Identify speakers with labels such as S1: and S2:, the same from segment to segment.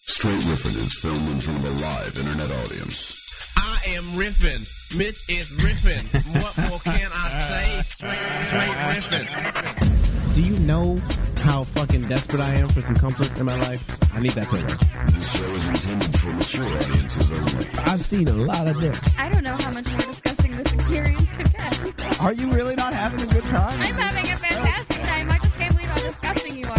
S1: Straight Riffin is filmed in front of a live internet audience.
S2: I am riffing. Mitch is riffing. what more can I say? Straight, straight riffing.
S3: Do you know how fucking desperate I am for some comfort in my life? I need that pillow.
S1: This show is intended for mature audiences only.
S3: I've seen a lot of dick.
S4: I don't know how much more disgusting this experience could get.
S5: Are you really not having a good time?
S4: I'm having a fantastic time. I just can't believe how disgusting you are.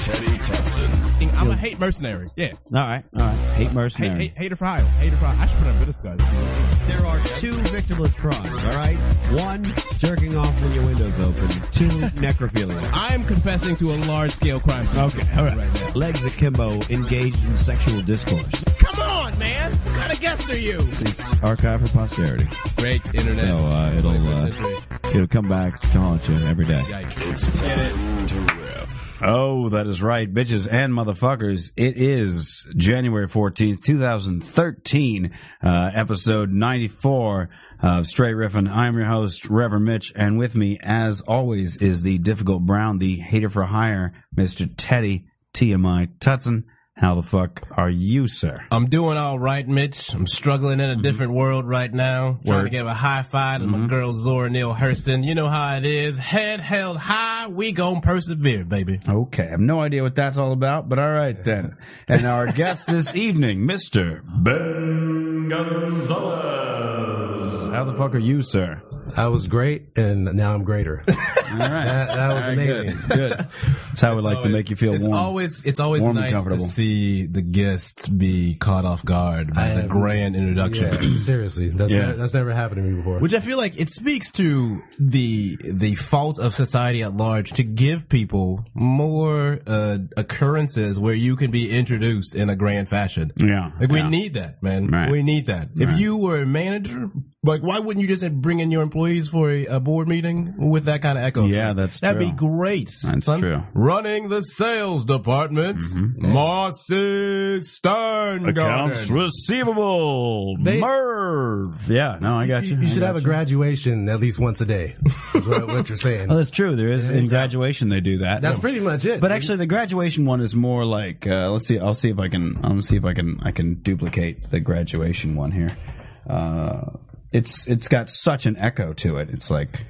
S1: Teddy Tutson.
S2: I'm a hate mercenary. Yeah.
S5: All right, all right. Hate mercenary.
S2: Hate, hate, hater for hire. Hater for hire. I should put on Bitter Scott.
S5: There are two victimless crimes. All right, one jerking off when your window's open. Two necrophilia.
S2: I am confessing to a large scale crime.
S5: Okay, all right. Legs akimbo, engaged in sexual discourse.
S2: Come on, man. What kind of guest are you?
S5: It's archived for posterity,
S2: Great internet.
S5: so uh, it'll uh, it'll come back to haunt you every day.
S1: It's time to riff.
S5: Oh, that is right, bitches and motherfuckers. It is January 14th, 2013, uh, episode 94 of Straight Riffin. I'm your host, Reverend Mitch, and with me, as always, is the difficult Brown, the hater for hire, Mr. Teddy TMI Tutson. How the fuck are you, sir?
S2: I'm doing all right, Mitch. I'm struggling in a different world right now. Trying to give a high five to my girl Zora Neale Hurston. You know how it is. Head held high. We gon' persevere, baby.
S5: Okay, I have no idea what that's all about, but all right then. And our guest this evening, Mr. Ben Gonzalez. How the fuck are you, sir?
S6: I was great, and now I'm greater.
S5: All right.
S6: That, that was
S5: All right,
S6: amazing.
S5: Good. good. That's how we like to make you feel
S2: it's
S5: warm.
S2: always it's always
S5: Warm and
S2: nice to
S5: comfortable.
S2: see the guests be caught off guard by
S6: I
S2: the
S6: am-
S2: grand introduction.
S6: Yeah, seriously, that's
S5: Yeah.
S6: never, that's never happened to me before.
S2: Which I feel like it speaks to the the fault of society at large to give people more uh, occurrences where you can be introduced in a grand fashion.
S5: Yeah,
S2: like we
S5: yeah.
S2: need that, man.
S5: Right.
S2: We need that. If you were a manager, like why wouldn't you just bring in your employees for a, a board meeting with that kind of echo?
S5: Yeah, that's
S2: that'd be
S5: true.
S2: great.
S5: That's
S2: son.
S5: true. Mm-hmm.
S2: Running the sales department, Marcy
S5: Accounts
S2: Sterngarden.
S5: receivable.
S6: They-
S5: Merv. Yeah, no, I got you.
S6: you, you
S5: I
S6: should
S5: got
S6: have a
S5: you.
S6: graduation at least once a day. Is what, what you're saying.
S5: Oh, that's true. There is in graduation they do that.
S6: That's pretty much it.
S5: But actually, the graduation one is more like. Uh, let's see. I'll see if I can. I'll see if I can. I can duplicate the graduation one here. Uh, it's it's got such an echo to it. It's like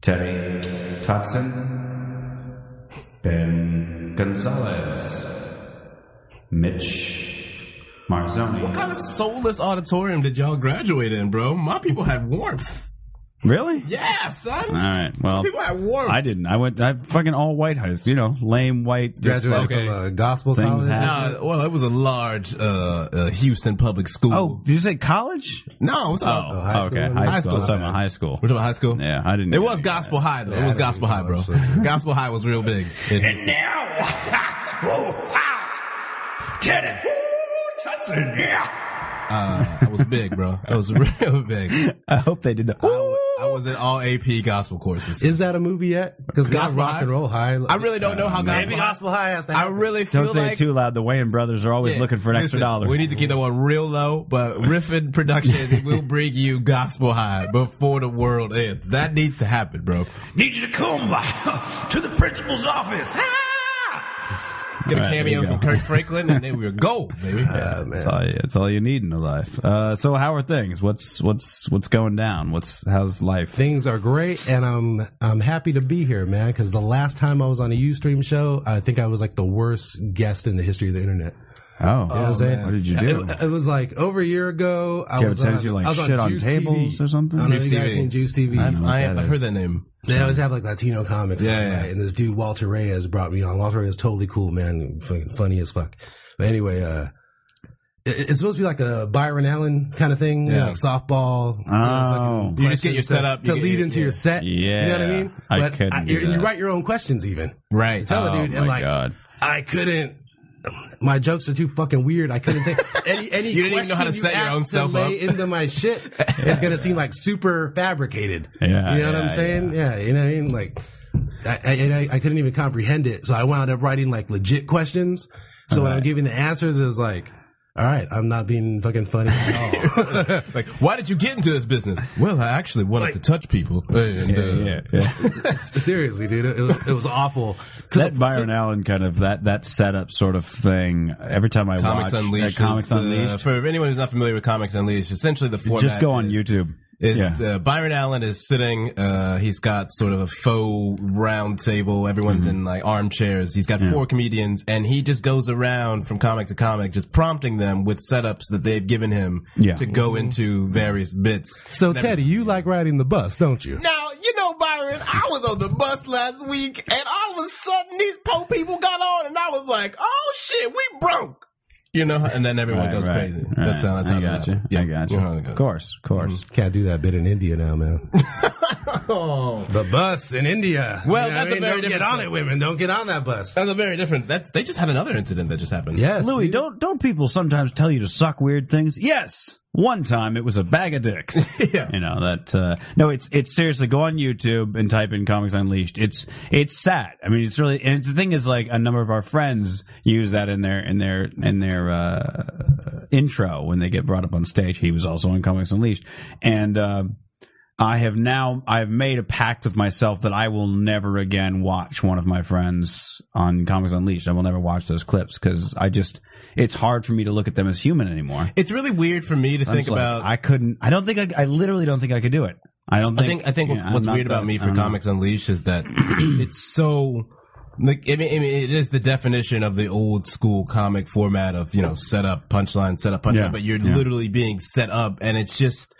S5: Teddy Totson, Ben Gonzalez, Mitch Marzoni.
S2: kind of soulless auditorium did y'all graduate in, bro? My people had warmth.
S5: Really?
S2: Yeah, son.
S5: All right. Well,
S2: people had warmth.
S5: I didn't. I went. I fucking all white high school. You know, lame white. just
S6: graduated
S5: like-
S6: from a gospel
S5: Things
S6: college.
S5: happen.
S2: Nah, well, it was a large uh, uh, Houston public school.
S5: Oh, did you say college?
S2: no, it's
S5: Oh,
S2: about
S6: high school.
S5: okay. High,
S6: High
S5: school. I was
S2: school.
S5: talking about high school.
S2: we're talking about high school.
S5: Yeah, I didn't.
S2: It was gospel high though. It was gospel high, bro.
S6: absolutely.
S2: gospel high was real big. in Houston.
S7: now, whoa, wow, Teddy, woo, Tutson, yeah.
S2: Uh, I was big, bro. I was real big.
S5: I hope they did the.
S2: I was in all AP gospel courses.
S6: Is that a movie yet? Because rock
S2: Gospel High?
S6: and roll high.
S2: I really don't know how
S6: Uh, maybe
S2: gospel. High-
S6: gospel high has to.
S2: I
S6: Happen.
S2: really feel
S5: don't say
S2: like
S5: it too loud. The Wayne brothers are always
S2: Yeah.
S5: looking for an extra
S2: Listen,
S5: dollar.
S2: We need to keep that one real low, but Riffin Productions will bring you gospel high before the world ends. That needs to happen, bro.
S7: Need you to come by to the principal's office. Ah!
S2: Get a
S5: All right, there
S2: cameo
S5: you go.
S2: from Kirk Franklin, and then we were gold, baby.
S6: Uh, man.
S5: That's all, you, that's all you need in a life. Uh, so how are things? What's what's what's going down? What's how's life?
S6: Things are great, and I'm I'm happy to be here, man. Because the last time I was on a UStream show, I think I was like the worst guest in the history of the internet.
S5: oh,
S6: You know what I'm saying?
S5: what did you do?
S6: It, it was like over a year ago. I
S5: Kevin
S6: was
S5: sends
S6: on,
S5: you, like,
S6: I was
S5: shit on
S6: Juice
S5: tables
S6: TV.
S5: or something?
S6: I don't know
S2: Juice
S6: if you guys
S2: TV.
S6: seen Juice TV.
S2: I've, I, have
S5: that
S2: I've
S5: is.
S2: heard that name.
S6: they always have like Latino comics.
S2: Yeah,
S6: on,
S2: yeah.
S6: right? And this dude Walter Reyes brought me on. Walter Reyes totally cool, man. Fucking funny as fuck. But anyway, uh. it- It's supposed to be like a Byron Allen kind of thing, you know,
S2: Yeah.
S6: like softball. you know,
S5: Oh.
S6: fucking
S2: You just get your
S6: questions
S2: set
S6: to-
S2: up,
S6: to
S2: you get-
S6: lead into
S2: yeah.
S6: your set. you know what I
S5: Yeah.
S6: mean.
S5: I
S6: But
S5: couldn't do
S6: and you
S5: that.
S6: write your own questions even.
S2: Right.
S6: Tell the
S5: Oh,
S6: dude,
S5: my
S6: and like,
S5: God.
S6: I couldn't. My jokes are too fucking weird. I couldn't think any any.
S2: You didn't even know how to
S6: question
S2: set
S6: you
S2: your own
S6: asked to
S2: self
S6: lay
S2: up.
S6: into my shit. It's gonna seem like super fabricated.
S5: Yeah,
S6: you know what
S5: yeah,
S6: I'm saying? Yeah. you know what I mean. Like, I, I, and I I couldn't even comprehend it, so I wound up writing like legit questions So when I'm giving the answers, it was like, all right, I'm not being fucking funny at all.
S2: Like, why did you get into this business? Well, I actually wanted to touch people. And, uh,
S5: Yeah, yeah.
S6: Seriously, dude, it, it was, it was awful. To
S5: that
S6: the-
S5: Byron Allen kind of that that setup sort of thing. Every time I
S2: Comics
S5: watch
S2: Unleashed.
S5: uh, Comics
S2: is, uh,
S5: Unleashed,
S2: for anyone who's not familiar with Comics Unleashed, essentially the format.
S5: just go on
S2: is-
S5: YouTube.
S2: It's
S5: yeah.
S2: uh, Byron Allen is sitting. Uh, he's got sort of a faux round table. Everyone's
S5: Mm-hmm.
S2: in like armchairs. He's got four comedians, and he just goes around from comic to comic, just prompting them with setups that they've given him
S5: Yeah. Mm-hmm.
S2: to go into various bits.
S6: so Teddy, you like riding the bus, don't you?
S2: Now, you know, Byron, I was on the bus last week and all of a sudden these poor people got on and I was like, oh shit, we broke. You know, and then everyone
S5: Right,
S2: goes
S5: right,
S2: crazy.
S5: right.
S2: That's how that's how
S5: I
S2: that
S5: got you.
S2: happens.
S5: I got you.
S2: know how it
S5: Of
S2: goes.
S5: course, of course.
S2: Mm-hmm.
S6: Can't do that bit in India now, man. the bus in India.
S2: Oh. Well,
S6: You know
S2: that's
S6: what
S2: a very
S6: Don't get
S2: different
S6: on
S2: thing. Uh,
S6: it, women. Don't get on that bus.
S2: That's a very different. That's they just had another incident that just happened.
S6: Yes,
S5: Louis, don't don't people sometimes tell you to suck weird things? Yes. One time it was a bag of dicks.
S2: Yeah.
S5: You know that uh, no, it's it's seriously go on YouTube and type in Comics Unleashed. It's it's sad. I mean, it's really and the thing is like a number of our friends use that in their in their in their uh, intro when they get brought up on stage. He was also on Comics Unleashed, and uh, I have now I've made a pact with myself that I will never again watch one of my friends on Comics Unleashed. I will never watch those clips because I just it's hard for me to look at them as human anymore.
S2: It's really weird for me to
S5: I'm
S2: think
S5: just like,
S2: about.
S5: I couldn't. I don't think I. I literally don't think I could do it. I don't
S2: I
S5: think.
S2: think I think
S5: yeah, I'm
S2: what's
S5: not
S2: weird
S5: that-
S2: about me
S5: I
S2: for
S5: don't know.
S2: Comics Unleashed is that it's so like I mean, I mean it is the definition of the old school comic format of you know set up punchline set up punchline,
S5: Yeah.
S2: but you're
S5: Yeah.
S2: literally being set up, and it's just.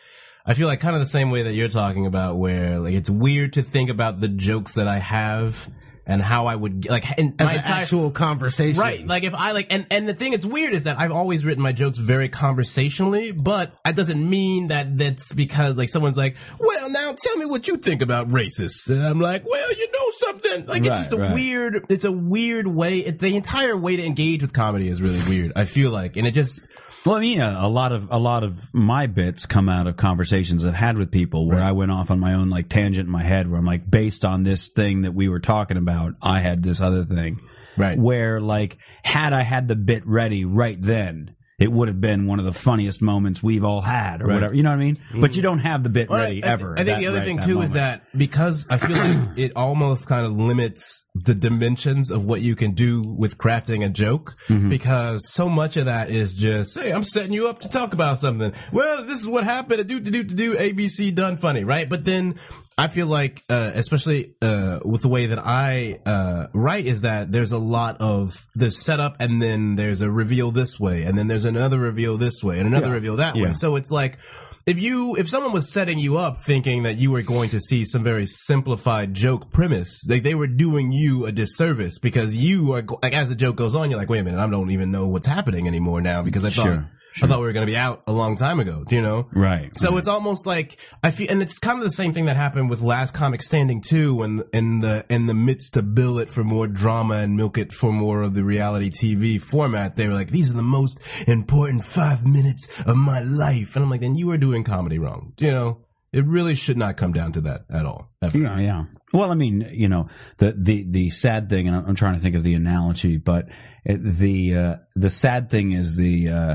S2: I feel like kind of the same way that you're talking about, where like it's weird to think about the jokes that I have and how I would like and
S6: as
S2: my
S6: an
S2: entire-
S6: actual conversation.
S2: Right. Like if I like and and the thing that's weird is that I've always written my jokes very conversationally, but that doesn't mean that that's because like someone's like, "Well, now tell me what you think about racists." And I'm like, "Well, you know something." Like it's
S5: Right,
S2: just a
S5: right.
S2: weird it's a weird way it, the entire way to engage with comedy is really weird. I feel like and it just
S5: Well, I mean, a, a lot of a lot of my bits come out of conversations I've had with people where I went off on my own like tangent in my head, where I'm like, based on this thing that we were talking about, I had this other thing.
S2: Right.
S5: Where like, had I had the bit ready right then, it would have been one of the funniest moments we've all had, or whatever. You know what I mean? But you don't have the bit
S2: Well, I-
S5: ready
S2: I,
S5: ever.
S2: I think
S5: that-
S2: the other
S5: right,
S2: thing
S5: that
S2: too
S5: moment.
S2: is that because I feel like it almost kind of limits the dimensions of what you can do with crafting a joke
S5: Mm-hmm.
S2: because so much of that is just, hey, I'm setting you up to talk about something. Well, this is what happened. Do do do do ABC done funny, right? But then I feel like, uh, especially uh, with the way that I uh, write, is that there's a lot of there's setup, and then there's a reveal this way, and then there's another reveal this way, and another reveal that way.
S5: Yeah.
S2: So it's like if you if someone was setting you up thinking that you were going to see some very simplified joke premise, like they were doing you a disservice because you are go- like as the joke goes on, you're like, wait a minute, I don't even know what's happening anymore now because I thought
S5: Sure,
S2: I thought we were going to be out a long time ago. Do you know?
S5: Right.
S2: So it's almost like I feel, and it's kind of the same thing that happened with Last Comic Standing too, when in the in the midst to bill it for more drama and milk it for more of the reality TV format, they were like, "These are the most important five minutes of my life," and I'm like, "Then you are doing comedy wrong." You know, it really should not come down to that at all. Ever.
S5: Yeah, yeah. Well, I mean, you know, the the the sad thing, and I'm, I'm trying to think of the analogy, but it, the uh, the sad thing is the uh,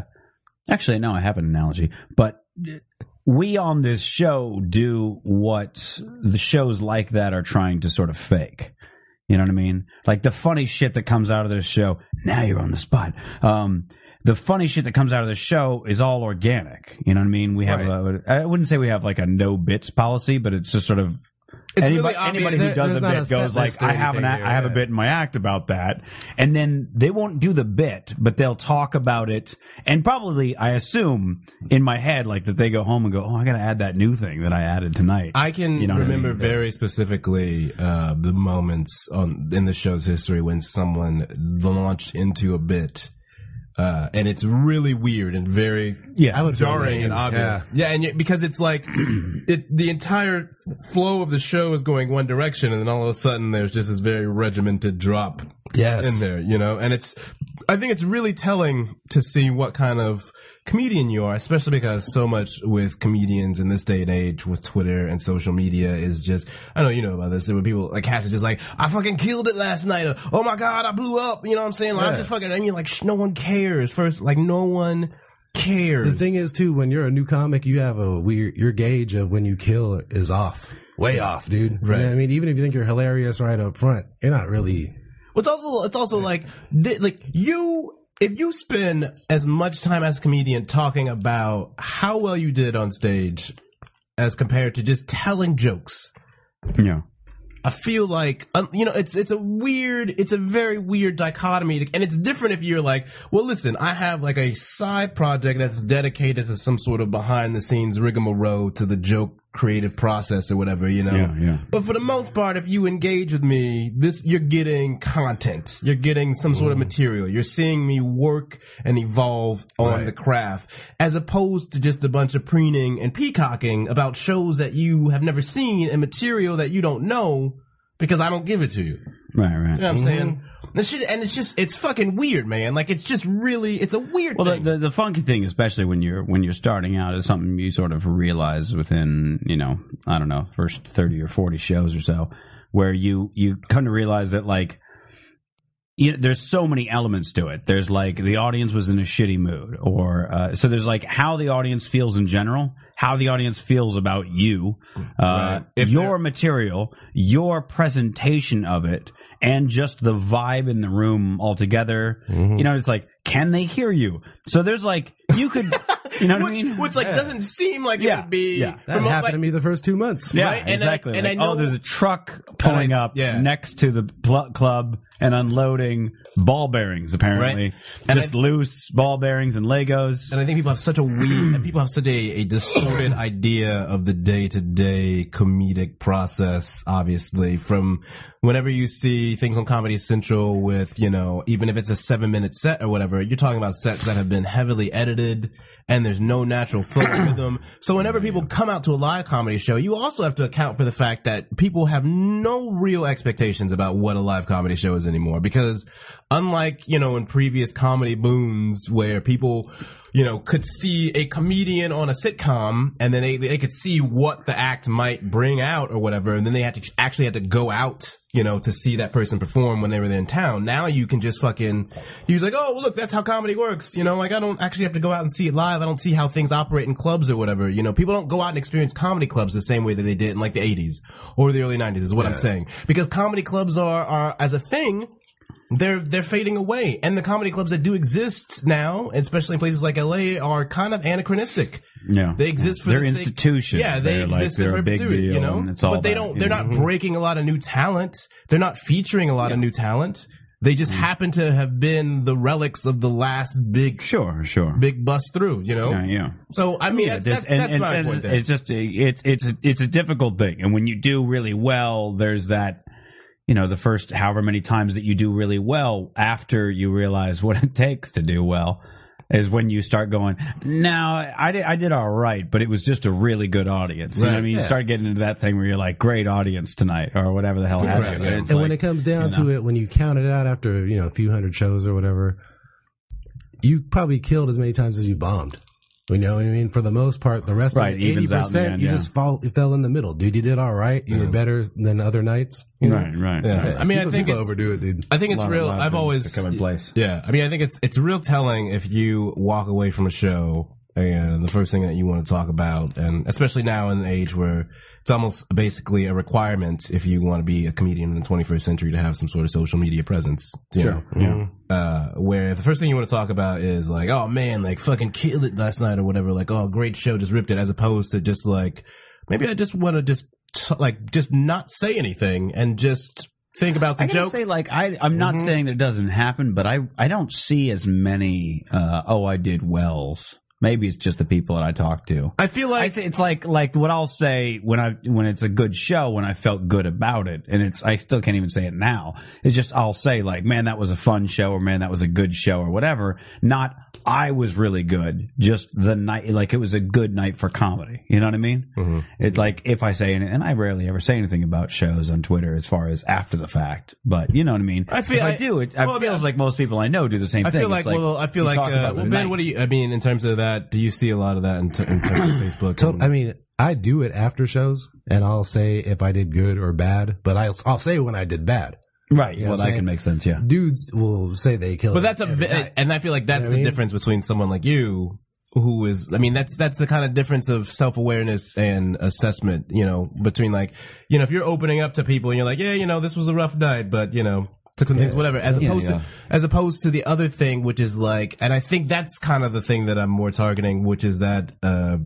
S5: actually no, I have an analogy, but we on this show do what the shows like that are trying to sort of fake. You know what I mean? Like the funny shit that comes out of this show. Now you're on the spot. Um, the funny shit that comes out of this show is all organic. You know what I mean? We have a, I wouldn't say we have like a no bits policy, but it's just sort of
S2: It's really
S5: anybody,
S2: obvious.
S5: anybody
S6: There-
S5: who does
S6: there's
S5: a
S6: not a
S5: bit
S6: set
S5: goes like,
S6: list or
S5: I have an,
S6: anything
S5: act-
S6: here,
S5: I have a
S6: yeah.
S5: bit in my act about that, and then they won't do the bit, but they'll talk about it, and probably I assume in my head like that they go home and go, oh, I got to add that new thing that I added tonight.
S2: I can
S5: You know what I
S2: remember
S5: mean?
S2: very specifically uh, the moments on in the show's history when someone launched into a bit, uh, and it's really weird and very
S5: yeah,
S6: I would feel
S2: jarring
S6: lame.
S2: and obvious. Yeah, and yet, because it's like it, the entire flow of the show is going one direction, and then all of a sudden there's just this very regimented drop
S6: Yes.
S2: in there, you know. And it's, I think it's really telling to see what kind of comedian you are, especially because so much with comedians in this day and age with Twitter and social media is just, I know you know about this, where people like have to just like, I fucking killed it last night. Or, oh my God, I blew up. You know what I'm saying? Like, I'm just fucking, and you're like, Shh, no one cares. First, like, no one cares.
S6: The thing is, too, when you're a new comic, you have a weird your gauge of when you kill is off, way off, dude. You know
S2: Right.
S6: what I mean, even if you think you're hilarious right up front, you're not really.
S2: Well, It's also it's also like th- like you if you spend as much time as a comedian talking about how well you did on stage as compared to just telling jokes.
S5: Yeah.
S2: I feel like um, you know it's it's a weird it's a very weird dichotomy and it's different if you're like well listen I have like a side project that's dedicated to some sort of behind the scenes rigmarole to the joke creative process or whatever you know
S5: Yeah, yeah.
S2: but for the most part if you engage with me this you're getting content you're getting some
S5: Mm.
S2: sort of material you're seeing me work and evolve on the craft as opposed to just a bunch of preening and peacocking about shows that you have never seen and material that you don't know because I don't give it to you.
S5: Right, right.
S2: You know what I'm saying? This shit, and it's just, it's fucking weird, man. Like, it's just really, it's a weird
S5: Well, the,
S2: thing.
S5: the the funky thing, especially when you're when you're starting out, is something you sort of realize within you know I don't know first thirty or forty shows or so, where you you come to realize that like. You there's so many elements to it. There's like the audience was in a shitty mood, or uh, so there's like how the audience feels in general, how the audience feels about you, uh,
S2: If
S5: your material, your presentation of it, and just the vibe in the room altogether.
S2: Mm-hmm.
S5: You know, it's like, can they hear you? So there's like, you could, you know what
S2: which,
S5: I mean?
S2: which, like, doesn't seem like it
S5: Yeah,
S2: would be.
S5: yeah.
S6: That
S2: remote,
S6: happened
S2: like-
S6: to me the first two months.
S5: yeah,
S2: right? And I-
S5: exactly.
S2: and
S5: Like,
S2: I know-
S5: oh, there's a truck pulling
S2: And I-
S5: up
S2: yeah.
S5: next to the pl- club and unloading ball bearings, apparently.
S2: Right. And
S5: Just
S2: I-
S5: loose ball bearings and Legos.
S2: And I think people have such a weird, and people have such a, a distorted idea of the day to day comedic process, obviously, from whenever you see things on Comedy Central with, you know, even if it's a seven minute set or whatever, you're talking about sets that have been heavily edited and there's no natural flow to them. So whenever people come out to a live comedy show, you also have to account for the fact that people have no real expectations about what a live comedy show is anymore because unlike, you know, in previous comedy booms where people you know, could see a comedian on a sitcom and then they, they could see what the act might bring out or whatever. And then they had to actually had to go out, you know, to see that person perform when they were in town. Now you can just fucking, he was like, oh, well, look, that's how comedy works. You know, like I don't actually have to go out and see it live. I don't see how things operate in clubs or whatever. You know, people don't go out and experience comedy clubs the same way that they did in like the 80s or the early 90s is what I'm saying. Because comedy clubs are, are as a thing, they're they're fading away and the comedy clubs that do exist now especially in places like LA are kind of anachronistic
S5: yeah.
S2: they exist for
S5: They're
S2: the sake-
S5: institutions.
S2: yeah they
S5: They're, like,
S2: exist
S5: they're
S2: in
S5: a big
S2: perpetuity
S5: deal
S2: you know
S5: and it's all
S2: but they
S5: that,
S2: don't
S5: you
S2: they're
S5: know? Mm-hmm.
S2: not breaking a lot of new talent they're not featuring a lot of new talent they
S5: Mm-hmm.
S2: just happen to have been the relics of the last big
S5: Sure, sure.
S2: big bust through you know
S5: yeah, yeah.
S2: so I mean
S5: Yeah,
S2: that's,
S5: this-
S2: that's, that's my
S5: it's-
S2: point there.
S5: It's just a- it's it's a, it's a difficult thing, and when you do really well, there's that you know the first however many times that you do really well after you realize what it takes to do well is when you start going no i did i did all right but it was just a really good audience you know what i
S2: Right,
S5: mean
S2: yeah.
S5: you start getting into that thing where you're like great audience tonight or whatever the hell happened
S2: yeah.
S6: And when it comes down
S5: you know.
S6: to it, when you count it out after you know a few hundred shows or whatever, you probably killed as many times as you bombed. You know what I mean? For the most part, the rest
S5: Right,
S6: of eighty
S5: evens out in the
S6: percent,
S5: end,
S6: you
S5: yeah. Mm.
S6: just fall, you fell in the middle, dude. You did all right. You were better than other nights. You know?
S5: right right
S2: Yeah. I mean, I
S6: People-
S2: think
S6: people
S2: it's-
S6: overdo it, dude.
S2: I think
S5: A
S2: it's
S5: lot of-
S2: real.
S5: a lot of
S2: I've
S5: things
S2: always
S5: that come in place.
S2: Yeah, I mean, I think it's it's real telling if you walk away from a show and the first thing that you want to talk about, and especially now in an age where it's almost basically a requirement if you want to be a comedian in the 21st century to have some sort of social media presence. You know, uh, where the first thing you want to talk about is like, oh man, like fucking killed it last night or whatever. Like, oh great show, just ripped it. As opposed to just like, maybe I just want to just like just not say anything and just think about
S5: I
S2: some
S5: gotta
S2: jokes.
S5: say, like, I I'm not saying that it doesn't happen, but I I don't see as many. Uh, oh, I did wells. Maybe it's just the people that I talk to.
S2: I feel
S5: I
S2: like
S5: say it's like like what I'll say when I when it's a good show when I felt good about it and it's I still can't even say it now. It's just I'll say like man that was a fun show or man that was a good show or whatever. Not I was really good. Just the night like it was a good night for comedy. You know what I mean?
S2: Mm-hmm.
S5: It's like if I say any- and I rarely ever say anything about shows on Twitter as far as after the fact, but you know what I mean.
S2: I feel-
S5: if I,
S2: I-
S5: do it. It
S2: well, I mean,
S5: feels like most people I know do the same
S2: I
S5: thing.
S2: feel like,
S5: It's
S2: well, I feel
S5: you
S2: like,
S5: talk
S2: uh,
S5: about the
S2: well, Ben,
S5: night.
S2: what do you? I mean, in terms of that, that? Do you see a lot of that in, t- in terms of Facebook?
S6: So, I mean, I do it after shows, and I'll say if I did good or bad, but I'll I'll say when I did bad.
S5: Right.
S6: know
S5: well,
S6: what I'm
S5: that
S6: saying?
S5: can make sense. Yeah.
S6: Dudes will say they killed.
S2: but
S6: it
S2: that's a,
S6: every
S2: vi-
S6: night.
S2: and I feel like that's
S6: You know what I mean?
S2: the difference between someone like you, who is, I mean, that's that's the kind of difference of self awareness and assessment, you know, between like, you know, if you're opening up to people and you're like, yeah, you know, this was a rough night, but you know. Took some things, whatever. As opposed
S5: yeah.
S2: to, as opposed to the other thing, which is like, and I think that's kind of the thing that I'm more targeting, which is that uh,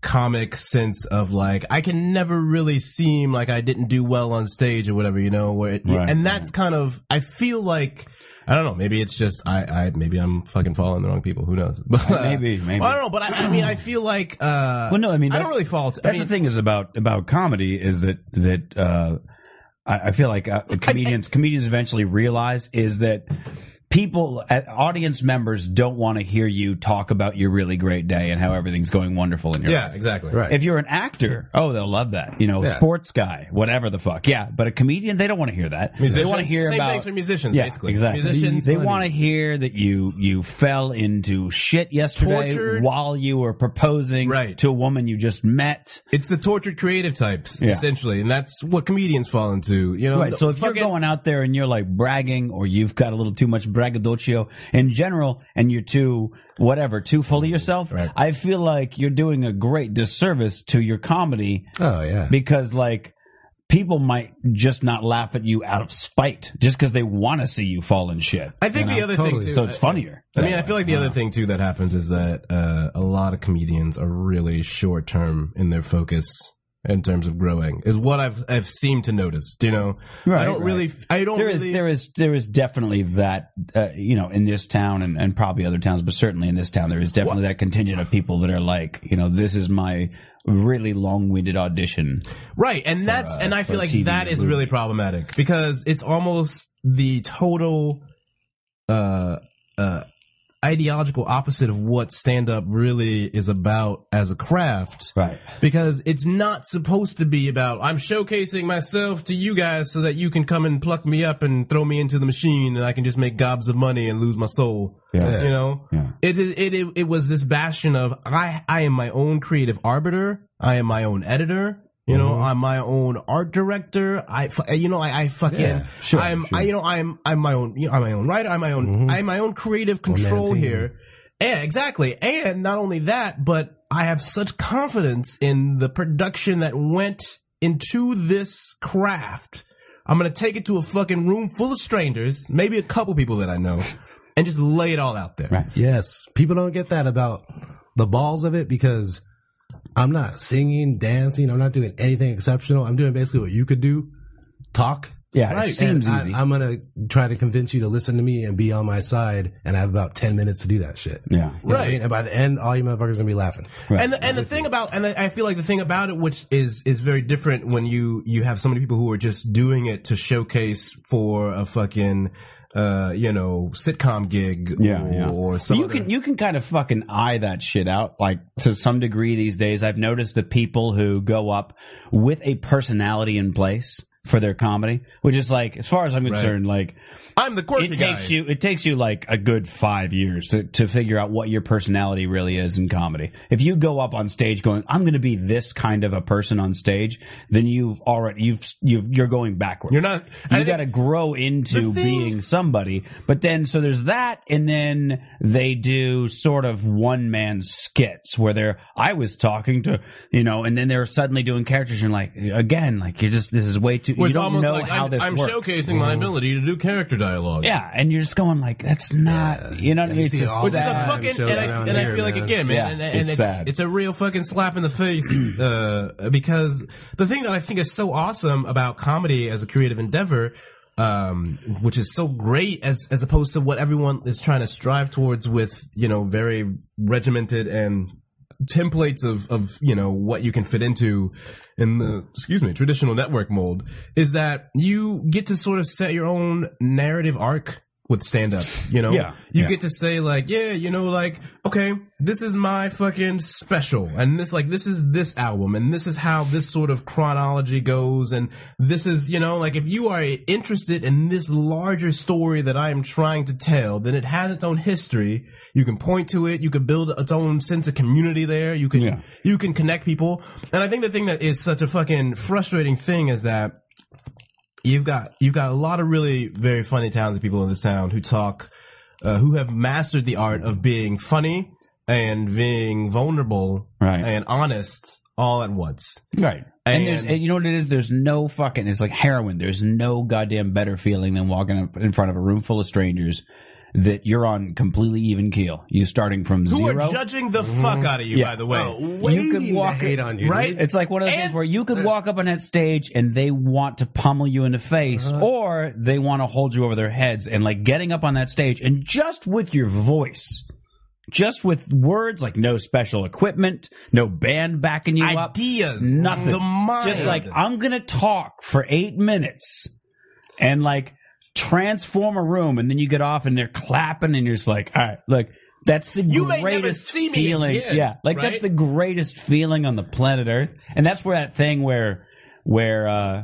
S2: comic sense of like, I can never really seem like I didn't do well on stage or whatever, you know. Where it,
S5: Right.
S2: and that's kind of, I feel like, I don't know. Maybe it's just I, I maybe I'm fucking following the wrong people. Who knows? But, uh,
S5: Maybe, maybe.
S2: I don't know. But I, I mean, I feel like. Uh,
S5: Well, no, I mean,
S2: I
S5: that's-
S2: don't really fault. I
S5: That's
S2: mean,
S5: the thing is about about comedy is that that uh, I, I feel like uh, comedians comedians eventually realize is that people uh, audience members don't want to hear you talk about your really great day and how everything's going wonderful in your
S2: Yeah, exactly.
S6: Right.
S5: If you're an actor, oh, they'll love that. You know,
S6: Yeah.
S5: sports guy, whatever the fuck. Yeah, but a comedian, they don't want to hear that.
S2: Musicians,
S5: they want to hear
S2: same
S5: about
S2: things for musicians,
S5: Yeah,
S2: basically.
S5: Exactly.
S2: Musicians,
S5: they want to hear that you you fell into shit yesterday
S2: Tortured.
S5: while you were proposing
S2: Right.
S5: to a woman you just met.
S2: It's the tortured creative types
S5: Yeah.
S2: essentially, and that's what comedians fall into. You know,
S5: Right. So if
S2: Fucking-
S5: you're going out there and you're like bragging or you've got a little too much braggadocio in general and you're too whatever, too full of yourself,
S2: Right.
S5: I feel like you're doing a great disservice to your comedy
S6: oh yeah,
S5: because like people might just not laugh at you out of spite just because they want to see you fall in shit.
S2: I think
S5: you
S2: the
S5: know?
S2: other
S6: totally.
S2: thing too.
S5: so it's
S2: I-
S5: funnier.
S2: I mean, I feel like the other thing too that happens is that uh, a lot of comedians are really short term in their focus in terms of growing. Is what I've I've seemed to notice. You know, I
S5: Right,
S2: don't
S5: right.
S2: really, I don't
S5: There
S2: Oh, really.
S5: is, there is there is definitely that uh, you know in this town and, and probably other towns but certainly in this town there is definitely that contingent of people that are like you know this is my really long-winded audition
S2: Right, and that's
S5: uh,
S2: and I feel
S5: for
S2: like
S5: TV
S2: that
S5: or
S2: is
S5: movie.
S2: really problematic because it's almost the total uh uh ideological opposite of what stand up really is about as a craft.
S5: Right.
S2: Because it's not supposed to be about I'm showcasing myself to you guys so that you can come and pluck me up and throw me into the machine and I can just make gobs of money and lose my soul.
S5: Yeah.
S2: You know?
S5: Yeah.
S2: It, it it it was this bastion of I I am my own creative arbiter. I am my own editor. You
S5: Mm-hmm.
S2: know, I'm my own art director. I, fu- uh, you know, I, I fucking,
S5: sure, Mm-hmm.
S2: I'm, I, you know, I'm, I'm my own, you know, I'm my own writer. I'm my own, I'm my own creative control
S6: team.
S2: here. Yeah, exactly. And not only that, but I have such confidence in the production that went into this craft. I'm gonna take it to a fucking room full of strangers, maybe a couple people that I know, and just lay it all out there.
S5: Right.
S6: yes. People don't get that about the balls of it because I'm not singing, dancing. I'm not doing anything exceptional. I'm doing basically what you could do: talk.
S5: yeah
S2: Right.
S5: it seems
S6: And
S5: easy
S6: I, I'm gonna try to convince you to listen to me and be on my side, and I have about ten minutes to do that shit.
S5: yeah
S6: You know what I
S2: Right.
S6: mean? And by the end, all you motherfuckers gonna be laughing.
S2: And the, and the thing about and I feel like the thing about it, which is is very different when you you have so many people who are just doing it to showcase for a fucking uh you know sitcom gig
S5: yeah,
S2: or,
S5: yeah.
S2: or some
S5: you
S2: other-
S5: can you can kind of fucking eye that shit out like to some degree these days i've noticed that people who go up with a personality in place for their comedy which is like as far as i'm concerned like
S2: I'm the quirky
S5: it
S2: guy.
S5: takes you it takes you like a good five years to, to figure out what your personality really is in comedy if you go up on stage going i'm going to be this kind of a person on stage then you've already you've, you've you're going backward
S2: You're not- I
S5: you
S2: think-
S5: got to grow into
S2: The thing-
S5: being somebody but then so there's that and then they do sort of one man skits where they're i was talking to you know and then they're suddenly doing characters and like again like you're just this is way too
S2: Where
S5: you
S2: it's
S5: don't
S2: almost
S5: know
S2: like
S5: how
S2: I'm,
S5: this
S2: I'm
S5: works
S2: showcasing my ability to do character dialogue.
S5: yeah, and you're just going like, that's not, you know what I
S6: You
S5: mean?
S6: see
S5: It's
S6: it all
S5: just
S6: the
S2: It's a
S5: sad.
S6: time.
S2: fucking,
S6: shows
S2: and, I,
S6: around
S2: and I
S6: here,
S2: feel like
S6: man.
S2: again, man,
S5: Yeah,
S2: and, and
S5: it's
S2: it's
S5: sad.
S2: it's a real fucking slap in the face uh, because the thing that I think is so awesome about comedy as a creative endeavor, um, which is so great as as opposed to what everyone is trying to strive towards with you know very regimented and templates of of you know what you can fit into in the excuse me traditional network mold is that you get to sort of set your own narrative arc with stand up, you know?
S5: Yeah.
S2: You
S5: Yeah.
S2: get to say like, yeah, you know, like, okay, this is my fucking special and this like this is this album and this is how this sort of chronology goes and this is, you know, like if you are interested in this larger story that I am trying to tell, then it has its own history. You can point to it, you can build its own sense of community there. You can
S5: Yeah.
S2: you can connect people. And I think the thing that is such a fucking frustrating thing is that you've got you've got a lot of really very funny talented people in this town who talk uh, who have mastered the art of being funny and being vulnerable
S5: Right.
S2: and honest all at once
S5: Right. And,
S2: And-
S5: there's, and you know what it is? There's no fucking, it's like heroin. There's no goddamn better feeling than walking up in front of a room full of strangers that you're on completely even keel. You starting from
S2: who
S5: zero. Mm-hmm.
S2: are judging the fuck out of you
S5: Yeah. Oh,
S2: by the way
S6: you
S5: could walk-
S6: Oh, hate on you,
S2: right?
S6: dude.
S5: It's like one of those things
S2: And-
S5: where you could walk up on that stage and they want to pummel you in the face,
S6: Uh-huh.
S5: or they want to hold you over their heads. And like getting up on that stage and just with your voice, just with words like no special equipment, no band backing you up,
S2: ideas
S5: nothing.
S2: the mind
S5: Just like I'm gonna talk for eight minutes and like transform a room, and then you get off and they're clapping, and you're just like, all right, like that's the
S2: You may
S5: greatest
S2: never see me
S5: feeling.
S2: again,
S5: yeah, like that's
S2: right?
S5: the greatest feeling on the planet Earth, and that's where that thing where where uh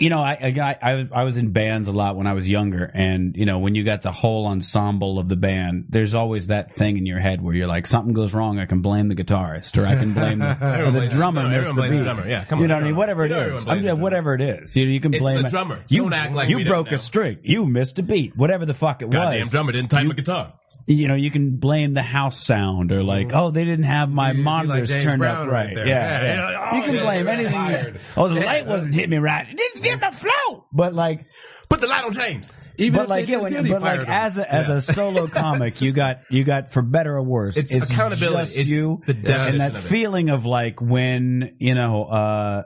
S5: you know, I, I I I was in bands a lot when I was younger, and you know, when you got the whole ensemble of the band, there's always that thing in your head where you're like, something goes wrong, I can blame the guitarist, or I can blame the, or
S2: Everyone
S5: the
S2: blames-
S5: drummer.
S2: no,
S5: missed
S2: everyone
S5: the
S2: blames the
S5: beat.
S2: drummer. Yeah, come
S5: you
S2: on,
S5: know what I mean.
S2: everyone.
S5: Whatever it
S2: You know
S5: is,
S2: everyone
S5: I'm
S2: blames the
S5: saying
S2: drummer.
S5: whatever it is, you you can
S2: It's
S5: blame
S2: the
S5: it.
S2: drummer.
S5: You
S2: Don't act like
S5: you
S2: we don't
S5: broke
S2: know.
S5: a string, you missed a beat, whatever the fuck it
S2: goddamn
S5: was
S2: drummer didn't time a guitar
S5: you know, you can blame the house sound or like,
S2: Mm-hmm.
S5: oh, they didn't have my
S6: be like
S5: monitors
S6: James
S5: turned
S6: Brown
S5: up
S6: right
S5: right.
S6: there.
S5: yeah,
S6: Yeah,
S5: yeah.
S2: yeah. Oh,
S5: you can
S2: yeah,
S5: blame
S2: yeah,
S5: anything.
S2: tired.
S5: Oh, the light wasn't hitting me right. It didn't give the flow. But like,
S2: put the light on James
S6: Even
S5: but
S6: if
S5: like,
S6: they
S5: yeah,
S6: did
S5: when,
S6: good, he
S5: but
S6: fired
S5: like,
S6: him.
S5: as a, as a solo comic, you got you got for better or worse,
S2: It's accountability.
S5: just
S2: It's
S5: you
S2: the
S5: and
S2: definition
S5: that
S2: of it.
S5: feeling of like when you know, uh,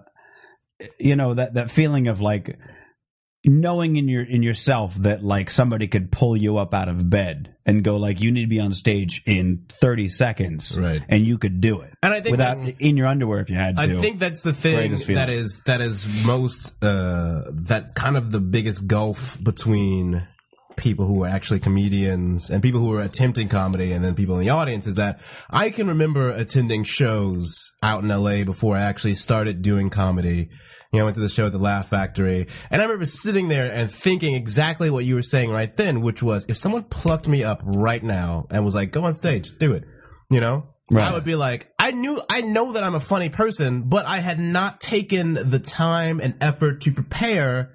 S5: you know that that feeling of like knowing in your in yourself that like somebody could pull you up out of bed and go like you need to be on stage in 30 seconds
S2: Right.
S5: and you could do it
S2: And I think
S5: without
S2: that's-
S5: in your underwear if you had to
S2: I think that's the thing
S5: Greatest feeling.
S2: that is that is most uh that's kind of the biggest gulf between people who are actually comedians and people who are attempting comedy and then people in the audience is that I can remember attending shows out in LA before I actually started doing comedy. You know, I went to the show at the Laugh Factory and I remember sitting there and thinking exactly what you were saying right then, which was if someone plucked me up right now and was like, go on stage, do it, you know?
S5: Right.
S2: I would be like, I knew, I know that I'm a funny person, but I had not taken the time and effort to prepare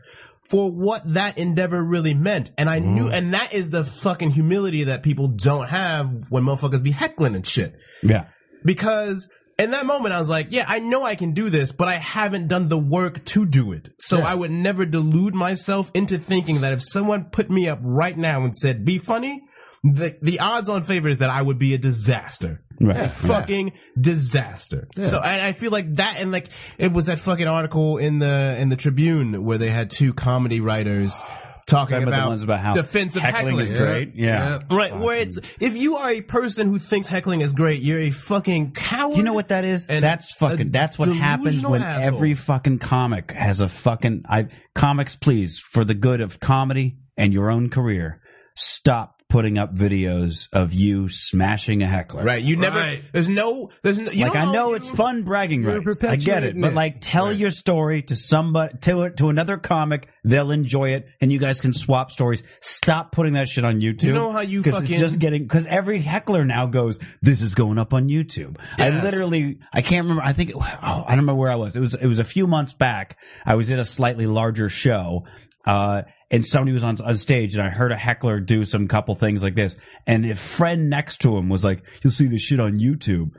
S2: for what that endeavor really meant. And I knew, and that is the fucking humility that people don't have when motherfuckers be heckling and shit.
S5: yeah
S2: Because in that moment, I was like, yeah, I know I can do this, but I haven't done the work to do it. So I would never delude myself into thinking that if someone put me up right now and said, be funny, the, the odds on favor is that I would be a disaster
S5: right
S2: fucking disaster. So and I feel like that and like it was that fucking article in the in the Tribune where they had two comedy writers talking
S5: Remember
S2: about,
S5: the ones about how
S2: defensive
S5: heckling,
S2: heckling,
S5: is great yeah.
S2: Right, where it's if you are a person who thinks heckling is great, you're a fucking coward.
S5: You know what that is?
S2: And
S5: that's fucking.
S2: a
S5: That's what happens
S2: delusional
S5: when
S2: asshole.
S5: every fucking comic has a fucking. I comics, please, for the good of comedy and your own career, stop putting up videos of you smashing a heckler.
S2: Right, you never.
S6: Right.
S2: There's no. There's no. You
S5: like I
S2: how
S5: know
S2: you-
S5: it's fun bragging
S6: You're
S5: rights. I get it,
S6: perpetuating
S5: but
S6: it.
S5: like tell your story to somebody to to another comic. They'll enjoy it, and you guys can swap stories. Stop putting that shit on YouTube.
S2: you know how you
S5: 'Cause
S2: fucking-
S5: it's just getting because every heckler now goes. This is going up on YouTube. I literally I can't remember. I think oh, I don't remember where I was. It was it was a few months back. I was at a slightly larger show. Uh, and somebody was on, on stage, and I heard a heckler do some couple things like this. And a friend next to him was like, "You'll see this shit on YouTube."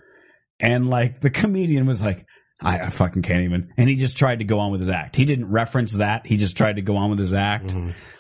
S5: And like the comedian was like, I, I fucking can't even. And he just tried to go on with his act. He didn't reference that. He just tried to go on with his act.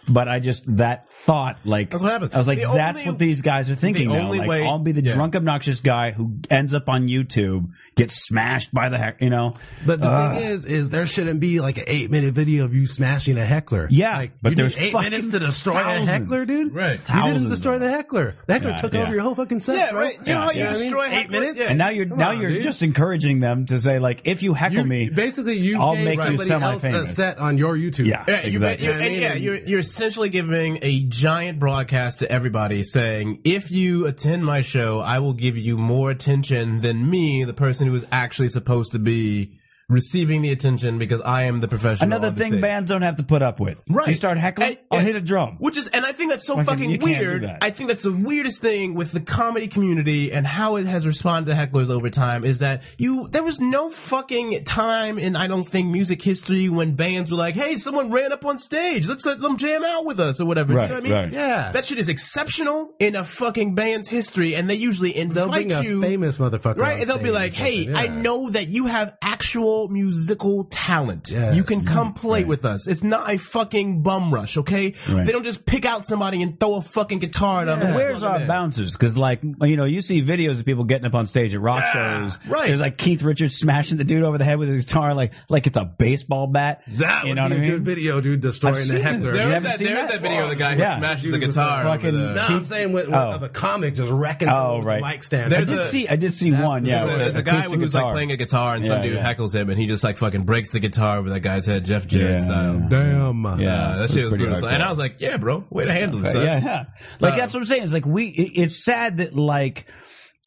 S5: But I just that thought, like
S2: That's what happens.
S5: I was like,
S2: The
S5: that's
S2: only-
S5: what these guys are thinking.
S2: the
S5: now.
S2: only
S5: Like,
S2: way-
S5: I'll be the
S2: yeah.
S5: drunk, obnoxious guy who ends up on YouTube, gets smashed by the heck, you know. Uh,
S6: But the
S5: Ah.
S6: thing is, is there shouldn't be like an eight minute video of you smashing a heckler.
S5: Yeah,
S6: like,
S5: but
S6: you need
S5: there's
S6: eight
S5: fucking
S6: minutes to destroy
S5: thousands.
S6: a heckler, dude.
S2: Right.
S6: you
S5: Thousands
S6: didn't destroy
S5: of
S6: the heckler. The heckler
S5: Yeah,
S6: took
S5: yeah.
S6: over your whole fucking set.
S2: Yeah,
S6: bro.
S2: right. You know how
S6: You
S2: you
S6: know what I mean?
S2: destroy
S6: Eight
S2: hecklers?
S6: minutes?
S2: Yeah.
S5: And now you're
S6: Come
S5: now
S6: on,
S5: you're
S6: dude.
S5: just encouraging them to say like, if you heckle
S6: You-
S5: me,
S6: basically you
S5: I'll
S6: gave
S5: make you
S6: somebody else
S5: semi-famous.
S6: a set on your YouTube.
S5: Yeah.
S2: Yeah, you,
S5: Exactly.
S2: you- and
S6: I mean,
S2: yeah,
S6: and-
S2: you're you're essentially giving a giant broadcast to everybody saying, if you attend my show, I will give you more attention than me, the person who is actually supposed to be receiving the attention because I am the professional.
S8: Another
S2: on the
S8: thing
S2: stage."
S8: bands don't have to put up with.
S2: Right.
S8: You start heckling,
S2: And-
S8: I'll
S2: and-
S8: hit a drum.
S2: Which is, and I think that's so
S8: Like, you
S2: fucking
S8: can't do
S2: weird.
S8: that.
S2: I think that's the weirdest thing with the comedy community and how it has responded to hecklers over time is that you, there was no fucking time in, I don't think, music history when bands were like, hey, someone ran up on stage. Let's let them jam out with us or whatever.
S5: Right,
S2: do you know what I mean?
S5: right.
S6: Yeah.
S2: That shit is exceptional in a fucking band's history and they usually
S6: They'll
S2: invite
S6: bring a
S2: you.
S6: famous motherfucker.
S2: Right,
S6: on
S2: and they'll be
S6: stage
S2: like,
S6: or
S2: "Hey,
S6: something,
S2: I
S6: yeah.
S2: know that you have actual musical talent.
S6: Yes.
S2: You can come play with us. It's not a fucking bum rush, okay?
S5: Right.
S2: They don't just pick out somebody and throw a fucking guitar at them. and
S5: Where's
S2: plug 'em
S5: our
S2: in.
S5: bouncers? Because like you know, you see videos of people getting up on stage at rock shows.
S2: right.
S5: There's like Keith Richards smashing the dude over the head with his guitar, like like it's a baseball bat.
S6: That
S5: you
S6: would
S5: know
S6: be
S5: what I
S6: a
S5: mean?
S6: good video, dude, destroying
S5: I've
S6: the
S5: seen it.
S6: heckler.
S5: You
S2: There is
S5: haven't
S2: that,
S5: seen
S2: there is
S5: that?
S2: that video of the guy
S5: Yeah.
S2: who smashes
S6: Dude,
S2: the guitar. over
S5: fucking-
S2: the-
S6: No, I'm saying what, what-
S5: Oh.
S6: of a comic just wrecking someone
S5: Oh,
S6: with
S5: right.
S6: the mic stand.
S5: I
S2: There's
S5: did
S2: a-
S5: see. I did see one. Yeah,
S2: There's a,
S5: with
S2: there's
S5: an
S2: a guy
S5: acoustic
S2: who's
S5: guitar.
S2: like playing a guitar and
S5: Yeah,
S2: some dude
S5: yeah.
S2: heckles him and he just like fucking breaks the guitar over that guy's head, Jeff Jarrett
S5: Yeah,
S2: style.
S5: yeah.
S6: Damn.
S5: Yeah.
S2: Uh, that
S5: that's
S2: shit was
S5: pretty
S2: brutal. And
S5: hardcore.
S2: I was like, yeah, bro, way to handle it.
S5: Right,
S2: son.
S5: yeah, yeah. Like
S2: Uh,
S5: that's what I'm saying. It's like we. It, it's sad that like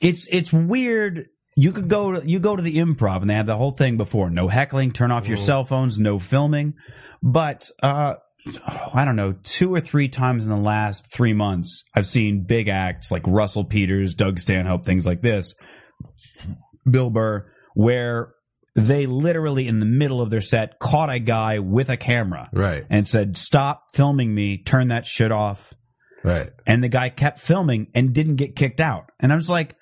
S5: it's it's weird. You could go to you go to the improv and they have the whole thing before no heckling, turn off your
S2: Mm-hmm.
S5: cell phones, no filming. But uh oh, I don't know, two or three times in the last three months, I've seen big acts like Russell Peters, Doug Stanhope, things like this, Bill Burr, where they literally in the middle of their set caught a guy with a camera
S6: Right.
S5: and said, "Stop filming me. Turn that shit off."
S6: Right.
S5: And the guy kept filming and didn't get kicked out. And I was like,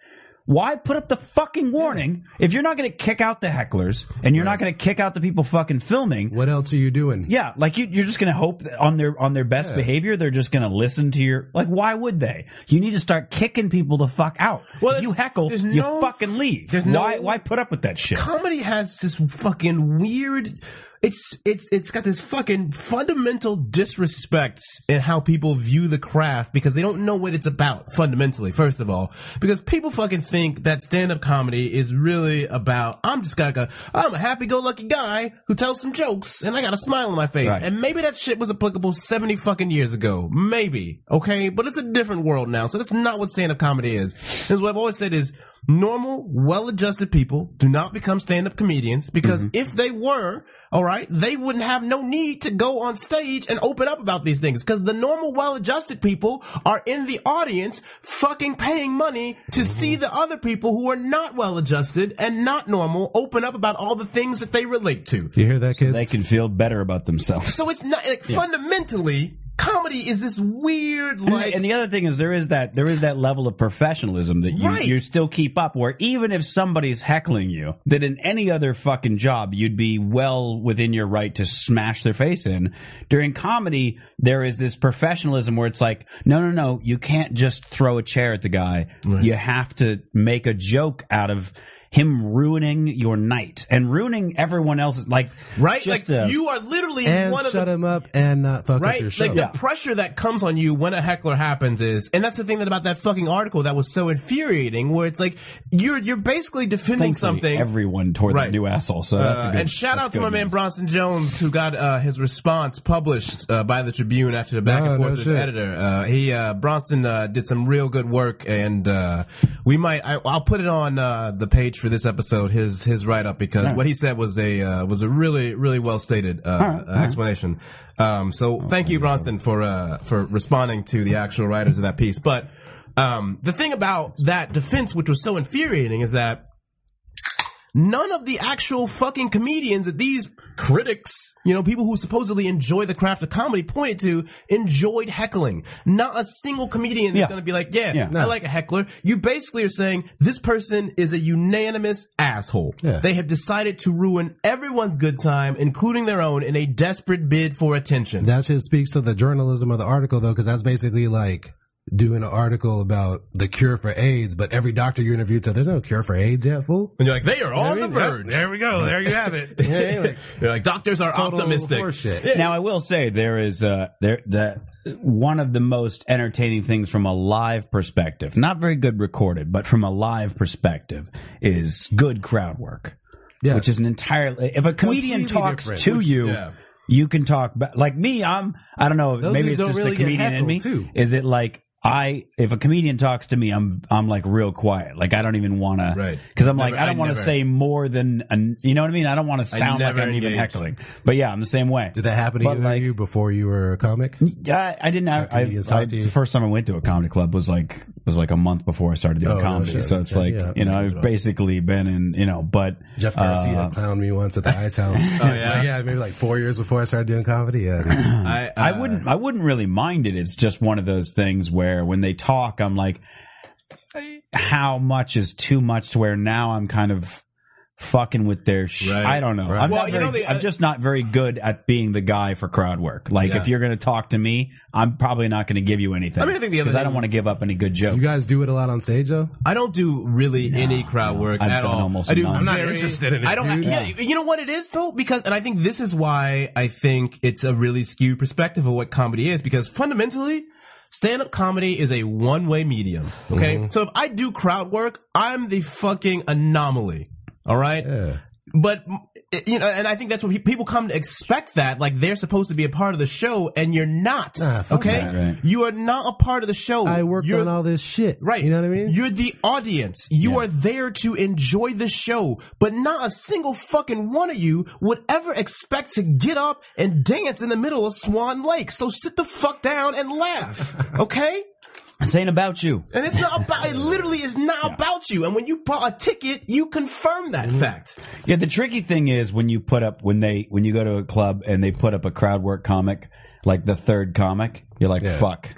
S5: "Why put up the fucking warning if you're not going to kick out the hecklers and you're not going to kick out the people fucking filming?"
S6: What else are you doing?
S5: Yeah, like you, you're just going to hope that on their on their best behavior they're just going to listen to your like. Why would they? You need to start kicking people the fuck out.
S2: Well,
S5: If you
S2: there's-
S5: heckle,
S2: there's
S5: you
S2: no-
S5: fucking leave.
S2: there's no-
S5: why why put up with that shit?
S2: comedy has this fucking weird it's it's it's got this fucking fundamental disrespect in how people view the craft because they don't know what it's about fundamentally first of all because people fucking think that stand-up comedy is really about i'm just like a i'm a happy-go-lucky guy who tells some jokes and i got a smile on my face
S5: Right.
S2: and maybe that shit was applicable 70 fucking years ago maybe okay but it's a different world now so that's not what stand-up comedy is is what i've always said is normal, well-adjusted people do not become stand-up comedians because if they were, all right, they wouldn't have no need to go on stage and open up about these things because the normal, well-adjusted people are in the audience fucking paying money to see the other people who are not well-adjusted and not normal open up about all the things that they relate to.
S6: You hear that, kids?
S5: They can feel better about themselves.
S2: So it's not like fundamentally comedy is this weird
S5: And-
S2: like
S5: and the other thing is there is that there is that level of professionalism that you,
S2: Right.
S5: you still keep up where even if somebody's heckling you that in any other fucking job you'd be well within your right to smash their face in during comedy there is this professionalism where it's like no no no you can't just throw a chair at the guy you have to make a joke out of him ruining your night and ruining everyone else's like
S2: right
S5: just
S2: like
S5: a-
S2: you are literally
S6: and
S2: one of the
S6: shut him up and not fuck up
S2: right?
S6: your show.
S2: Like the pressure that comes on you when a heckler happens is, and that's the thing that about that fucking article that was so infuriating, where it's like you're you're basically defending
S5: thankfully,
S2: something.
S5: everyone toward
S2: Right.
S5: the new asshole so that's a
S2: Uh,
S5: good
S2: and shout
S5: that's
S2: out to
S5: good
S2: my man
S5: news.
S2: Bronson Jones who got uh, his response published uh, by the Tribune after the back
S6: Oh,
S2: and
S6: no
S2: forth with the
S6: shit.
S2: editor. Uh, he uh, Bronson uh, did some real good work, and uh, we might I, I'll put it on uh, the page for this episode his his write up because what he said was a uh, was a really really well stated uh, uh, explanation. Um,
S5: Oh,
S2: so thank you Bronson for uh, for responding to the actual writers of that piece, but. Um, the thing about that defense, which was so infuriating, is that none of the actual fucking comedians that these critics, you know, people who supposedly enjoy the craft of comedy pointed to, enjoyed heckling. Not a single comedian is
S5: Yeah.
S2: going to be like, yeah,
S5: Yeah.
S2: I like a heckler. You basically are saying this person is a unanimous asshole.
S6: Yeah.
S2: They have decided to ruin everyone's good time, including their own, in a desperate bid for attention.
S6: that shit speaks to the journalism of the article though, because that's basically like doing an article about the cure for AIDS, but every doctor you interviewed said there's no cure for AIDS yet, fool.
S2: and you're like, they are on the verge.
S6: There we go. There you have it. Yeah, like,
S2: You're like, doctors are
S6: total
S2: optimistic.
S6: horseshit.
S5: Now I will say there is uh there the one of the most entertaining things from a live perspective, not very good recorded, but from a live perspective, is good crowd work,
S6: Yes.
S5: which is an entirely if a comedian
S6: Completely
S5: talks
S6: different,
S5: to
S6: which-
S5: you.
S2: yeah.
S5: you can talk ba- like me. I'm I don't know.
S6: Those
S5: maybe
S6: who
S5: it's
S6: don't
S5: just
S6: really
S5: the
S6: get
S5: comedian in
S6: heckled,
S5: me.
S6: too.
S5: Is it like I if a comedian talks to me, I'm I'm like real quiet. Like I don't even want to.
S2: Right.
S5: Because I'm like
S2: Never-
S5: I don't
S2: I
S5: want to
S2: never-
S5: say more than an, you know what I mean. I don't want to sound like
S2: never
S5: I'm even
S2: engage.
S5: heckling. But yeah, I'm the same way.
S6: Did that happen to
S5: But,
S6: either of
S5: like-
S6: you before you were a comic?
S5: Yeah, I, I didn't. Have, I,
S6: comedians
S5: I-
S6: talk to you.
S5: the first time I went to a comedy club was like was like a month before I started doing
S6: Oh, no,
S5: comedy.
S6: sure,
S5: so it's
S6: sure,
S5: like
S6: yeah.
S5: you know I've basically been in you know, but
S6: Jeff
S5: uh,
S6: Garcia clowned me once at the Ice House. oh yeah, yeah, maybe like four years before I started doing comedy. Yeah, dude.
S2: I,
S5: I
S2: uh,
S5: wouldn't. I wouldn't really mind it. It's just one of those things where when they talk, I'm like, how much is too much? To where now I'm kind of fucking with their. Sh-
S2: Right.
S5: I don't know.
S6: Right.
S5: I'm,
S2: Well,
S5: not
S2: you
S5: very,
S2: know, the- uh,
S5: I'm just not very good at being the guy for crowd work. Like
S2: Yeah.
S5: if you're going to talk to me, I'm probably not going to give you anything.
S2: I mean, I think the other
S5: 'Cause I don't
S2: thing-
S5: want to give up any good jokes.
S6: you guys do it a lot on stage though.
S2: I don't do really any crowd work
S5: I've
S2: at
S5: done
S2: all.
S5: almost
S2: I do
S5: none. I'm
S6: not
S2: very-
S6: interested in it,
S2: I don't.
S6: dude.
S2: Yeah, you know what it is though, because and I think this is why I think it's a really skewed perspective of what comedy is, because fundamentally. Stand up comedy is a one way medium. Okay.
S6: Mm-hmm.
S2: So if I do crowd work, I'm the fucking anomaly. All right.
S6: Yeah.
S2: But you know, and I think that's what pe- people come to expect that like they're supposed to be a part of the show, and you're not.
S6: Nah, fuck
S2: okay,
S5: that. Right, right.
S2: you are not a part of the show.
S6: I worked
S2: You're-
S6: on all this shit.
S2: Right.
S6: You know what I mean?
S2: You're the audience. You
S5: Yeah.
S2: are there to enjoy the show, but not a single fucking one of you would ever expect to get up and dance in the middle of Swan Lake. So sit the fuck down and laugh. Okay?
S5: This ain't about you.
S2: And it's not about, it literally is not about you. And when you bought a ticket, you confirm that
S6: Mm-hmm.
S2: fact.
S5: Yeah, the tricky thing is when you put up when they when you go to a club and they put up a crowd work comic, like the third comic, you're like, fuck.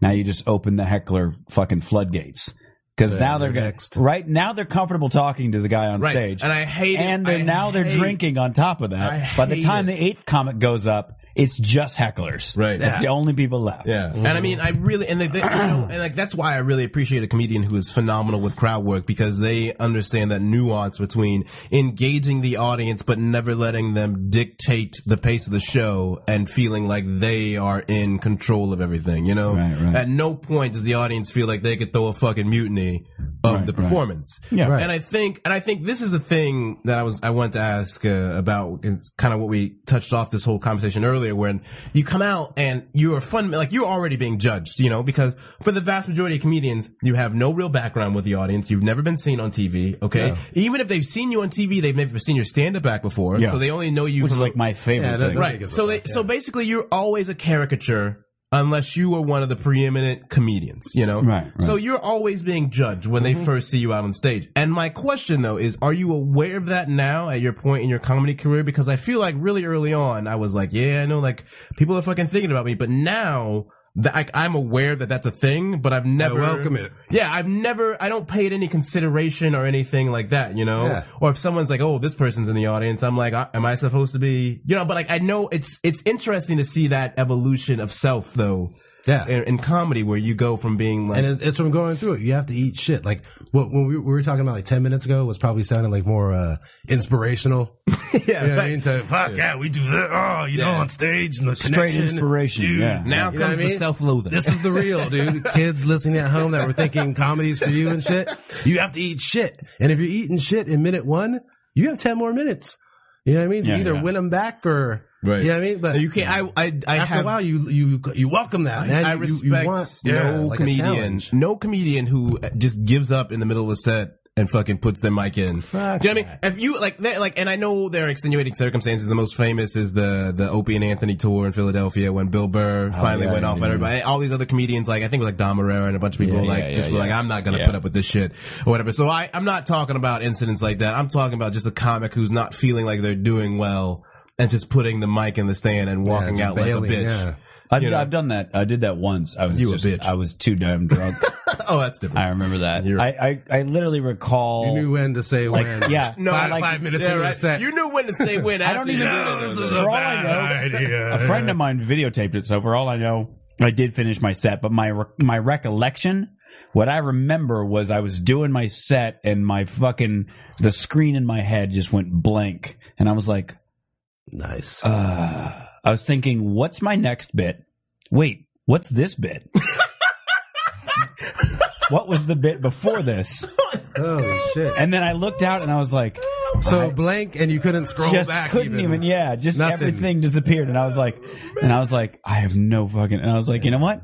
S5: Now you just open the heckler fucking floodgates. Because now they're gonna,
S6: next.
S5: right now they're comfortable talking to the guy on
S2: Right.
S5: stage,
S2: And I hate it.
S5: and they're
S2: I
S5: now they're
S2: hate-
S5: drinking on top of that.
S2: I
S5: By the
S2: hate
S5: time
S2: it.
S5: the eighth comic goes up, it's just hecklers.
S2: Right.
S5: that's the only people left.
S2: Yeah, and
S5: Mm-hmm.
S2: I mean, I really and they, they, you know, and like that's why I really appreciate a comedian who is phenomenal with crowd work because they understand that nuance between engaging the audience but never letting them dictate the pace of the show and feeling like they are in control of everything. You know,
S5: Right, right.
S2: at no point does the audience feel like they could throw a fucking mutiny of
S5: Right,
S2: the
S5: right.
S2: performance.
S5: Yeah. Right.
S2: and I think and I think this is the thing that I was I wanted to ask uh, about is kind of what we touched off this whole conversation earlier when you come out and you're fun like you're already being judged, you know, because for the vast majority of comedians, you have no real background with the audience. You've never been seen on TV, okay? Even if they've seen you on TV, they've never seen your stand up back before.
S5: Yeah.
S2: So they only know you
S5: which
S2: from
S5: is like my favorite
S6: Yeah, that-
S5: thing.
S2: right. So they, so basically, you're always a caricature unless you are one of the preeminent comedians. You know,
S5: Right, right.
S2: So you're always being judged when
S6: Mm-hmm.
S2: they first see you out on stage. And my question though is, are you aware of that now at your point in your comedy career? Because I feel like really early on, I was like, yeah, I know, like people are fucking thinking about me, but now. That I, I'm aware that that's a thing, but I've never
S6: welcome it.
S2: Yeah, I've never. I don't pay it any consideration or anything like that. You know,
S6: Yeah.
S2: or if someone's like, "Oh, this person's in the audience," I'm like, I- "Am I supposed to be?" You know, but like I know it's it's interesting to see that evolution of self though.
S6: Yeah.
S2: in, in comedy where you go from being like,
S6: and it, it's from going through it. You have to eat shit. Like what when we, we were talking about like ten minutes ago was probably sounding like more uh inspirational.
S2: yeah,
S6: You know what
S2: but
S6: I mean? To, fuck yeah. we do that. Oh, you know,
S2: Yeah.
S6: on stage and the
S5: Straight
S6: connection.
S5: inspiration.
S6: Dude,
S5: yeah.
S2: now
S6: You know
S2: comes
S6: what I
S2: the
S6: mean?
S2: self-loathing.
S6: This is the real, dude. Kids listening at home that were thinking comedies for you and shit. You have to eat shit. And if you're eating shit in minute one, you have 10 more minutes. You know what I mean? To
S5: Yeah,
S6: either
S5: yeah.
S6: win them back or,
S2: Right.
S6: you know what I mean? But
S2: you can't. I I, I
S6: after
S2: have
S6: a while, you, you, you welcome that, man.
S2: I
S6: You-
S2: respect
S6: you, you want, yeah,
S2: no
S6: like a
S2: comedian,
S6: challenge.
S2: no comedian who uh, just gives up in the middle of a set and fucking puts their mic in.
S6: Fuck
S2: Do you know what I mean?
S6: that.
S2: If you like, they- like, and I know there are extenuating circumstances. The most famous is the the Opie and Anthony tour in Philadelphia when Bill Burr
S6: Oh,
S2: finally
S5: yeah,
S2: went
S5: yeah,
S2: off on
S5: yeah.
S2: everybody. All these other comedians, like I think it was like Don Herrera and a bunch of people,
S5: Yeah,
S2: like
S5: yeah,
S2: just
S5: yeah,
S2: were like,
S5: yeah.
S2: I'm not gonna
S5: Yeah.
S2: put up with this shit or whatever. So I I'm not talking about incidents like that. I'm talking about just a comic who's not feeling like they're doing well. And just putting the mic in the stand and walking
S6: just
S2: out like
S6: bailing,
S2: a bitch.
S6: yeah.
S5: I've,
S2: You know.
S5: I've done that. I did that once. I was
S2: You a
S5: just,
S2: bitch.
S5: I was too damn drunk.
S2: Oh, that's different.
S5: I remember that.
S2: You're-
S5: I, I I literally recall.
S6: You knew when to say
S5: like,
S6: when.
S5: yeah.
S2: No,
S6: Five,
S2: I like-
S6: five minutes
S2: yeah,
S6: into
S2: right.
S6: the set.
S2: You knew when to say when.
S5: I don't even know.
S2: this
S5: For all I know,
S6: idea.
S5: a friend of mine videotaped it. So for all I know, I did finish my set, but my re- my recollection, what I remember was I was doing my set and my fucking the screen in my head just went blank, and I was like,
S6: Nice.
S5: uh, I was thinking, what's my next bit? Wait, what's this bit? what was the bit before this?
S6: Holy shit.
S5: And then I looked out and I was like,
S6: Oh, so blank, and you couldn't scroll
S5: just
S6: back.
S5: couldn't even. yeah just
S6: Nothing.
S5: everything disappeared and i was like and i was like i have no fucking and i was like you know what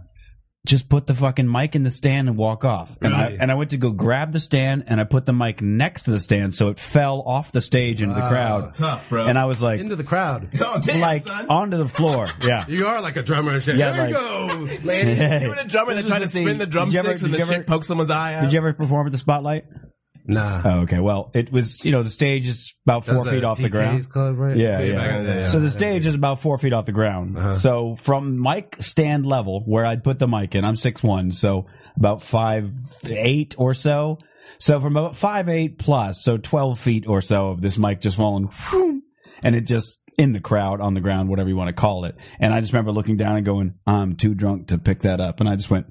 S5: just put the fucking mic in the stand and walk off and i and i went to go grab the stand and i put the mic next to the stand so it fell off the stage into the crowd
S2: tough, bro.
S5: and i was like
S6: into the crowd.
S2: oh, damn,
S5: like
S2: son.
S5: onto the floor yeah
S6: You are like a drummer.
S5: Yeah,
S6: there you go, lady.
S2: You were the drummer that
S5: This
S2: tried to
S5: was the
S2: spin the
S5: thing. Did you ever-
S2: drumsticks and
S5: did
S2: the
S5: you ever-
S2: shit poke someone's eye out.
S5: did you ever perform at the spotlight
S6: Nah,
S5: oh, okay well it was you know the stage is about four
S6: Uh, That's
S5: feet
S6: a
S5: off the
S6: TK's
S5: ground
S6: Club, right?
S5: Yeah,
S2: you back in the day,
S5: yeah.
S2: yeah. Uh-huh.
S5: So the stage is about four feet off the ground. So from mic stand level, where I'd put the mic in, I'm six one, so about five eight or so. So from about five eight plus, so twelve feet or so of this mic just falling, whoom, and it just in the crowd on the ground, whatever you want to call it. And I just remember looking down and going, "I'm too drunk to pick that up," and I just went,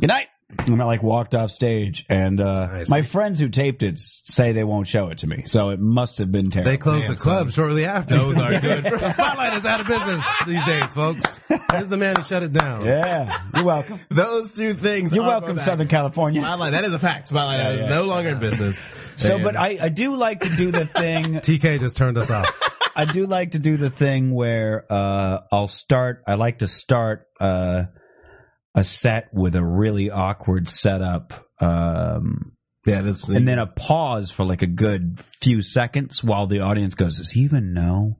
S5: "Good night." And I like walked off stage, and uh,
S6: Nice.
S5: my friends who taped it s- say they won't show it to me, so it must have been terrible.
S6: They closed the club shortly after.
S2: Those are good.
S6: the spotlight is out of business these days, folks. Here's the man who shut it down.
S5: Yeah, you're welcome.
S2: Those two things.
S5: You're
S2: all go
S5: welcome,
S2: back.
S5: Southern California.
S2: Spotlight. That is a fact. Spotlight is no longer in business.
S5: So,
S2: And-
S5: but I, I do like to do the thing.
S6: TK just turned us off.
S5: I do like to do the thing where uh, I'll start. I like to start uh, a set with a really awkward setup, um,
S2: yeah, that's
S5: and then a pause for like a good few seconds while the audience goes, "Does he even know?"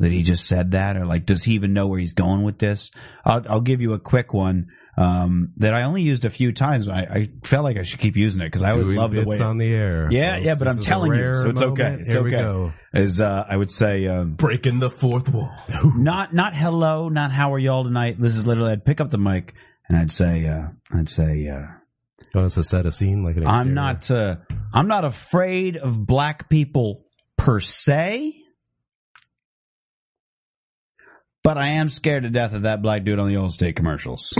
S5: That he just said that, or like, does he even know where he's going with this? I'll, I'll give you a quick one um, that I only used a few times. I, I felt like I should keep using it because I always
S6: Doing
S5: love the way
S6: bits on the air.
S5: Yeah,
S6: folks.
S5: yeah, but
S6: This
S5: I'm
S6: is a
S5: telling you,
S6: rare
S5: so it's okay.
S6: moment.
S5: It's
S6: Here we
S5: okay.
S6: go.
S5: is uh, I would say um,
S2: breaking the fourth wall.
S5: not not hello, not how are y'all tonight. This is literally I'd pick up the mic and I'd say uh, I'd say uh,
S6: You want us to set a scene like an exterior?
S5: I'm not uh, I'm not afraid of black people per se, but I am scared to death of that black dude on the old state commercials.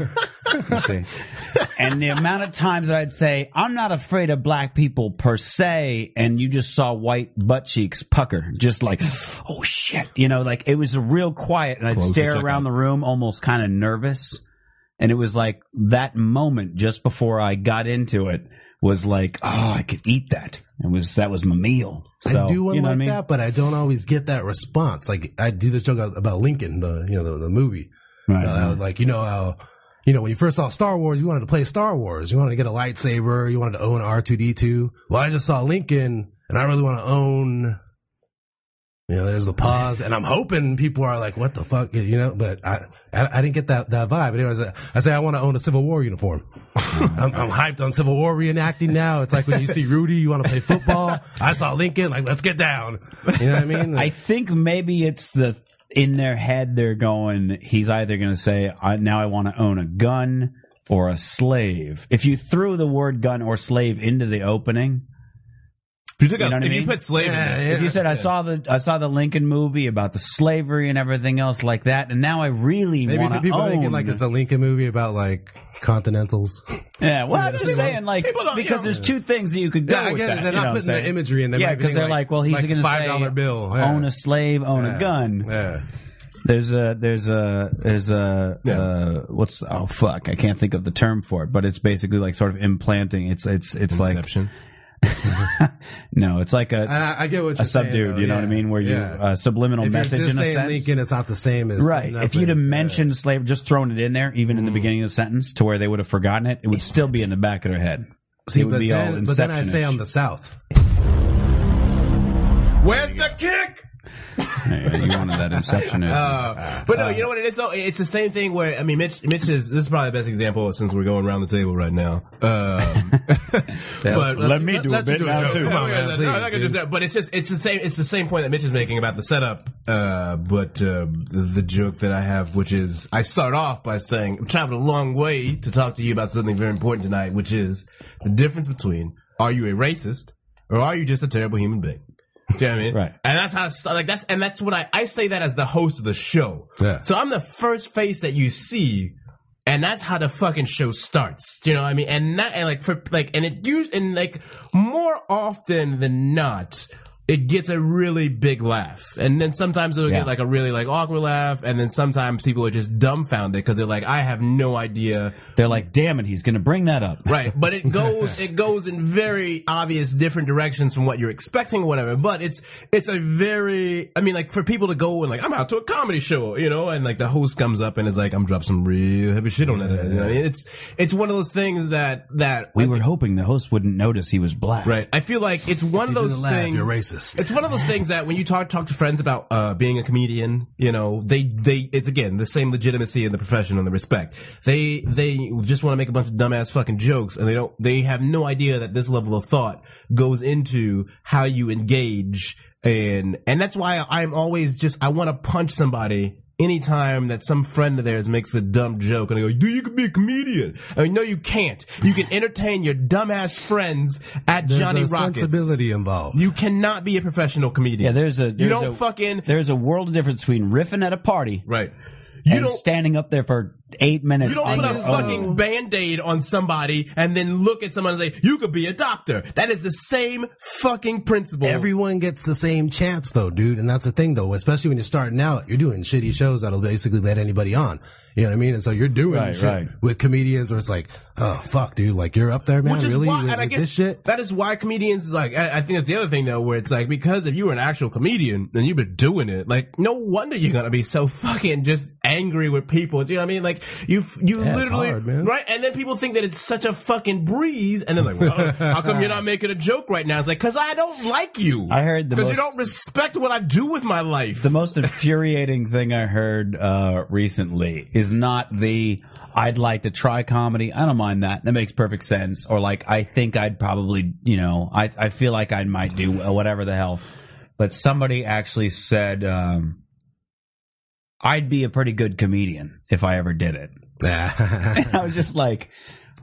S5: You see? And the amount of times that I'd say, I'm not afraid of black people per se, and you just saw white butt cheeks pucker, just like, oh shit. You know, like it was real quiet, and I'd
S2: Close the
S5: stare
S2: check
S5: around the room almost kind of nervous. And it was like that moment just before I got into it was like, oh, I could eat that. It was that was my meal. So,
S6: I do one
S5: you know
S6: like
S5: what I mean?
S6: that, but I don't always get that response. Like I do this joke about Lincoln, the you know the, the movie.
S5: Right.
S6: Uh, like you know how you know when you first saw Star Wars, you wanted to play Star Wars, you wanted to get a lightsaber, you wanted to own R two D two. Well, I just saw Lincoln, and I really want to own. You know, there's the pause, and I'm hoping people are like, "What the fuck?" You know, but I I, I didn't get that that vibe. But anyways, I, I say I want to own a Civil War uniform.
S5: Uh-huh.
S6: I'm, I'm hyped on Civil War reenacting now. It's like when you see Rudy, you want to play football. I saw Lincoln, like let's get down. You know what I mean?
S5: I think maybe it's the in their head they're going. He's either going to say, I, "Now I want to own a gun or a slave." If you threw the word "gun" or "slave" into the opening,
S2: If you, took
S5: You
S2: out,
S5: know what I
S2: if you
S5: mean?
S2: put slave in there,
S5: if you said, "I saw the I saw the Lincoln movie about the slavery and everything else like that," and now I really
S6: Maybe
S5: want
S6: the
S5: to
S6: people
S5: own,
S6: thinking like it's a Lincoln movie about like continentals.
S5: yeah. Well, I'm just saying, like,
S2: people don't-
S5: because
S2: you know-
S5: there's two things that you could go
S6: Yeah, I
S5: with
S6: get it.
S5: that.
S6: They're
S5: you
S6: not
S5: know what I'm
S6: putting the
S5: saying?
S6: imagery in there.
S5: Yeah,
S6: Maybe
S5: because
S6: they
S5: they're
S6: like-
S5: like, well, he's
S6: like
S5: going to say,
S6: $5 bill, yeah.
S5: own a slave, own a gun.
S6: Yeah.
S5: There's a there's a there's a
S2: Yeah.
S5: uh, what's oh fuck I can't think of the term for it, but it's basically like sort of implanting. It's it's it's
S2: Inception.
S5: like no, it's like
S6: And
S5: a
S6: I, I get what
S5: a
S6: you're saying.
S5: subdude.
S6: though.
S5: You know
S6: Yeah.
S5: what I mean? Where you
S6: Yeah.
S5: uh, subliminal
S6: if
S5: message
S6: you're just
S5: in a
S6: saying
S5: sense.
S6: Lincoln, it's not the same as
S5: Right. If you'd have
S6: nothing.
S5: mentioned slavery, just thrown it in there, even
S6: Mm.
S5: in the beginning of the sentence, to where they would have forgotten it, it would still be in the back of their head.
S6: See,
S5: it would
S6: but
S5: be
S6: then,
S5: all
S6: but then I
S5: Inception-ish.
S6: say I'm the South.
S2: Where's the kick?
S5: Yeah, you wanted that inception.
S2: Uh, but no,
S5: Um,
S2: you know what it is though? It's the same thing where I mean Mitch Mitch is this is probably the best example since we're going around the table right now. Um, but
S5: Let me do a
S6: let you
S5: bit
S6: do a
S5: now,
S6: joke.
S5: too.
S6: Come
S2: Yeah,
S6: on,
S2: yeah,
S6: man,
S2: no,
S6: please,
S2: I'm not gonna
S6: dude.
S2: do that. But it's just it's the same it's the same point that Mitch is making about the setup. Uh, but uh, the joke that I have, which is I start off by saying I'm traveling a long way to talk to you about something very important tonight, which is the difference between are you a racist or are you just a terrible human being. Do you know what I mean?
S5: Right.
S2: And that's how I start, like that's and that's what I I say that as the host of the show.
S6: Yeah.
S2: So I'm the first face that you see and that's how the fucking show starts. You know what I mean? And not and like for like and it use and like more often than not, it gets a really big laugh. And then sometimes it'll
S5: Yeah.
S2: get like a really like awkward laugh. And then sometimes people are just dumbfounded because they're like, I have no idea.
S5: They're like, damn it, he's going to bring that up.
S2: Right. But it goes, it goes in very obvious different directions from what you're expecting or whatever. But it's, it's a very, I mean, like for people to go and like, I'm out to a comedy show, you know, and like the host comes up and is like, I'm dropping some real heavy shit on that. You know, it's, it's one of those things that, that
S5: We were hoping the host wouldn't notice he was black.
S2: Right. I feel like it's one of
S6: you do
S2: those
S6: the laugh,
S2: things.
S6: you're racist.
S2: It's one of those things that when you talk talk to friends about uh, being a comedian, you know, they they it's again the same legitimacy in the profession and the respect. They they just want to make a bunch of dumbass fucking jokes, and they don't. They have no idea that this level of thought goes into how you engage, and and that's why I'm always just I want to punch somebody. Anytime that some friend of theirs makes a dumb joke and they go, dude, you can be a comedian. I mean, no, you can't. You can entertain your dumbass friends at
S6: There's
S2: Johnny
S6: a
S2: Rockets.
S6: sensibility involved.
S2: You cannot be a professional comedian.
S5: Yeah, there's a. There's
S2: you don't
S5: a,
S2: fucking
S5: There's a world of difference between riffing at a party
S2: right. You
S5: and
S2: don't.
S5: standing up there for eight minutes.
S2: You don't
S5: on
S2: put a
S5: your own.
S2: fucking band aid on somebody and then look at someone and say, you could be a doctor. That is the same fucking principle.
S6: Everyone gets the same chance though, dude. And that's the thing though, especially when you're starting out, you're doing shitty shows that'll basically let anybody on. You know what I mean? And so you're doing
S5: Right,
S6: shit
S5: right.
S6: with comedians where it's like, oh fuck, dude, like you're up there, man,
S2: Which is
S6: really?
S2: why,
S6: with,
S2: and I
S6: with
S2: guess
S6: this shit?
S2: that is why comedians like. I, I think that's the other thing though, where it's like because if you were an actual comedian and you've been doing it, like no wonder you're gonna be so fucking just angry with people. Do you know what I mean? Like you, f- you
S6: it's
S2: literally
S6: hard, man.
S2: right, and then people think that it's such a fucking breeze, and they're like, well, how come you're not making a joke right now? It's like because I don't like you.
S5: I heard the
S2: because you
S5: most-
S2: don't respect what I do with my life.
S5: the most infuriating thing I heard uh, recently is not the I'd like to try comedy. I don't mind that. That makes perfect sense. Or like I think I'd probably, you know, I I feel like I might do well, whatever the hell. But somebody actually said um, I'd be a pretty good comedian if I ever did it.
S6: Yeah.
S5: I was just like,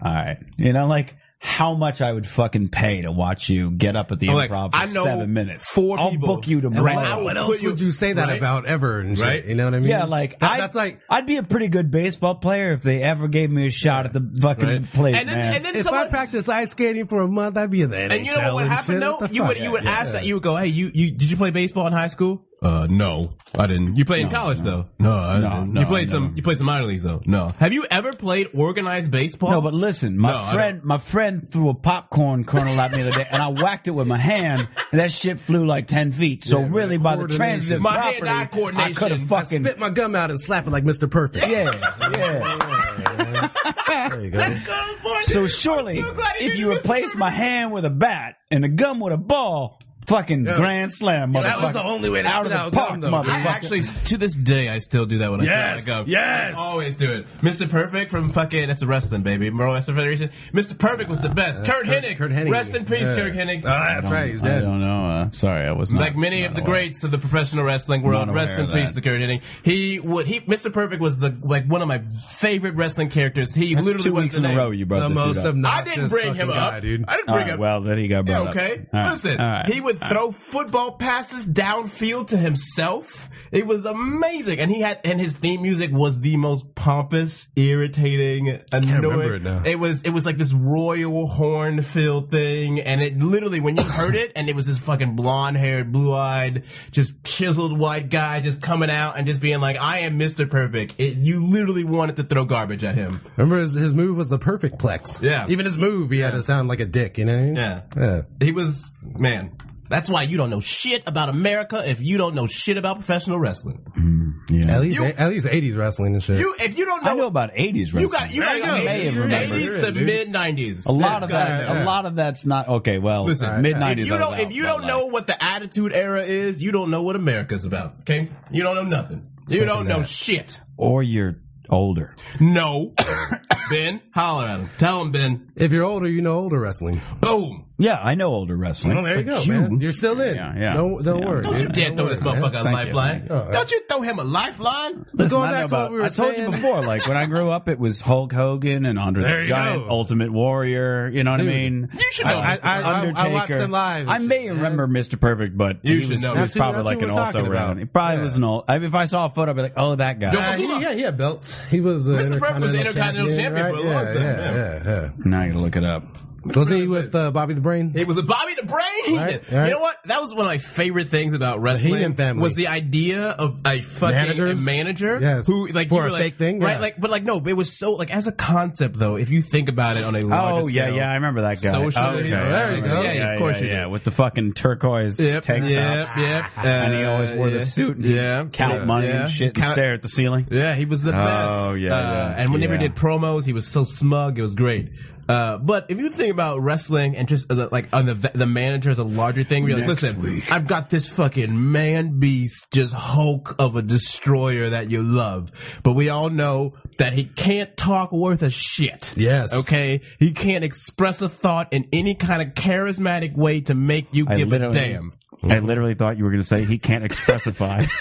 S5: all right, you know, like how much I would fucking pay to watch you get up at the
S2: I'm like,
S5: improv
S2: I
S5: for
S2: know
S5: seven minutes.
S2: four
S5: I'll
S2: people.
S5: book you
S2: And
S5: tomorrow.
S2: I
S6: what
S2: would
S6: else
S2: put you-
S6: would you say that
S2: right?
S6: about ever and shit?
S2: Right.
S6: You know what I mean?
S5: Yeah, like
S6: That-
S5: I'd,
S6: that's like
S5: I'd be a pretty good baseball player if they ever gave me a shot at the fucking
S2: Right.
S5: plate,
S2: and then,
S5: man.
S2: and then
S6: if
S2: someone,
S6: I practice ice skating for a month, I'd be in the NHL.
S2: And you know what would happen
S6: shit.
S2: though?
S6: What the
S2: You would
S6: fuck?
S2: you would
S6: Yeah.
S2: ask that you would go, hey, you you did you play baseball in high school? Uh, no, I didn't. You played in college though? No, I
S5: No,
S2: didn't.
S5: no,
S2: you played
S5: no.
S2: some you played some minor leagues though? No. Have you ever played organized baseball?
S5: no, but listen, my
S2: No, I
S5: friend, my friend threw a popcorn kernel at me the other day, and I whacked it with my hand, and that shit flew like ten feet. So
S6: Yeah,
S5: really,
S6: the
S5: by the
S6: coordination.
S5: transitive
S2: My
S5: property,
S2: hand-eye
S5: I could have
S2: coordination.
S6: I
S5: fucking
S6: spit my gum out and slap it like Mr. Perfect.
S5: yeah, yeah.
S6: there you go.
S2: Good boy.
S5: So surely,
S2: glad he
S5: if
S2: didn't
S5: you
S2: miss
S5: replace my hand with a bat and a gum with a ball, fucking grand slam, motherfucker.
S6: that was the only way to
S5: out of
S6: spit
S5: the
S6: out
S5: park,
S6: gum, though.
S5: motherfucker.
S2: I actually, to this day, I still do that when I
S9: Yes,
S2: spit my gum.
S9: yes.
S2: I always do it. Mr. Perfect from fucking that's a wrestling baby, World Wrestling Federation. Mr. Perfect was the best.
S5: Uh,
S2: Kurt, Hennig,
S6: Kurt Hennig.
S2: rest in peace,
S6: Yeah.
S2: Kurt Hennig.
S6: Ah, that's right. He's
S5: I
S6: dead.
S5: don't know. Uh, sorry, I was not,
S2: like many
S5: not
S2: of the
S5: aware.
S2: greats of the professional wrestling world,
S5: Not aware
S2: rest in
S5: of
S2: peace
S5: that.
S2: to Kurt Hennig. He would he Mr. Perfect was the like one of my favorite wrestling characters. He
S5: That's
S2: literally
S5: two
S2: was
S5: weeks
S2: the
S5: in
S2: name.
S5: a row you brought
S6: the
S5: this
S6: most
S5: dude up.
S2: I
S6: obnoxious
S2: didn't bring him
S6: fucking
S2: up,
S6: guy, dude.
S2: I didn't
S5: All
S2: bring
S5: right,
S2: up.
S5: well, then he got brought
S2: Yeah,
S5: up.
S2: okay.
S5: All right,
S2: Listen,
S5: all right.
S2: he would throw football passes downfield to himself. It was amazing, and he had and his theme music was the most pompous, irritating, annoying.
S6: remember it now.
S2: was it was like this royal horn filled thing, and it literally when you heard it, and it was this fucking blonde haired, blue eyed, just chiseled white guy just coming out and just being like, "I am Mister Perfect." It, you literally wanted to throw garbage at him.
S6: Remember his, his move was the perfect plex.
S2: Yeah.
S6: Even his move, he had to sound like a dick, you know?
S2: Yeah.
S6: Yeah.
S2: He was man. That's why you don't know shit about America if you don't know shit about professional wrestling.
S6: At least
S2: You-
S6: at least eighties wrestling and shit.
S2: You if you don't know,
S5: I know about '80s wrestling.
S2: you got you
S6: There you
S2: got
S6: go.
S5: May have remembered.
S2: eighties to
S6: Dude.
S2: mid nineties.
S5: a lot of that. A lot of that's not okay. Well,
S2: Listen,
S5: mid
S2: If
S5: '90s.
S2: you don't if you don't know what the Attitude Era is, you don't know what America's about. Okay, you don't know nothing. You don't know shit.
S5: or you're older,
S2: No, Ben, holler at him. Tell him, Ben.
S6: if you're older, you know older wrestling.
S2: Boom.
S5: yeah, I know older wrestling.
S6: Well, there you go, man. You're still in.
S5: Yeah, yeah.
S6: Don't don't
S5: Yeah.
S6: worry.
S2: Don't you
S6: dude.
S2: dare throw
S6: worry,
S2: this motherfucker a
S5: Thank you.
S2: lifeline.
S6: Oh,
S2: Don't you throw him a lifeline.
S5: Listen,
S6: Going
S5: I know
S6: back to what
S5: about-
S6: we were
S5: I told you
S6: saying.
S5: before, like when I grew up, it was Hulk Hogan and Andre
S6: There
S5: the
S6: you
S5: Giant,
S6: go.
S5: Ultimate Warrior. You know what
S6: Dude.
S5: I mean?
S2: You should
S6: I,
S2: know.
S6: I,
S2: Mr.
S6: I, I, I watched
S5: Undertaker.
S6: them live. and
S5: I may
S6: shit, man.
S5: remember Mr. Perfect, but
S2: You
S5: he
S2: should
S5: was,
S2: know.
S5: he was
S6: That's who-
S5: probably
S6: that's
S5: like
S6: who
S5: an
S6: we're
S5: also
S6: talking
S5: ran.
S6: about.
S5: He probably
S6: Yeah.
S5: was an old. I mean, if I saw a photo, I'd be like, oh, that guy.
S6: Uh, he, yeah, he had belts. He was uh,
S2: Mr. Perfect was the Intercontinental Champion
S6: right?
S2: for a long
S6: yeah,
S2: time,
S6: Yeah, yeah, yeah.
S5: Now I gotta look it up.
S6: Wasn't he with uh, Bobby the Brain?
S2: It was a Bobby the Brain.
S6: Right,
S2: You
S6: right.
S2: know what? that was one of my favorite things about wrestling
S6: Heenan family.
S2: was the idea of a fucking
S6: Managers?
S2: manager
S6: Yes.
S2: who like
S6: For
S2: you were
S6: a
S2: like-
S6: fake thing?
S2: right?
S6: Yeah.
S2: Like, but like no, it was so like as a concept though. If you think about it on a larger
S5: Oh yeah,
S2: scale,
S5: yeah, I remember that guy.
S2: Social
S5: Oh,
S2: media.
S5: okay.
S6: There you go.
S5: Yeah,
S2: Yeah,
S5: of course you
S2: do.
S5: yeah, with the fucking turquoise
S2: Yep,
S5: tank top.
S2: yep, yep.
S5: and he
S2: uh,
S5: always wore the
S2: yeah.
S5: suit and
S2: yeah,
S5: count
S2: yeah,
S5: money
S2: yeah.
S5: and shit and
S2: Count-
S5: stare at the ceiling.
S2: Yeah, he was the best.
S5: Oh, yeah,
S2: Uh,
S5: yeah,
S2: and whenever
S5: yeah.
S2: he did promos, he was so smug. It was great. Uh, but if you think about wrestling and just as a, like on the the manager as a larger thing, you're like, listen, I've got this fucking man beast, just Hulk of a destroyer that you love, but we all know that he can't talk worth a shit.
S6: Yes.
S2: Okay. He can't express a thought in any kind of charismatic way to make you give a damn.
S5: I literally thought you were going to say he can't expressify.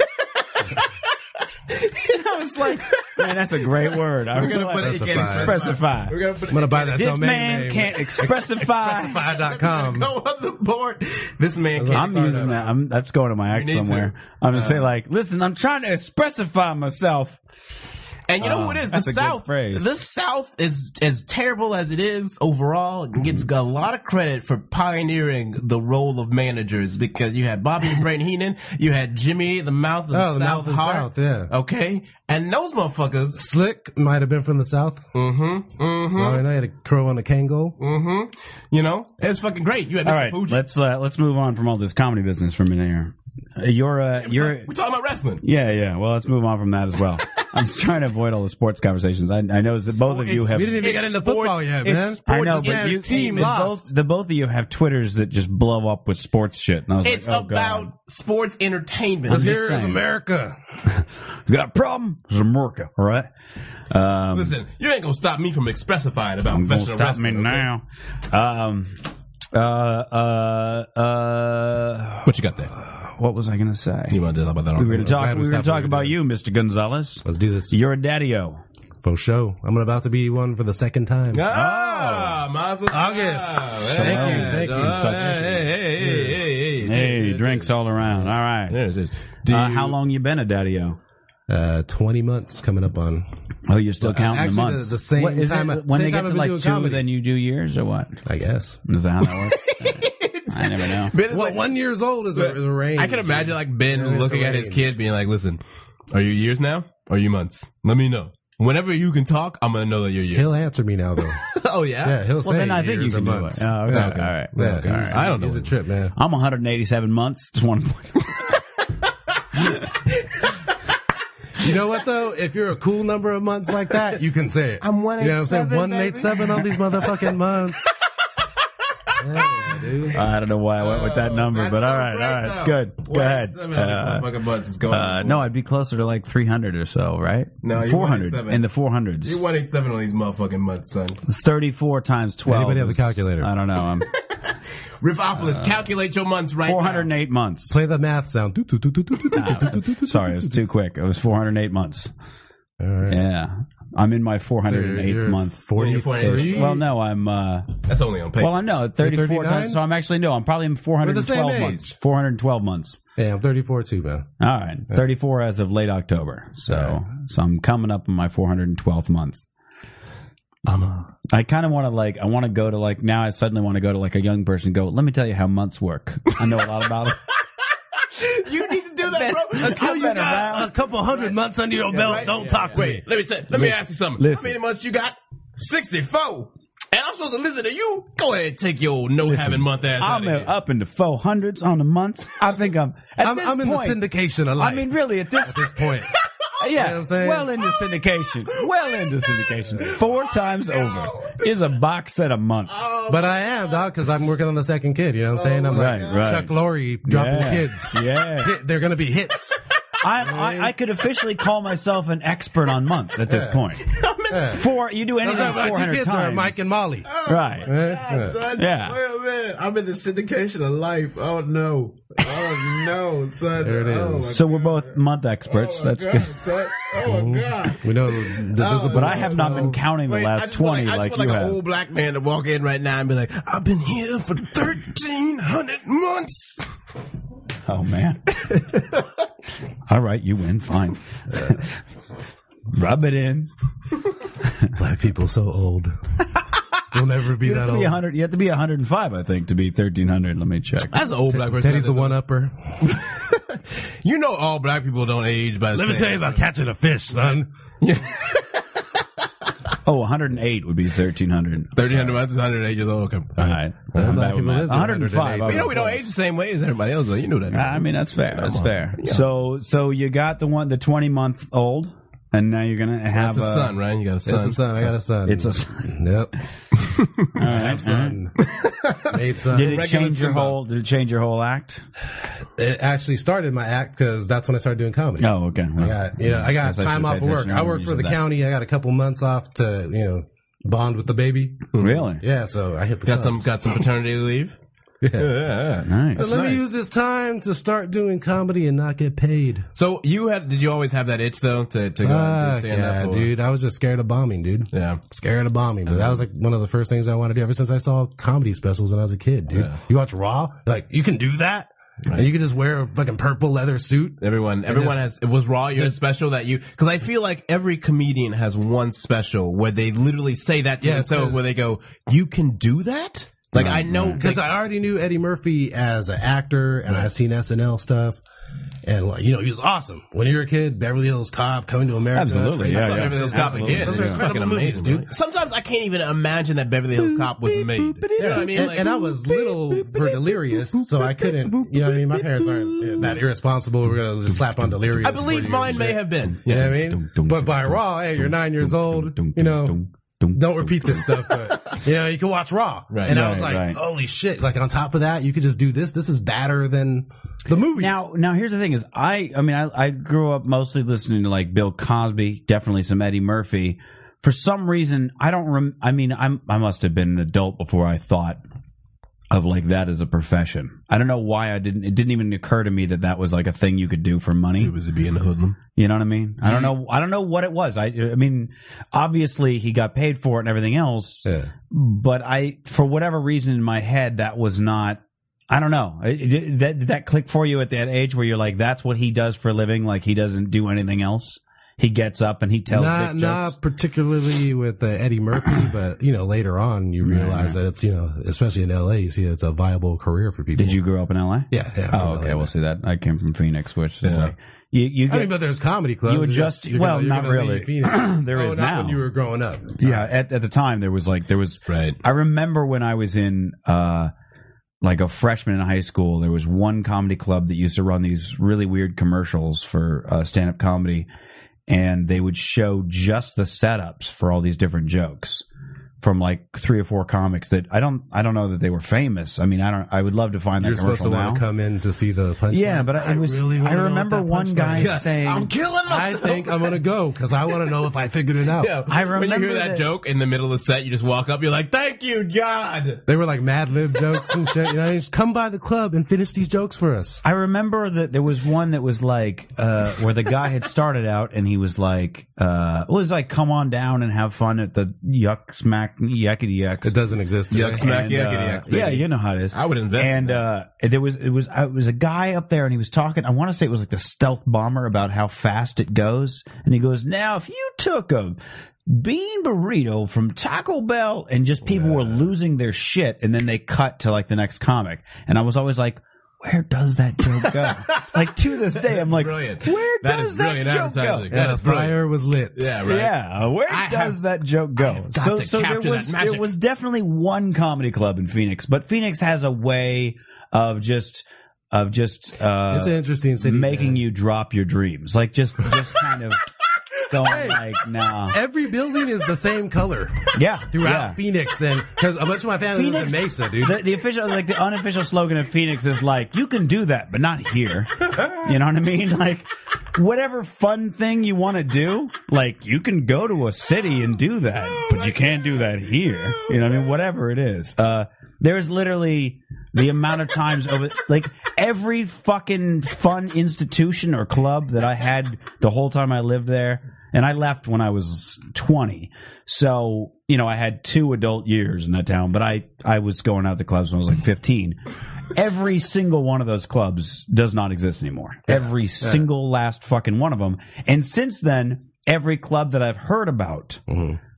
S5: And I was like, man, that's a great word. I
S2: We're
S5: was
S2: gonna
S5: like,
S2: put it again.
S5: expressify.
S2: We're gonna put
S6: I'm gonna buy that
S5: This
S6: domain
S5: man
S6: name.
S5: can't expressify.
S6: Expressify.com.
S2: go on the board. This man can't.
S5: I'm
S2: start
S5: using
S2: a-
S5: that. I'm, that's going to my act
S2: need to. Uh,
S5: somewhere. I'm going to say like, listen, I'm trying to expressify myself.
S2: And you know
S5: Oh,
S2: who it is? The
S5: that's a good
S2: South.
S5: phrase.
S2: The South is as terrible as it is overall.
S5: Mm-hmm.
S2: It gets a lot of credit for pioneering the role of managers because you had Bobby the Brain Heenan, you had Jimmy the Mouth of
S6: Oh,
S2: the
S6: the
S2: South, Uh,
S6: Mouth of the
S2: Heart,
S6: South, yeah.
S2: Okay, and those motherfuckers.
S6: Slick might have been from the south.
S2: Mm-hmm. Mm-hmm.
S6: I know he had a curl on a Kango.
S2: Mm-hmm. You know, it's fucking great. You had Mr.
S5: All right,
S2: Fuji.
S5: let's uh, let's move on from all this comedy business for a minute here. Uh, You're uh, you're
S2: We're talking about wrestling.
S5: yeah yeah. Well, let's move on from that as well. I'm just trying to avoid all the sports conversations. I, I know that both of you
S2: it's-
S5: have.
S6: We didn't even get into football yet, man.
S2: it's-
S5: I know,
S2: sports
S5: but
S2: is
S5: you,
S2: his team
S5: you
S2: lost.
S5: both, the both of you have twitters that just blow up with sports shit. And I was
S2: It's
S5: like, oh,
S2: about
S5: God.
S2: sports entertainment.
S6: Because
S5: just
S6: here is
S5: saying.
S6: America.
S5: you got a problem? It's America, all right? Um,
S2: Listen, you ain't gonna stop me from expressifying about
S5: I'm gonna
S2: professional
S5: stop
S2: wrestling.
S5: me
S2: okay?
S5: now. Um, uh, uh, uh,
S2: What you got there?
S5: what was I gonna say?
S2: You want to talk about that?
S5: We were gonna talk.
S6: glad we
S5: We were gonna
S6: stopped what
S5: talk
S6: we
S5: about
S6: did.
S5: you, Mister Gonzalez.
S6: Let's do this.
S5: You're a daddy-o.
S6: Faux show. I'm about to be one for the second time.
S2: Ah, Mazel tov.
S6: August.
S2: Hey,
S6: Thank
S5: you,
S2: hey,
S5: Oh. thank you.
S2: hey,
S5: Such-
S2: hey, hey, hey, hey, hey,
S5: Hey, drinks all around. All right.
S2: There's it.
S5: Uh, how long you been a daddy-o?
S6: Uh, 20 months coming up on.
S5: Oh, you're still counting
S6: actually,
S5: the months.
S6: the- the same
S5: What, is
S6: time-
S5: it when they
S6: same time
S5: get
S6: I've
S5: to
S6: been
S5: like two,
S6: doing comedy.
S5: then you do years or what?
S6: I guess.
S5: Is that how that works? I never know.
S6: Well, one years old is a, is a range.
S2: I can imagine like Ben
S6: Yeah, it's
S2: looking
S6: a
S2: at his
S6: range.
S2: kid being like, "Listen, are you years now? Or are you months? Let me know. Whenever you can talk, I'm gonna know that you're years."
S6: He'll answer me now, though.
S2: oh yeah.
S6: Yeah, he'll
S5: Well,
S6: say
S5: then I think
S6: years
S5: you can
S6: or
S5: do
S6: months.
S5: it. Oh, okay.
S6: Yeah.
S5: Okay, all right.
S6: Yeah,
S5: Okay, all
S6: he's-
S5: right.
S2: I don't know
S6: He's a
S2: what-
S6: trip, man.
S5: I'm 187 months. Just one point.
S6: You know what though? If you're a cool number of months like that, you can say it.
S2: I'm
S6: You know what I'm saying?
S2: 187,
S6: One eight seven on these motherfucking months. yeah, dude.
S5: I don't know why I went with that number,
S2: Oh, That's
S5: but
S2: so
S5: all right,
S2: great,
S5: all right, it's
S2: though.
S5: good. Go
S2: Wait,
S5: ahead.
S2: some of these
S5: Uh,
S2: motherfucking months is going
S5: uh,
S2: for-
S5: no, I'd be closer to like 300 or so, right?
S2: No, you're
S5: 400
S2: 187.
S5: in the 400s.
S2: You're 187 on these motherfucking months, son.
S5: It's 34 times 12.
S6: Anybody have a
S5: is-
S6: calculator?
S5: I don't know. I'm Uh,
S2: Riffopolis, calculate your months right now.
S5: 408 months.
S6: Play the math sound. Doo, doo, doo, doo, doo, doo, doo, doo, doo, doo, doo,
S5: Sorry, it was
S6: doo,
S5: too quick. It was 408 months.
S6: doo. All right.
S5: Yeah. I'm in my
S6: So
S5: 408th
S6: you're
S5: month.
S6: 43.
S5: Well, no, I'm uh
S2: That's only on paper.
S5: well, I'm no, 34
S6: 39?
S5: times. So I'm actually no, I'm probably in 412
S6: same
S5: months.
S6: age.
S5: 412 months.
S6: Yeah, I'm 34 too, man.
S5: All right. 34 as of late October. So, so I'm coming up on my 412th month.
S6: I'm a.
S5: I kind of want to like, I want to go to like, now I suddenly want to go to like a young person and go, let me tell you how months work. I know a lot about it.
S2: you need to do that, bro.
S6: Until
S2: I've
S6: you
S2: been
S6: got
S2: around.
S6: a couple hundred months under your belt, don't talk to me.
S2: Wait, let me tell, let me ask you something.
S5: listen.
S2: How many months you got? Sixty four. And I'm supposed to listen to you. Go ahead, and take your old no having month ass. out
S5: I'm
S2: of here.
S5: up into 400s on the months. I think I'm, at
S6: I'm,
S5: this
S6: I'm in
S5: point,
S6: the syndication of life
S5: I mean, really, at this,
S6: at this point.
S5: yeah,
S6: know what I'm saying?
S5: well into syndication, well into syndication, four times over is a box set of months.
S2: Oh,
S6: But I am, dog, because I'm working on the second kid. You know what I'm saying? I'm
S5: Right,
S6: like
S5: right.
S6: Chuck Lorre dropping
S5: Yeah.
S6: kids.
S5: Yeah.
S6: Hit- They're going to be hits.
S5: I, I, I could officially call myself an expert on months at this point.
S6: Yeah.
S5: Four, you do
S6: That's
S5: anything
S6: how my
S5: 400
S6: two kids
S5: times.
S6: are Mike and Oh, Molly. Eh,
S5: right.
S6: Yeah.
S2: Oh, Son,
S5: Yeah.
S2: Wait a minute. I'm in the syndication of life. Oh no. Oh no, son.
S6: There it
S2: Oh,
S6: is.
S2: my
S5: So we're both month experts. That's
S2: God,
S5: good.
S2: son. Oh my god. Oh,
S6: We know the visible.
S5: But I have not been counting the
S2: Wait, I
S5: last
S2: just want
S5: 20
S2: I
S5: like
S2: just
S5: you
S2: want like an
S5: have.
S2: old black man to walk in right now and be like, "I've been here for thirteen hundred months."
S5: Oh, man. All right, you win. Fine. Rub it in.
S6: black people so old. We'll never be
S5: You have
S6: that
S5: to be
S6: old.
S5: 100. You have to be 105, I think, to be 1300. Let me check.
S2: That's an old black person.
S6: Teddy's the one upper.
S2: You know, all black people don't age by. the
S6: Let me
S2: same.
S6: tell you about catching a fish, son.
S5: Oh, 108 would be 1300.
S2: thirteen hundred months, hundred eight years old. Okay.
S5: All right.
S6: Well,
S5: I'm
S6: black
S5: bad with
S6: people
S5: math.
S6: live to
S5: 105.
S6: 108.
S5: I
S2: You know,
S5: was
S2: we don't
S5: close.
S2: age the same way as everybody else. though. You know that.
S5: I mean, that's fair. That's
S2: on.
S5: fair.
S2: Yeah.
S5: So, so you got the one, the 20 month old, and now you're gonna have uh,
S2: That's a son, right? You got a son.
S6: That's a son. I got a son.
S5: It's a son.
S6: Yep.
S5: All right.
S6: Son. Made Mm. son.
S5: Did it
S2: Regular
S5: change your
S2: Simba.
S5: whole? Did it change your whole act?
S6: It actually started my act because that's when I started doing comedy.
S5: Oh, okay.
S6: I got, you know, I got
S5: Guess I
S6: time
S5: should
S6: off
S5: pay
S6: of work.
S5: attention
S6: I
S5: when
S6: worked
S5: you
S6: for
S5: said
S6: the
S5: that.
S6: county. I got a couple months off to, you know, bond with the baby.
S5: Really?
S6: Yeah, so I hit the
S2: Got some.
S6: clubs.
S2: Got some paternity leave. Yeah.
S5: Nice.
S6: But let me use this time to start doing comedy and not get paid.
S2: So you had? Did you always have that itch though to to go and
S6: Fuck
S2: stand
S6: yeah,
S2: up? or-
S6: dude. I was just scared of bombing, dude.
S2: Yeah.
S6: Scared of bombing, but that was like one of the first things I wanted to do ever since I saw comedy specials when I was a kid, dude.
S2: Yeah.
S6: You watch Raw, like you can do that, and you can just wear a fucking purple leather suit.
S2: Everyone, everyone has. It was raw. Your special that you, because I feel like every comedian has one special where they literally say that to
S6: Yeah,
S2: themselves,
S6: 'cause-
S2: where they go, "You can do that." Like I know,
S6: Because
S2: like,
S6: I already knew Eddie Murphy as an actor, and I've seen SNL stuff, and like, you know he was awesome when you were a kid. Beverly Hills Cop, Coming to America,
S5: Absolutely,
S6: Trading
S5: yeah,
S6: Places.
S5: yeah.
S2: Beverly Hills Cop
S5: Absolutely.
S2: again.
S6: Those are
S2: It's
S6: incredible
S2: fucking
S6: movies,
S2: amazing,
S6: dude.
S2: right? Sometimes I can't even imagine that Beverly Hills Cop was made. You know what I mean?
S6: and,
S2: Like,
S6: and I was little for delirious, so I couldn't. You know what I mean? My parents aren't that irresponsible. We're gonna just slap on delirious.
S2: I believe mine may have been.
S6: You know what I mean? But by Raw, hey, you're nine years old. You know, don't repeat this stuff. But you know, you can watch Raw,
S2: Right.
S6: and I was
S5: Right,
S6: like,
S5: right.
S6: holy shit! Like on top of that, you could just do this. This is badder than the movies.
S5: Now, now here's the thing: is I, I mean, I, I grew up mostly listening to like Bill Cosby, definitely some Eddie Murphy. For some reason, I don't. Rem- I mean, I'm, I must have been an adult before I thought of like that as a profession. I don't know why I didn't. It didn't even occur to me that that was like a thing you could do for money.
S2: busy being a hoodlum.
S5: You know what I mean? I don't know. I don't know what it was. I, I mean, obviously he got paid for it and everything else
S6: Yeah.
S5: but I, for whatever reason in my head, that was not. I don't know. I- Did that, did that click for you at that age where you're like, that's what he does for a living? Like he doesn't do anything else. He gets up and he tells
S6: not
S5: dick jokes.
S6: not particularly with uh, Eddie Murphy, but you know, later on, you realize that it's you know, especially in L.A., you see it's a viable career for people.
S5: Did you grow up in L.A.?
S6: Yeah. yeah
S5: Oh, okay. We'll see that. I came from Phoenix, which is like you. You
S6: I
S5: get,
S6: mean, but there's comedy clubs.
S5: You
S6: You're
S5: adjust-
S6: you're
S5: well,
S6: you're
S5: not really.
S6: leave Phoenix.
S5: There
S6: oh,
S5: is
S6: not
S5: now.
S6: when you were growing up.
S5: yeah. At at the time, there was like there was
S2: Right.
S5: I remember when I was in uh like a freshman in high school, there was one comedy club that used to run these really weird commercials for uh, stand up comedy, and they would show just the setups for all these different jokes from like three or four comics that I don't I don't know that they were famous. I mean, I don't. I would love to find that
S6: You're supposed to
S5: commercial now.
S6: want to come in to see the punchline.
S5: yeah, but I, it was. I,
S6: really wanna know what
S5: remember
S6: that
S5: one
S6: punchline
S5: guy
S6: is.
S5: saying,
S2: I'm killing
S6: I
S2: myself.
S6: think I'm gonna go because I want to know if I figured it out.
S2: Yeah.
S5: I
S2: when
S5: remember
S2: you hear that,
S5: that-
S2: joke in the middle of the set, you just walk up. You're like, "Thank you, God."
S6: They were like Mad Lib jokes and shit. You know, just come by the club and finish these jokes for us.
S5: I remember that there was one that was like uh, where the guy had started out and he was like, uh, it was like, come on down and have fun at the yuck smack yuckity yucks.
S6: It doesn't exist. today.
S2: Yuck smack
S5: And,
S2: yuckity
S5: uh,
S2: yucks.
S5: Yeah,
S2: baby.
S5: you know how it is.
S2: I would invest.
S5: and
S2: in that.
S5: uh, there was it was it was a guy up there and he was talking. I want to say it was like the stealth bomber about how fast it goes. And he goes, now if you took a bean burrito from Taco Bell, and just people were losing their shit, and then they cut to like the next comic. And I was always like. Where does that joke go? like to this day, I'm like,
S2: brilliant.
S5: where
S2: That
S5: does
S2: is
S5: that
S2: brilliant
S5: joke go?
S2: advertising.
S6: Yeah,
S2: That
S6: the
S2: is brilliant.
S6: fire was lit.
S2: yeah, right.
S5: Yeah, where
S2: I
S5: does
S2: have-
S5: that joke go?
S2: have got to capture
S5: there was
S2: that magic.
S5: there was definitely one comedy club in Phoenix, but Phoenix has a way of just of just uh,
S6: it's an interesting city.
S5: making
S6: man.
S5: you drop your dreams, like just just kind of going like nah,
S6: Every building is the same color
S5: yeah,
S6: throughout
S5: yeah.
S6: Phoenix, and because a bunch of my family lives in
S5: Phoenix-
S6: Mesa, dude.
S5: The, the official, like the unofficial slogan of Phoenix is like, "You can do that, but not here." You know what I mean? Like, whatever fun thing you want to do, like you can go to a city and do that, but you can't do that here. You know what I mean? Whatever it is, uh, there's literally the amount of times over, like every fucking fun institution or club that I had the whole time I lived there. And I left when I was 20. So, you know, I had two adult years in that town, but I, I was going out to clubs when I was like 15. Every single one of those clubs does not exist anymore. Every single last fucking one of them. And since then, every club that I've heard about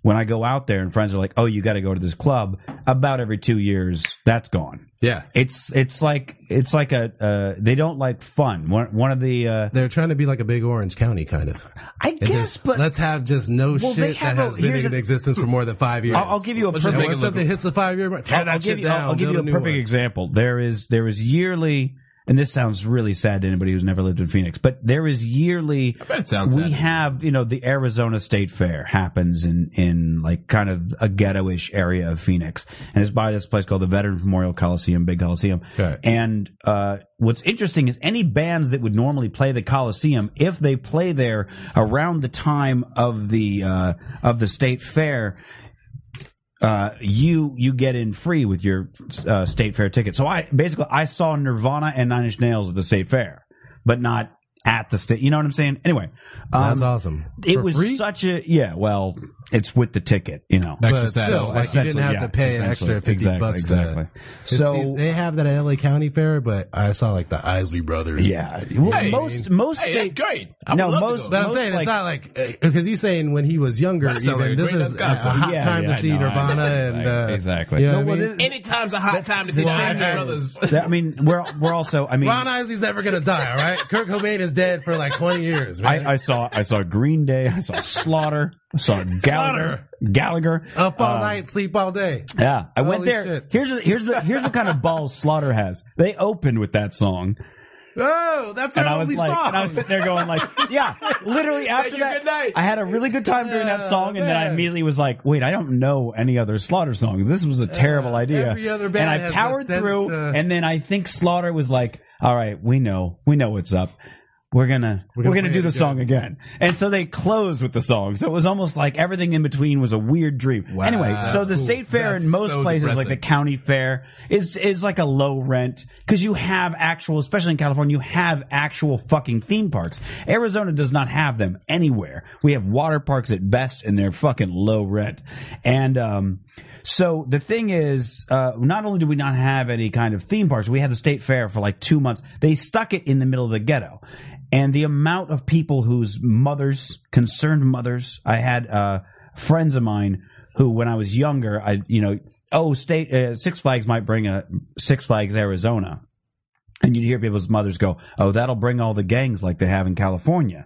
S5: when I go out there and friends are like, "Oh, you got to go to this club." About every two years, that's gone.
S2: Yeah.
S5: It's it's like it's like a uh, they don't like fun. One one of the uh,
S6: They're trying to be like a big Orange County kind of.
S5: I
S6: It
S5: guess,
S6: just-
S5: but
S6: let's have just no
S5: Well, they
S6: shit that
S5: have a-
S6: has been
S5: here's
S6: in
S5: a-
S6: existence for more than five years.
S5: I'll, I'll give you a
S2: Let's just
S5: perfect-
S2: make it
S6: Once something hits the five year mark, tear
S5: I'll
S6: that
S5: give
S6: shit
S5: you,
S6: down.
S5: I'll, I'll give
S6: build
S5: you a
S6: new
S5: perfect
S6: one.
S5: example. There is there is yearly, and this sounds really sad to anybody who's never lived in Phoenix, but there is yearly. I
S2: bet it sounds
S5: We
S2: sad to
S5: have you know the Arizona State Fair happens in in like kind of a ghettoish area of Phoenix, and it's by this place called the Veterans Memorial Coliseum, Big Coliseum.
S6: Okay.
S5: And uh, what's interesting is any bands that would normally play the Coliseum, if they play there around the time of the uh, of the state fair, uh, you you get in free with your uh, state fair ticket. So I basically I saw Nirvana and Nine Inch Nails at the state fair, but not at the state. You know what I'm saying? Anyway, um,
S6: That's awesome.
S5: it
S6: For
S5: was
S6: free?
S5: such a yeah. Well, it's with the ticket, you know.
S2: Back to
S6: But
S2: Saturday.
S6: still, like you didn't have to pay an
S5: Essentially,
S6: extra
S5: yeah,
S6: fifty
S5: exactly,
S6: bucks. to-
S5: Exactly.
S6: It's-
S5: so
S6: they have that at LA County Fair, but I saw like the Isley Brothers.
S5: yeah, well,
S6: Hey,
S5: most most
S2: Hey, that's
S5: state
S2: great. I
S5: No,
S2: would love
S5: most-
S2: to go.
S6: But I'm
S5: Most
S6: saying
S5: like-
S6: it's not like because he's saying when he was younger,
S2: That sounds
S6: even
S2: like a
S6: this
S2: great
S6: is a, a
S2: Wisconsin.
S6: hot
S5: Yeah,
S6: time
S5: yeah,
S6: to see
S5: I know,
S6: Nirvana
S5: I-
S6: and uh,
S5: exactly.
S6: You know
S5: No,
S6: what I
S5: well,
S6: mean?
S2: Anytime's a hot time to see the
S6: Well,
S2: Isley
S6: I-
S2: Brothers.
S5: that- I mean, we're we're also. I mean,
S6: Ron Isley's never gonna die. All right, Kurt Cobain is dead for like 20 years, man.
S5: I, I saw I saw Green Day, I saw Slaughter, I saw Gallagher, Gallagher.
S6: Up all
S5: Um,
S6: night, sleep all day.
S5: Yeah, I went
S6: Holy
S5: there.
S6: shit.
S5: Here's the, here's the here's the kind of balls Slaughter has. They opened with that song,
S6: Oh, that's
S5: and
S6: our
S5: I was
S6: only
S5: like,
S6: song.
S5: and I was sitting there going like, yeah, literally after
S2: you,
S5: that,
S2: good night.
S5: I had a really good time during that
S6: Yeah,
S5: song, and then I
S6: man.
S5: immediately was like, wait, I don't know any other Slaughter songs. This was a terrible idea.
S6: every other
S5: and
S6: band
S5: I
S6: has
S5: powered
S6: the sense
S5: through,
S6: to-
S5: and then I think Slaughter was like, all right, we know, we know what's up. We're gonna we're gonna,
S6: gonna play
S5: do
S6: it
S5: the
S6: again."
S5: song again, and so they closed with the song. So it was almost like everything in between was a weird dream.
S2: Wow.
S5: anyway, so
S2: That's
S5: the
S2: cool.
S5: state fair in
S2: That's
S5: most
S2: so
S5: places, like
S2: depressing.
S5: the county fair, is is like a low rent because you have actual, especially in California, you have actual fucking theme parks. Arizona does not have them anywhere. We have water parks at best, and they're fucking low rent. And um, so the thing is, uh, not only do we not have any kind of theme parks, we had the state fair for like two months. They stuck it in the middle of the ghetto and the amount of people whose mothers, concerned mothers, I had uh, friends of mine who, when I was younger, I you know, oh, state uh, Six Flags might bring a Six Flags Arizona, and you'd hear people's mothers go, oh, that'll bring all the gangs like they have in California.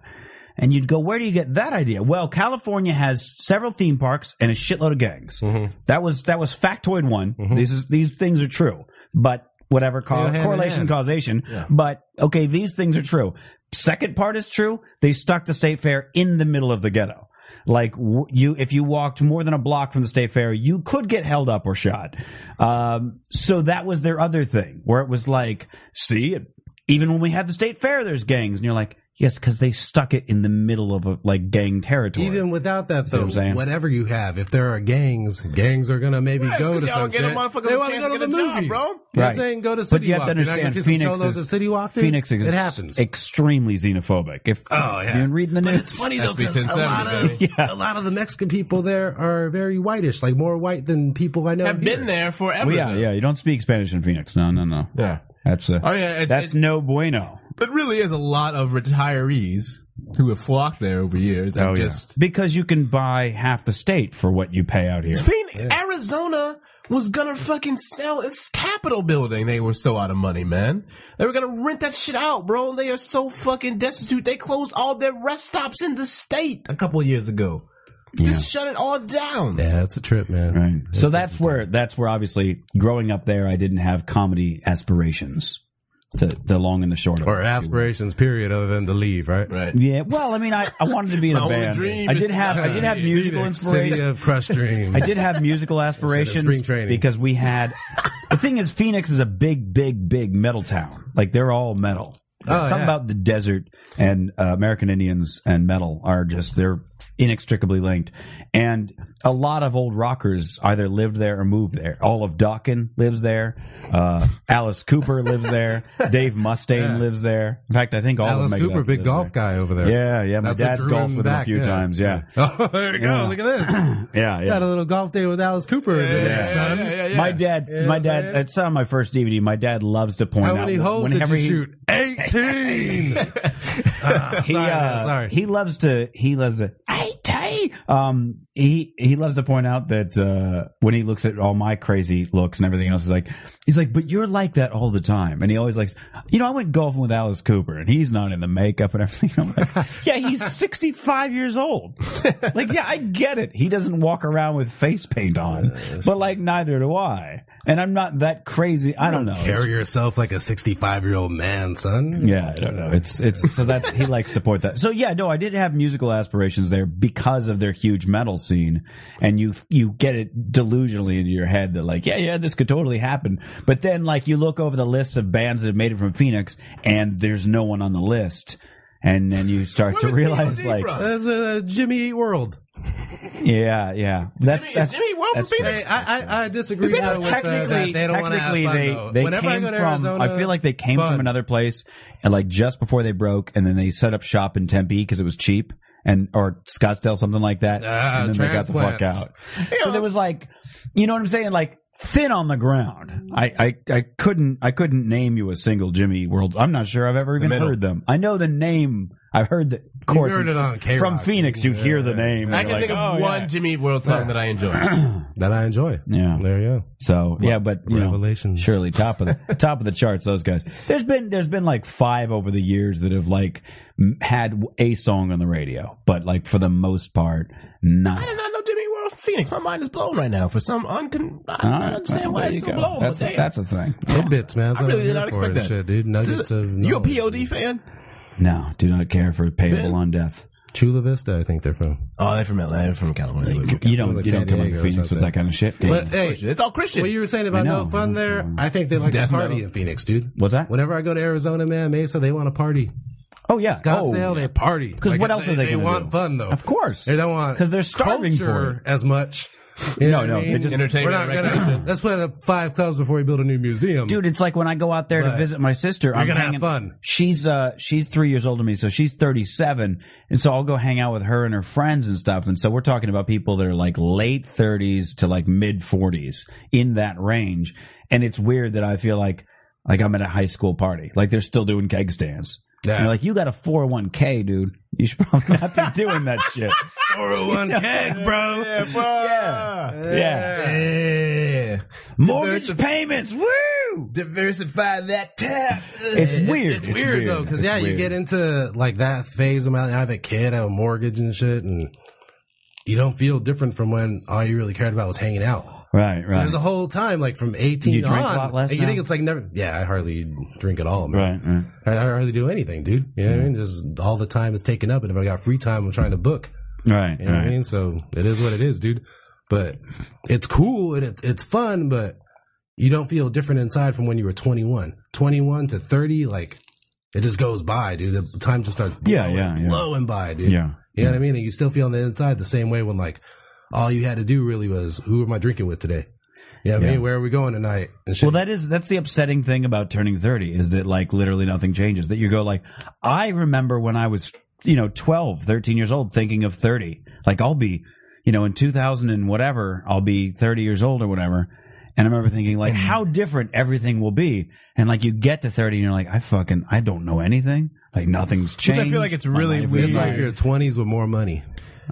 S5: And you'd go, where do you get that idea? Well, California has several theme parks and a shitload of gangs.
S6: Mm-hmm.
S5: That was that was factoid one. These is, these things are true, but whatever
S6: They go
S5: cause,
S6: hand in
S5: correlation
S6: hand.
S5: causation. But okay, these things are true. Second part is true. They stuck the state fair in the middle of the ghetto. Like w- you, if you walked more than a block from the state fair, you could get held up or shot. Um, so that was their other thing, where it was like, see, it- even when we had the state fair, there's gangs, and you're like, yes, because they stuck it in the middle of a, like gang territory.
S6: Even without that,
S5: what
S6: though,
S5: I'm saying?
S6: whatever you have, if there are gangs, gangs are gonna maybe
S2: Right, it's
S6: go
S2: 'cause
S6: to
S2: y'all
S6: some
S2: don't get a
S6: shit.
S2: motherfucker
S6: They
S2: a
S6: wanna
S2: chance to
S6: go to the
S2: get a job,
S6: movies,
S2: bro.
S6: You know what I'm
S5: Right.
S6: saying? Go to City
S5: but you have
S6: Walk.
S5: to
S6: You're not gonna
S5: understand
S6: see some
S5: Phoenix is,
S6: cholos at City Walk, dude?
S5: Phoenix is
S6: It happens.
S5: extremophobic. xenophobic. If
S6: Oh, yeah.
S5: you've been reading the news,
S6: But it's funny though
S2: SB
S6: because a
S2: 1070,
S6: lot of
S5: baby. Yeah.
S6: a lot of the Mexican people there are very whitish, like more white than people I know.
S2: Have
S6: here.
S2: been there forever.
S5: Well, yeah,
S2: though.
S5: yeah. You don't speak Spanish in Phoenix. No, no, no.
S2: Yeah.
S5: That's a,
S2: Oh, yeah, it-
S5: that's
S2: it-
S5: no bueno.
S2: But really is a lot of retirees who have flocked there over years and
S5: Oh, yeah.
S2: just
S5: Because you can buy half the state for what you pay out here.
S2: Phoenix, Arizona was gonna fucking sell its Capitol building. They were so out of money, man. They were gonna rent that shit out, bro. They are so fucking destitute. They closed all their rest stops in the state a couple of years ago. Just shut it all down.
S6: Yeah, that's a trip, man.
S5: Right. So that's where that's where obviously growing up there, I didn't have comedy aspirations. To the long and the short of it.
S6: Or aspirations, period, other than to leave, right?
S2: Right.
S5: Yeah. Well, I mean, I, I wanted to be in
S2: My
S5: a
S2: only
S5: band.
S2: dream
S5: I
S2: is
S5: did
S2: to
S5: have I
S2: die.
S5: did have musical
S6: Phoenix, city
S5: inspiration.
S6: of crushed dreams.
S5: I did have musical aspirations
S6: spring training.
S5: because we had the thing is Phoenix is a big, big, big metal town. Like they're all metal.
S6: Oh,
S5: Something
S6: yeah.
S5: about the desert and uh, American Indians and metal are just they're inextricably linked. And a lot of old rockers either lived there or moved there. Olive Dawkin lives there. Uh, Alice Cooper lives there. Dave Mustaine
S6: Yeah.
S5: lives there. In fact, I think all of
S6: Alice
S5: them make it
S6: Cooper,
S5: up,
S6: big
S5: lives
S6: golf
S5: there.
S6: guy over there.
S5: Yeah, yeah. My
S6: That's what
S5: dad's
S6: drew
S5: golfed
S6: him
S5: with him a
S6: back,
S5: few
S6: yeah.
S5: times. Yeah,
S6: Oh, there you go.
S5: Yeah.
S6: Look at this.
S5: yeah, yeah.
S6: Got a little golf day with Alice Cooper. in there, son.
S5: My dad,
S6: Yeah,
S5: my
S6: I'm
S5: dad.
S6: saying.
S5: It's on my first DVD. My dad loves to point
S6: How
S5: out
S6: many holes did
S5: uh, whenever
S6: you
S5: he-
S6: shoot? 18. Ah,
S5: He,
S6: sorry, man,
S5: uh,
S6: sorry.
S5: he loves to. He loves to. I
S10: me.
S5: Um, he he loves to point out that uh, when he looks at all my crazy looks and everything else, he's like, he's like, but you're like that all the time. And he always likes, you know, I went golfing with Alice Cooper, and he's not in the makeup and everything. I'm like, yeah, he's 65 years old. like, yeah, I get it. He doesn't walk around with face paint on, but like, neither do I. And I'm not that crazy. I don't know.
S6: Carry yourself like a 65 year old man, son.
S5: Yeah, I don't know. It's it's so that's he likes to point that. So yeah, no, I did have musical aspirations there because of their huge metal scene, and you you get it delusionally into your head that like yeah yeah this could totally happen, but then like you look over the list of bands that have made it from Phoenix, and there's no one on the list. And then you start to
S2: Where was
S5: realize,
S2: POD
S5: like,
S2: from?
S6: That's a Jimmy Eat World.
S5: yeah, yeah, that's
S2: Jimmy,
S5: that's,
S2: is Jimmy World from
S5: that's-
S2: Phoenix?
S6: Hey, I, I, I disagree
S5: Is it-
S6: though, with uh,
S5: technically,
S6: that. They don't want to have
S5: technically,
S6: fun,
S5: they,
S6: though.
S5: they
S6: Whenever
S5: came
S6: I go to
S5: from,
S6: Arizona,
S5: I feel like they came
S6: fun.
S5: from another place, and like just before they broke, and then they set up shop in Tempe because it was cheap, and or Scottsdale, something like that,
S6: Ah,
S5: and then they got the fuck
S6: transplants.
S5: out. So there was like, you know what I'm saying, like thin on the ground. I, I I couldn't I couldn't name you a single Jimmy World. I'm not sure I've ever even
S2: middle.
S5: heard them. I know the name. I've heard the of course
S6: heard it on K-Rock.
S5: from Phoenix. You hear the name. and
S2: I
S5: you're
S2: can
S5: like,
S2: think of
S5: oh,
S2: one
S5: yeah.
S2: Jimmy Eat World song that I enjoy.
S6: that I enjoy.
S5: Yeah.
S6: There you go.
S5: So yeah, but you know,
S2: Mm.
S6: Revelations.
S5: surely top of the top of the charts. Those guys. There's been there's been like five over the years that have like m- had a song on the radio, but like for the most part,
S2: I did
S5: not.
S2: not know Jimmy Eat World from Phoenix. My mind is blown right now for some uncon. I don't understand why
S5: there
S2: it's so
S5: you go.
S2: blown.
S5: That's
S2: but
S5: a,
S2: damn.
S5: that's a thing.
S6: Tidbits, man.
S2: I really did not expect that.
S6: Shit, dude.
S2: This is-
S6: Nuggets of
S2: you a
S6: knowledge.
S2: POD fan?
S5: No, do not care for payable
S2: Ben-
S5: on death.
S6: Chula Vista, I think they're from.
S2: Oh, they're from Atlanta. They're from California. They
S5: You don't
S6: like
S5: you don't
S6: San
S5: come up
S6: Diego
S5: to
S6: or
S5: Phoenix with
S6: something.
S5: that kind of shit.
S6: But
S5: But,
S6: hey,
S2: Christian. It's all Christian.
S6: what you were saying about
S5: I know.
S6: no fun there, I think they like
S2: Death
S6: to party
S2: metal.
S6: in Phoenix, dude.
S5: What's that?
S6: Whenever I go to Arizona, man, Mesa, they want to party.
S5: oh yeah,
S6: Scottsdale,
S5: oh,
S6: they party.
S5: 'Cause what else
S6: they,
S5: are they
S6: They
S5: gonna
S6: want
S5: do?
S6: fun though.
S5: Of course.
S6: They don't want
S5: 'Cause they're starving for
S6: culture
S5: it.
S6: as much.
S5: No,
S6: what
S5: no, they just-
S6: We're
S2: Entertainment
S6: not
S2: and
S6: gonna.
S2: recreation.
S6: Let's play the five clubs before we build a new museum.
S5: dude it's like when i go out there to
S6: But
S5: visit my sister i'm
S6: gonna have
S5: hanging,
S6: fun.
S5: she's uh she's three years older than me so she's 37 and so i'll go hang out with her and her friends and stuff and so we're talking about people that are like late 30s to like mid 40s in that range and it's weird that i feel like like i'm at a high school party like they're still doing keg stands
S6: Yeah.
S5: And you're like you got a 401k dude you should probably not be doing that shit
S6: oh one keg, bro. Yeah,
S5: yeah yeah
S2: Yeah.
S5: mortgage
S2: Diversif-
S5: payments woo
S2: Diversify that tap.
S5: it's weird
S6: It's, weird, though, because
S5: It's
S6: yeah, you
S5: weird.
S6: get into like that phase of my. I have a kid, I have a mortgage and shit, and you don't feel different from when all you really cared about was hanging out.
S5: right right
S6: There's a whole time, like from 18
S5: You drink a
S6: on,
S5: lot less
S6: and you think
S5: now?
S6: it's like never. Yeah, I hardly drink at all, man.
S5: right right
S6: I, I hardly do anything, dude. You know what I mean? Just all the time is taken up, and if I got free time, I'm trying to book.
S5: Right.
S6: You know what I mean? So it is what it is, dude. But it's cool and it's it's fun, but you don't feel different inside from when you were 21. 21 to 30, like it just goes by, dude. The time just starts blowing,
S5: Yeah, yeah, yeah.
S6: blowing by, dude.
S5: Yeah.
S6: You know what I mean? And you still feel on the inside the same way when like all you had to do really was who am I drinking with today? You know what
S5: Yeah.
S6: I mean? Where are we going tonight? And shit.
S5: Well, that is that's the upsetting thing about turning thirty is that like literally nothing changes. That you go like, I remember when I was you know 12, 13 years old, thinking of thirty. Like I'll be, you know, in two thousand and whatever, I'll be thirty years old or whatever. And I remember thinking
S2: Mm.
S5: like, how different everything will be. And like you get to thirty, and you're like, I fucking I don't know anything. Like nothing's
S2: I
S5: changed.
S2: feel like it's
S5: My
S2: really
S5: life is
S2: weird.
S6: it's like
S5: fine.
S6: your 20s with more money.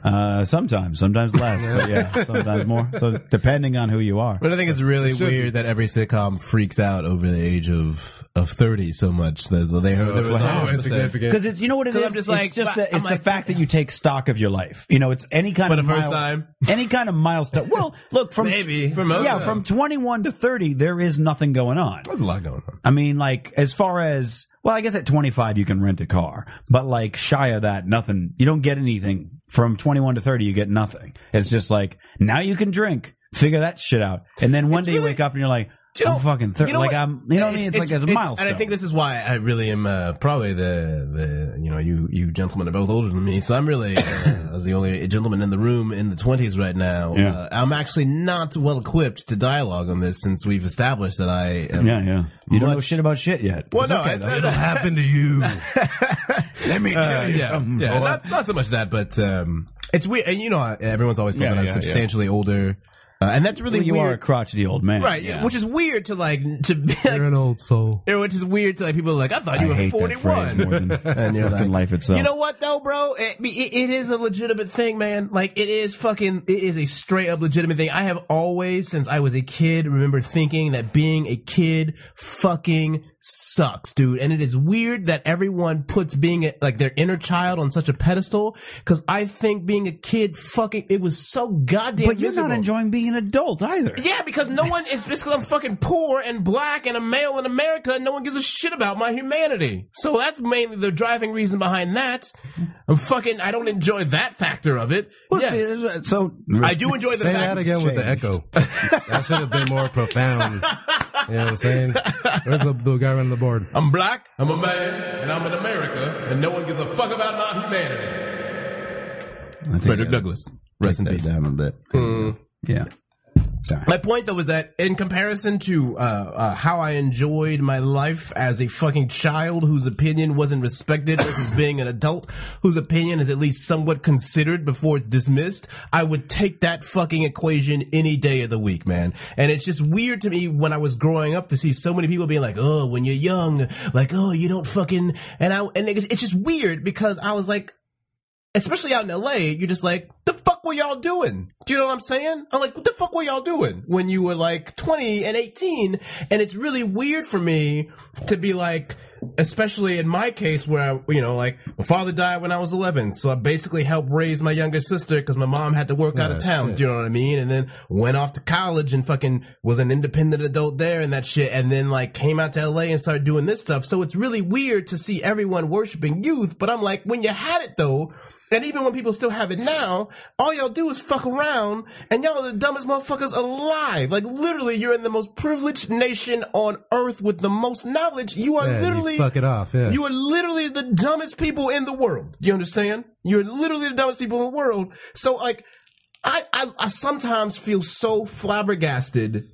S5: Uh, sometimes, sometimes less, but yeah, sometimes more. So depending on who you are.
S2: But I think it's really weird that every sitcom freaks out over the age of, of 30 so much that they heard there was
S6: so
S2: a whole episode.
S6: insignificant.
S5: Because it's you know what it
S2: 'Cause
S5: is.
S2: I'm just like,
S5: it's just the,
S2: I'm
S5: it's
S2: like-
S5: the fact that you take stock of your life. You know, it's any kind
S2: For
S5: of
S2: the first
S5: mile-
S2: time.
S5: any kind of milestone. Well, look from
S2: Maybe. For most
S5: yeah,
S2: of
S5: from
S2: them.
S5: 21 to 30, there is nothing going on.
S2: There's a lot going on.
S5: I mean, like as far as well, I guess at 25 you can rent a car, but like shy of that, nothing. You don't get anything from 21 to 30. You get nothing. It's just like now you can drink. Figure that shit out, and then one
S2: It's
S5: day you
S2: really-
S5: wake up and you're like,
S2: Do you
S5: I'm
S2: know-
S5: fucking 30.
S2: you know
S5: like
S2: what?
S5: I'm, you know what I mean? It's, like a milestone.
S2: And I think this is why I really am uh, probably the the you know you you gentlemen are both older than me, so I'm really uh, as the only gentleman in the room in the twenties right now.
S5: Yeah.
S2: Uh, I'm actually not well equipped to dialogue on this since we've established that I am.
S5: yeah, yeah. You don't know
S2: Much-
S5: shit about shit yet.
S2: Well,
S5: It's
S2: no,
S5: okay,
S2: I-
S5: though.
S2: I-
S6: What happened to you?
S11: Let me tell you
S2: yeah,
S11: something.
S2: yeah.
S11: boy.
S2: Not, not so much that, but um, it's weird. And you know, everyone's always saying
S5: Yeah,
S2: that I'm
S5: yeah,
S2: substantially older Uh, and that's really
S8: Well, you are a
S2: weird.
S8: crotchety old man,
S2: right.
S8: yeah.
S2: Which is weird to like, to be
S6: You're an old soul.
S2: Yeah, which is weird to like people are like I thought
S8: I
S2: you were
S8: hate
S2: forty
S8: that phrase more
S2: one.
S8: than
S2: And you're
S8: fucking
S2: like,
S8: life itself.
S2: You know what though, bro? It, it, it is a legitimate thing, man. Like it is fucking, it is a straight up legitimate thing. I have always, since I was a kid, remember thinking that being a kid fucking sucks, dude. And it is weird that everyone puts being a, like their inner child on such a pedestal. Because I think being a kid fucking, it was so goddamn.
S8: but you're not
S2: miserable.
S8: enjoying being an adult either.
S2: Yeah, because no one is because I'm fucking poor and black and a male in America, and no one gives a shit about my humanity. So that's mainly the driving reason behind that. I'm fucking. I don't enjoy that factor of it.
S5: Well,
S2: Yes.
S5: see, this is- so
S2: I do enjoy the
S6: Say
S2: fact
S6: that again with the echo. That should have been more profound. You know what I'm saying? Where's the, the guy running the board?
S2: I'm black, I'm a man, and I'm in America, and no one gives a fuck about my humanity.
S5: I think
S2: Frederick
S5: I
S2: Douglass, rest in
S5: take
S2: peace.
S5: that down a bit.
S2: Hmm.
S5: Yeah.
S2: My point though was that in comparison to uh, uh, how I enjoyed my life as a fucking child whose opinion wasn't respected versus being an adult whose opinion is at least somewhat considered before it's dismissed, I would take that fucking equation any day of the week, man. And it's just weird to me when I was growing up to see so many people being like, "Oh, when you're young, like, oh, you don't fucking," and I and it's it's just weird because I was like, especially out in LA, you're just like, the fuck were y'all doing? Do you know what I'm saying? I'm like, what the fuck were y'all doing when you were like 20 and 18? And it's really weird for me to be like, especially in my case where I, you know, like my father died when I was 11. So I basically helped raise my younger sister because my mom had to work out of town. Do you know what I mean? And then went off to college and fucking was an independent adult there and that shit. And then like came out to LA and started doing this stuff. So it's really weird to see everyone worshiping youth. But I'm like, when you had it though, and even when people still have it now, all y'all do is fuck around, and y'all are the dumbest motherfuckers alive. Like literally, you're in the most privileged nation on earth with the most knowledge. You are
S6: Yeah, you
S2: Oh, literally
S6: fuck it off. Yeah.
S2: you are literally the dumbest people in the world. Do you understand? You're literally the dumbest people in the world. So like, I I, I sometimes feel so flabbergasted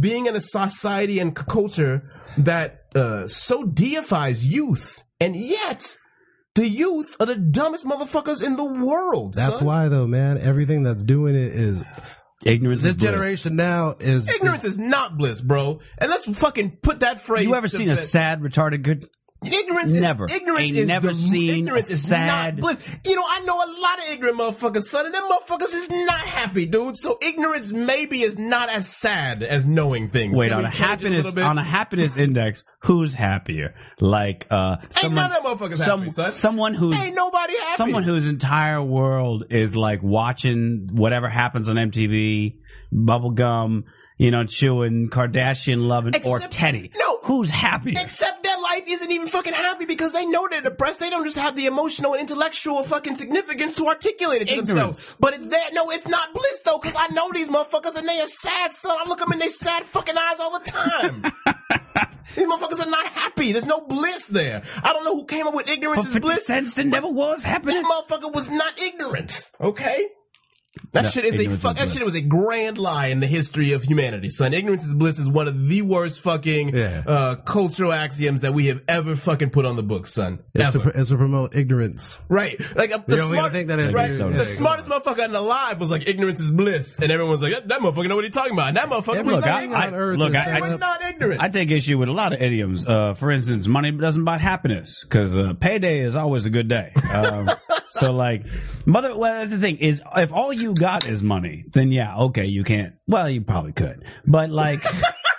S2: being in a society and c- culture that uh, so deifies youth, and yet the youth are the dumbest motherfuckers in the world.
S6: that's
S2: son.
S6: why though, man. Everything that's doing it is
S5: Ignorance.
S6: this
S5: is bliss.
S6: generation now is
S2: ignorance is not bliss, bro. And let's fucking put that phrase.
S5: You ever
S2: to
S5: seen a
S2: bed.
S5: sad, retarded good?
S2: Ignorance
S5: Never.
S2: is ignorance
S5: Ain't
S2: is
S5: never
S2: the,
S5: seen
S2: ignorance
S5: a
S2: is
S5: sad-
S2: not bliss. You know, I know a lot of ignorant motherfuckers, son, and them motherfuckers is not happy, dude. So ignorance maybe is not as sad as knowing things.
S5: Wait,
S2: Can
S5: on
S2: we
S5: a
S2: change it
S5: happiness
S2: little bit?
S5: on a happiness index, who's happier? Like uh someone,
S2: none of them motherfuckers happy, son.
S5: someone who's
S2: Ain't nobody happy.
S5: someone whose entire world is like watching whatever happens on MTV, bubblegum, you know, chewing, Kardashian loving or
S2: Except-
S5: Teddy.
S2: no.
S5: Who's happier?
S2: Except that life isn't even fucking happy because they know they're depressed. They don't just have the emotional and intellectual fucking significance to articulate it to
S5: Ignorance.
S2: themselves. But it's that. No, it's not bliss though, because I know these motherfuckers and they are sad, son. I look them in their sad fucking eyes all the time. these motherfuckers are not happy. There's no bliss there. I don't know who came up with
S5: For
S2: ignorance is
S5: 50
S2: bliss.
S5: cents there never was happening.
S2: That motherfucker was not ignorant. Okay. That shit is a
S5: ignorance
S2: fuck.
S5: is
S2: That
S5: bliss.
S2: shit was a grand lie in the history of humanity, son. Ignorance is bliss is one of the worst fucking
S6: Yeah.
S2: uh, cultural axioms that we have ever fucking put on the book, son.
S6: is
S2: Ever.
S6: to, pr- is to promote ignorance.
S2: right? Like uh, the,
S6: You don't
S2: smart,
S6: think that if
S2: right,
S6: you-
S2: the
S6: yeah,
S2: smartest motherfucker in the live was like ignorance is bliss, and everyone's like that, that motherfucker know what he's talking about. And that motherfucker was
S5: Look,
S2: not
S5: I-
S2: ignorant.
S5: I- look, I-
S2: They were not ignorant.
S5: I take issue with a lot of idioms. Uh, for instance, money doesn't buy happiness because uh, payday is always a good day. Um, so, like, mother, well, that's the thing is, if all you got is money, then yeah, okay, you can't. Well, you probably could, but like,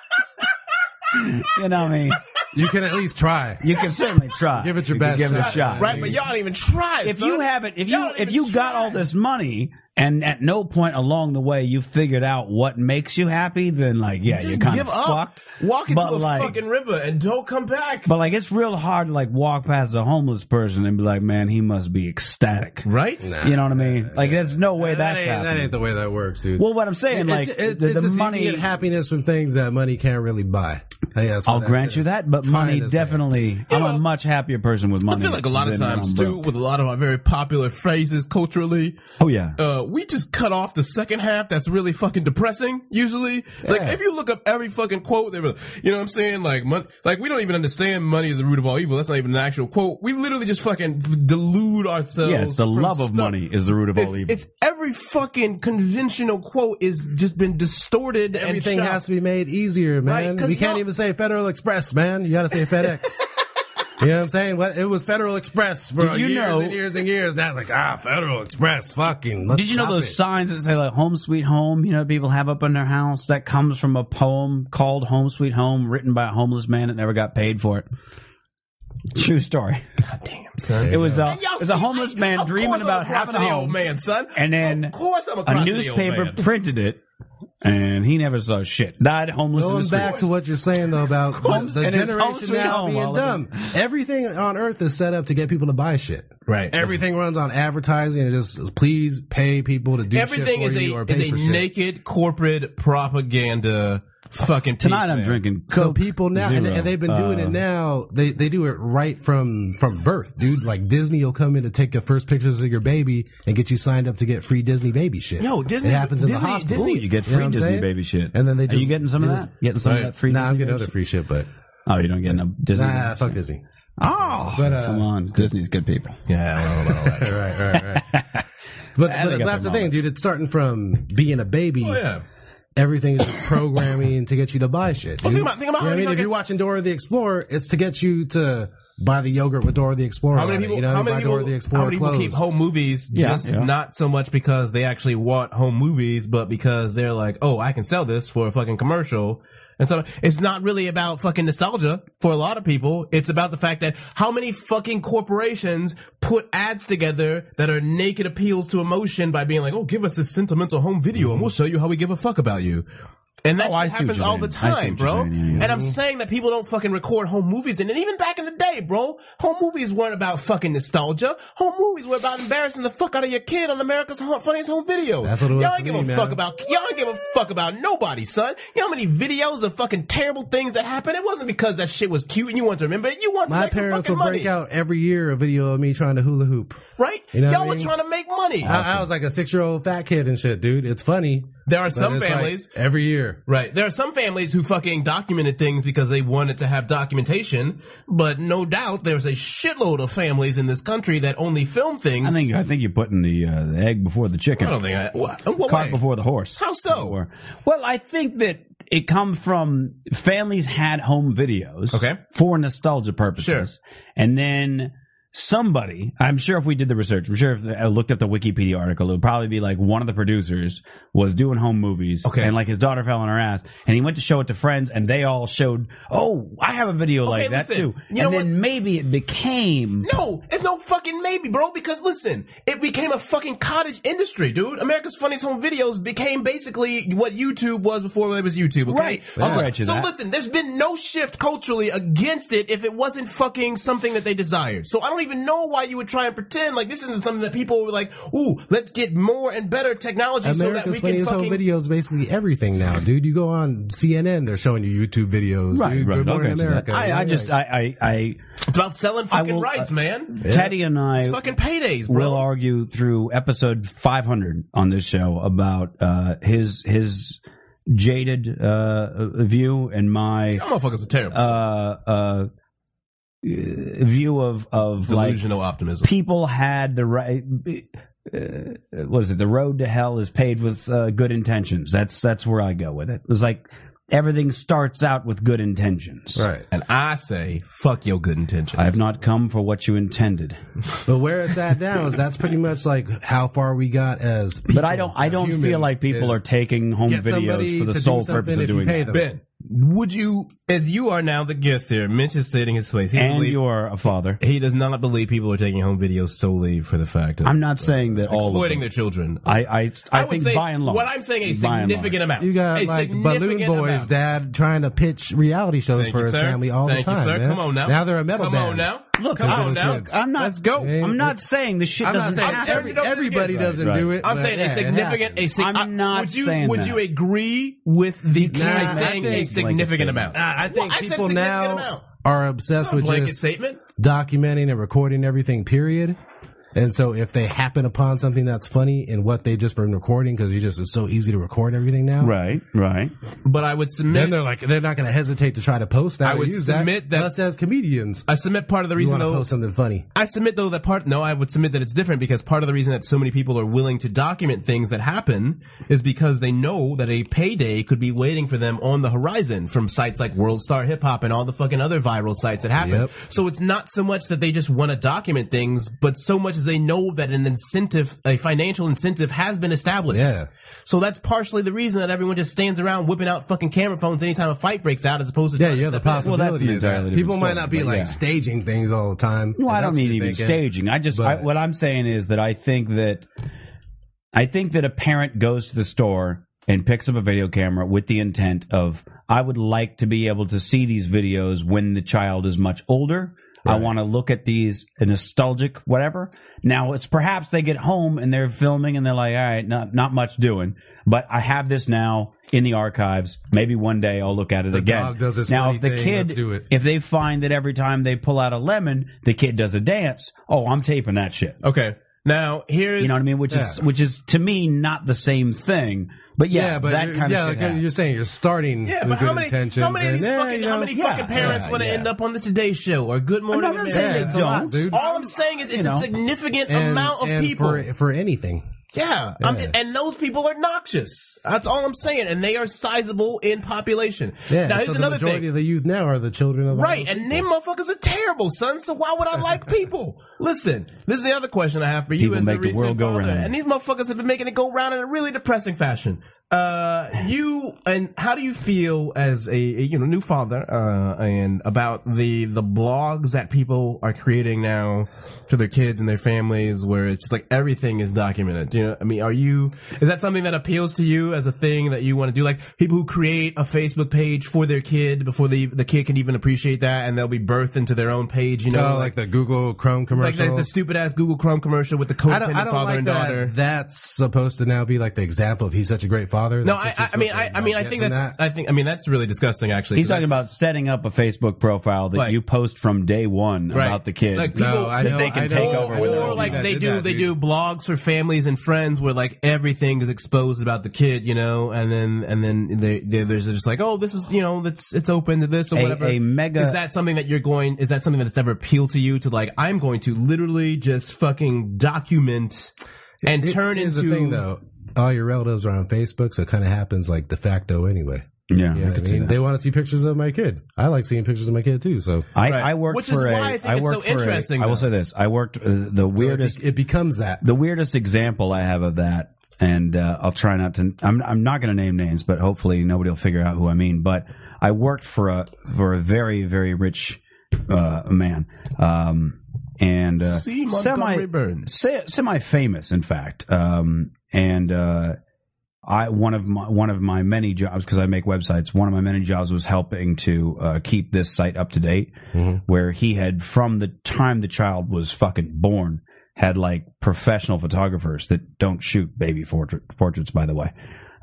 S5: you know, what I mean,
S6: You can at least try.
S5: you can certainly try.
S6: Give it your
S5: You can
S6: best
S5: Give it a
S6: shot.
S5: shot.
S2: right, but y'all didn't even try.
S5: If
S2: son.
S5: you haven't, if
S2: Y'all
S5: you
S2: don't
S5: if
S2: even
S5: you got
S2: try.
S5: all this money. And at no point along the way you figured out what makes you happy, then like yeah,
S2: just
S5: you're kind
S2: give
S5: of
S2: up,
S5: fucked.
S2: walk into
S5: But,
S2: a
S5: like,
S2: fucking river and don't come back.
S5: But like, it's real hard to like walk past a homeless person and be like, "Man, he must be ecstatic."
S2: right?
S5: You know what I mean? Like, there's no way
S6: that,
S5: that's
S6: ain't, that
S5: happening.
S6: ain't the way that works, dude.
S5: well, what I'm saying,
S6: It's-
S5: like,
S6: it's,
S5: the,
S6: it's
S5: the
S6: just you can
S5: money.
S6: get happiness from things that money can't really buy. I guess what
S5: I'll grant
S6: shit
S5: you
S6: is
S5: that, but
S6: trying
S5: money
S6: to say.
S5: definitely. I'm
S2: know,
S5: a much happier person with money.
S2: I feel like a lot of
S5: than when
S2: times
S5: I'm
S2: too,
S5: broke.
S2: with a lot of our very popular phrases culturally,
S5: Oh yeah.
S2: uh, we just cut off the second half. That's really fucking depressing. Usually, like if you look up every fucking quote, they were, you know what I'm saying? Like, mon- like we don't even understand money is the root of all evil. That's not even an actual quote. We literally just fucking delude ourselves.
S5: yeah, it's the
S2: from
S5: love of
S2: stuff.
S5: money is the root of all
S2: It's,
S5: evil.
S2: it's every every fucking conventional quote is just been distorted.
S6: Everything
S2: and
S6: has to be made easier, man.
S2: Right, 'cause
S6: we can't
S2: y'all-
S6: even say Federal Express, man. You got to say FedEx. you know what I'm saying? What, it was Federal Express for
S5: Did you
S6: years
S5: know-
S6: and years and years. Now it's like ah, Federal Express, fucking. Let's
S5: Did you know
S6: stop
S5: those
S6: it.
S5: signs that say like "Home Sweet Home"? You know, people have up in their house that comes from a poem called "Home Sweet Home," written by a homeless man that never got paid for it. True story.
S2: son.
S5: It was, uh,
S2: And y'all
S5: it was
S2: see,
S5: a homeless
S2: like,
S5: man
S2: of
S5: dreaming
S2: course I'm
S5: about
S2: a crotchety
S5: having a
S2: old
S5: home,
S2: man, son.
S5: and then
S2: of course I'm a,
S5: a
S2: crotchety old
S5: newspaper
S2: man.
S5: printed it, and he never saw shit. Died homeless in the
S6: Going
S5: street.
S6: back to what you're saying though about the,
S5: course,
S6: the
S5: and it's home
S6: generation
S5: sweet
S6: now
S5: home,
S6: being
S5: all of
S6: dumb. Everything on earth is set up to get people to buy shit.
S2: Right.
S6: Everything runs on advertising and it just please pay people to do
S2: Everything
S6: shit
S2: is
S6: for you or
S2: a
S6: pay
S2: is a
S6: for shit.
S2: naked corporate propaganda fucking. piece,
S5: Tonight I'm
S2: man.
S5: drinking.
S6: so
S5: Coke
S6: people now and,
S5: Zero.
S6: and they've been doing
S5: Uh,
S6: it now they they do it right from from birth dude like disney will come in to take the first pictures of your baby and get you signed up to get free disney baby shit
S2: Yo, Disney-
S6: it happens in the
S2: Disney-
S6: hospital
S2: Disney-
S5: You get
S6: You
S5: free
S6: know what I'm
S5: Disney
S6: saying?
S5: baby shit.
S6: and then they just
S5: Are you getting some of
S6: they
S5: that?
S6: just-
S5: Getting some of
S2: Right.
S5: that free?
S6: nah i'm
S5: Disney
S6: getting
S5: baby
S6: other free shit but
S5: shit? Oh, you don't get no Disney.
S6: nah fuck disney
S5: Oh,
S6: But, uh,
S5: come on, Disney's good people.
S2: Yeah, I don't know about all that.
S6: right right right but,
S5: I
S6: but
S5: got
S6: that's the
S5: their
S6: thing
S5: moment.
S6: dude it's starting from being a baby
S2: Oh, yeah.
S6: everything is just programming to get you to buy shit.
S2: Well,
S6: dude.
S2: think about- think about
S6: You know
S2: how
S6: what I
S2: many
S6: mean, if
S2: fucking-
S6: you're watching Dora the Explorer, it's to get you to buy the yogurt with Dora the Explorer.
S2: How many
S6: on it,
S2: people?
S6: You know,
S2: how
S6: buy
S2: many people?
S6: Dora the Explorer
S2: how many people
S6: clothes.
S2: keep home movies
S5: Yeah,
S2: just
S5: yeah.
S2: not so much because they actually want home movies, but because they're like, oh, I can sell this for a fucking commercial. And so it's not really about fucking nostalgia for a lot of people. It's about the fact that how many fucking corporations put ads together that are naked appeals to emotion by being like, oh, give us this sentimental home video and we'll show you how we give a fuck about you. And that
S5: Mm-hmm. Oh, I
S2: shit
S5: see what
S2: happens
S5: you
S2: all
S5: mean.
S2: the
S5: I see what
S2: time,
S5: you're
S2: bro.
S5: saying, yeah,
S2: And
S5: yeah.
S2: I'm
S6: Mm-hmm.
S2: saying that people don't fucking record home movies. And then even back in the day, bro, home movies weren't about fucking nostalgia. Home movies were about embarrassing the fuck out of your kid on America's Ho- Funniest Home Videos.
S6: That's what it was
S2: Y'all
S6: for
S2: ain't give
S6: me,
S2: a
S6: man.
S2: fuck about y'all ain't give a fuck about nobody, son. You know how many videos of fucking terrible things that happened? It wasn't because that shit was cute and you wanted to remember it. You wanted to
S6: My
S2: make some
S6: parents
S2: fucking
S6: would
S2: money,
S6: break out every year a video of me trying to hula hoop.
S2: right?
S6: You know what
S2: Y'all
S6: I
S2: was
S6: mean?
S2: trying to make money.
S6: I, I was like a six year old fat kid and shit, dude. It's funny.
S2: there are
S6: but
S2: some
S6: it's like
S2: families
S6: every year.
S2: Right. There are some families who fucking documented things because they wanted to have documentation, but no doubt there's a shitload of families in this country that only film things.
S5: I think I think you're putting the, uh, the egg before the
S2: I
S5: chicken.
S2: don't think I. What, in what
S5: cart
S2: way?
S5: before the horse.
S2: How so?
S5: Or- well, I think that it come from families had home videos,
S2: Okay.
S5: for nostalgia purposes,
S2: Sure.
S5: and then somebody. I'm sure if we did the research, I'm sure if I looked up the Wikipedia article, it would probably be like one of the producers was doing home movies,
S2: Okay.
S5: and like his daughter fell on her ass, and he went to show it to friends, and they all showed, oh, I have a video like that
S2: listen,
S5: too,
S2: you know
S5: and then maybe it became.
S2: No, it's no fucking maybe, bro. Because listen, it became a fucking cottage industry, dude. America's Funniest Home Videos became basically what YouTube was before it was YouTube. Okay?
S5: Right.
S2: So,
S5: I'll grant you
S2: so
S5: that.
S2: listen, there's been no shift culturally against it if it wasn't fucking something that they desired. So I don't even know why you would try and pretend like this isn't something that people were like, ooh, let's get more and better technology so that
S6: America's
S2: we can
S6: Funniest
S2: fucking.
S6: Home Videos basically everything now, dude. You go on CNN, they're showing you YouTube videos.
S5: Right,
S6: dude.
S5: right.
S6: Good
S5: I'll grant you
S6: Morning
S5: that.
S6: America.
S5: I, I just, I, I, I,
S2: It's about selling fucking
S5: will, uh,
S2: rights, man.
S5: Teddy and I,
S2: It's fucking paydays, bro.
S5: will argue through episode 500 on this show about uh, his his jaded uh, view and my
S2: Y'all motherfuckers are terrible.
S5: uh, uh, view of of like
S2: Delusional optimism.
S5: people had the right. Uh, what is it? The road to hell is paved with uh, good intentions. That's that's where I go with it. It's like everything starts out with good intentions.
S6: right.
S2: And I say, fuck your good intentions.
S5: I have not come for what you intended.
S6: But where it's at now is that's pretty much like how far we got as. People,
S5: But I don't. I
S6: as
S5: don't feel
S6: humans,
S5: like people
S6: is
S5: are taking home
S6: get
S5: videos
S6: somebody
S5: for the
S6: to do
S5: sole
S6: something
S5: purpose of
S6: if you
S5: doing
S6: pay
S5: that.
S6: them.
S2: Ben, would you, as you are now the guest here, Mitch is stating his face. He,
S5: And
S2: believe-
S5: you are a father.
S2: he does not believe people are taking home videos solely for the fact of
S5: I'm not saying that all of
S2: exploiting
S5: them.
S2: their children.
S5: I I, I,
S2: would
S5: think
S2: say,
S5: by and large.
S2: what I'm saying, a
S5: by and
S2: significant
S5: large.
S2: amount.
S6: You got
S2: a
S6: like
S2: significant
S6: Balloon Boy's
S2: amount.
S6: dad trying to pitch reality shows
S2: Thank
S6: for
S2: you,
S6: his
S2: sir.
S6: family all
S2: Thank
S6: the time.
S2: you, sir.
S6: man.
S2: Come on now.
S6: Now they're a metal
S2: Come
S6: band.
S2: on now.
S5: Look,
S2: Come
S5: I'm-
S2: on now.
S6: look,
S5: I'm not.
S2: Let's go.
S5: I'm not saying this shit
S6: I'm not
S5: doesn't
S6: saying
S5: happen.
S2: every-
S6: every,
S2: don't do
S6: everybody
S2: this.
S6: doesn't
S5: Right,
S6: do
S5: right.
S6: it.
S2: I'm
S6: but
S2: saying
S6: yeah,
S2: a
S6: it
S2: significant, a
S6: happens.
S2: sig-
S5: I'm
S2: I-
S5: not
S2: would you,
S5: saying
S2: Would
S5: that.
S2: you agree with the guy
S6: I
S2: saying
S6: think
S2: a
S6: it's
S5: like a
S2: significant
S5: thing.
S2: amount?
S6: I I think
S2: Well, I said
S6: people
S2: significant
S6: now
S2: amount.
S6: are obsessed with
S2: Blanket
S6: just
S2: statement.
S6: documenting and recording everything. Period. And so if they happen upon something that's funny in what they've just been recording, because you just, it's so easy to record everything now.
S5: Right, right.
S2: But I would
S6: Then
S2: submit.
S6: they're like, they're not going to hesitate to try to post that.
S2: I
S6: or
S2: would
S6: use
S2: submit that-
S6: us as comedians.
S2: I submit part of the
S6: We
S2: reason
S6: want to
S2: though.
S6: post something funny.
S2: I submit though that part. No, I would submit that it's different because part of the reason that so many people are willing to document things that happen is because they know that a payday could be waiting for them on the horizon from sites like World Star Hip Hop and all the fucking other viral sites that happen.
S6: Yep.
S2: So it's not so much that they just want to document things, but so much as they know that an incentive, a financial incentive, has been established.
S6: Yeah.
S2: So that's partially the reason that everyone just stands around whipping out fucking camera phones anytime a fight breaks out, as opposed to
S6: Yeah,
S2: trying to
S6: you have the
S2: step in.
S6: possibility.
S5: Well, that's an
S6: of that.
S5: entirely different
S6: People might
S5: story,
S6: not be
S5: but
S6: like
S5: yeah.
S6: staging things all the time.
S5: No, I
S6: That's
S5: don't
S6: what
S5: mean
S6: you're
S5: even
S6: thinking.
S5: staging. I just I,
S6: eh? But-
S5: what I'm saying is that I think that I think that a parent goes to the store and picks up a video camera with the intent of I would like to be able to see these videos when the child is much older. I want to look at these a nostalgic whatever. Now it's perhaps they get home and they're filming and they're like, all right, not not much doing, but I have this now in the archives. Maybe one day I'll look at it
S6: The
S5: again.
S6: dog does this
S5: now
S6: funny
S5: if the
S6: thing,
S5: kid
S6: let's do it.
S5: if they find that every time they pull out a lemon, the kid does a dance, oh, I'm taping that shit.
S2: Okay. Now here's
S5: You know what I mean? Which is
S6: Yeah.
S5: which is to me not the same thing. But yeah,
S6: Yeah, but
S5: that
S6: you're-
S5: kind
S6: yeah,
S5: of shit.
S6: like
S5: happens.
S6: you're saying you're starting
S2: Yeah,
S6: with
S2: but
S6: good
S2: how many,
S6: intentions.
S2: how many of these
S6: and, yeah,
S2: fucking,
S6: you
S2: how
S6: know,
S2: many
S5: yeah,
S2: fucking parents
S5: yeah,
S2: want to
S5: yeah.
S2: end up on the Today Show or Good Morning
S5: I'm not
S2: America?
S5: saying
S6: it's
S5: they
S6: a lot,
S5: don't.
S6: dude.
S2: All I'm saying is it's
S5: know.
S2: a significant
S6: and-
S2: amount of
S6: and
S2: people.
S6: for, for anything.
S2: yeah, I'm just- and those people are noxious. That's all I'm saying, and they are sizable in population.
S6: Yeah,
S2: now
S6: so
S2: here's
S6: the
S2: another
S6: majority
S2: thing.
S6: of the youth now are the children of all
S2: Right,
S6: those
S2: and
S6: people.
S2: them motherfuckers are terrible, son. So why would I like people? Listen, this is the other question I have for you.
S5: People
S2: as a
S5: make the
S2: recent
S5: world go
S2: father,
S5: round.
S2: and these motherfuckers have been making it go round in a really depressing fashion. Uh, you and how do you feel as a, a, you know new father uh, and about the the blogs that people are creating now for their kids and their families, where it's like everything is documented. You know, I mean, are you is that something that appeals to you as a thing that you want to do? Like people who create a Facebook page for their kid before the the kid can even appreciate that, and they'll be birthed into their own page. You know,
S6: Oh, like the Google Chrome
S2: like
S6: commercial.
S2: the, the stupid ass Google Chrome commercial with the
S6: I don't,
S2: codependent
S6: I don't
S2: father
S6: like
S2: and
S6: that.
S2: daughter.
S6: That's supposed to now be like the example of he's such a great father.
S2: no,
S6: That's
S2: I,
S6: what you're
S2: I, I mean,
S6: supposed
S2: I,
S6: to
S2: I mean, I
S6: get
S2: think
S6: from
S2: that's,
S6: that.
S2: I think, I mean, that's really disgusting. Actually,
S5: He's
S2: 'cause
S5: talking
S2: that's-
S5: about setting up a Facebook profile that
S2: Right.
S5: you post from day one
S2: Right.
S5: about the kid.
S2: Like,
S6: No,
S2: people
S6: I
S5: that
S6: know,
S5: they can
S6: I know,
S5: take
S6: I
S5: over
S6: know
S5: with
S6: people
S5: their
S2: or
S5: own
S2: like
S6: that
S2: they
S6: did
S2: do
S6: that,
S2: they do
S6: dude.
S2: blogs for families and friends where like everything is exposed about the kid you know and then and then they, they there's just like oh this is you know it's it's open to this or
S5: A-
S2: whatever
S5: a mega-
S2: is that something that you're going is that something that's ever appealed to you to like i'm going to literally just fucking document and
S6: Here-
S2: turn
S6: here's
S2: into
S6: the thing though. All your relatives are on Facebook, so it kind of happens like de facto anyway.
S5: Yeah,
S6: You know
S5: I
S6: what I
S5: could see
S6: mean?
S5: that.
S6: They want to see pictures of my kid. I like seeing pictures of my kid too. So
S5: I,
S2: Right.
S5: I worked
S2: Which
S5: for
S2: is
S5: a-
S2: why I think
S5: I
S2: it's so
S5: worked for a-
S2: interesting,
S5: I will
S2: though.
S5: say this: I worked uh, the weirdest.
S6: it, be- it becomes that.
S5: the weirdest example I have of that, and uh, I'll try not to. I'm I'm not going to name names, but hopefully nobody will figure out who I mean. But I worked for a for a very very rich uh, man, um, and uh,
S2: See Montgomery Burns.
S5: semi famous, in fact, um, and. Uh, I one of my one of my many jobs because I make websites. One of my many jobs was helping to uh, keep this site up to date, where he had from the time the child was fucking born had like professional photographers that don't shoot baby portrait, portraits. By the way,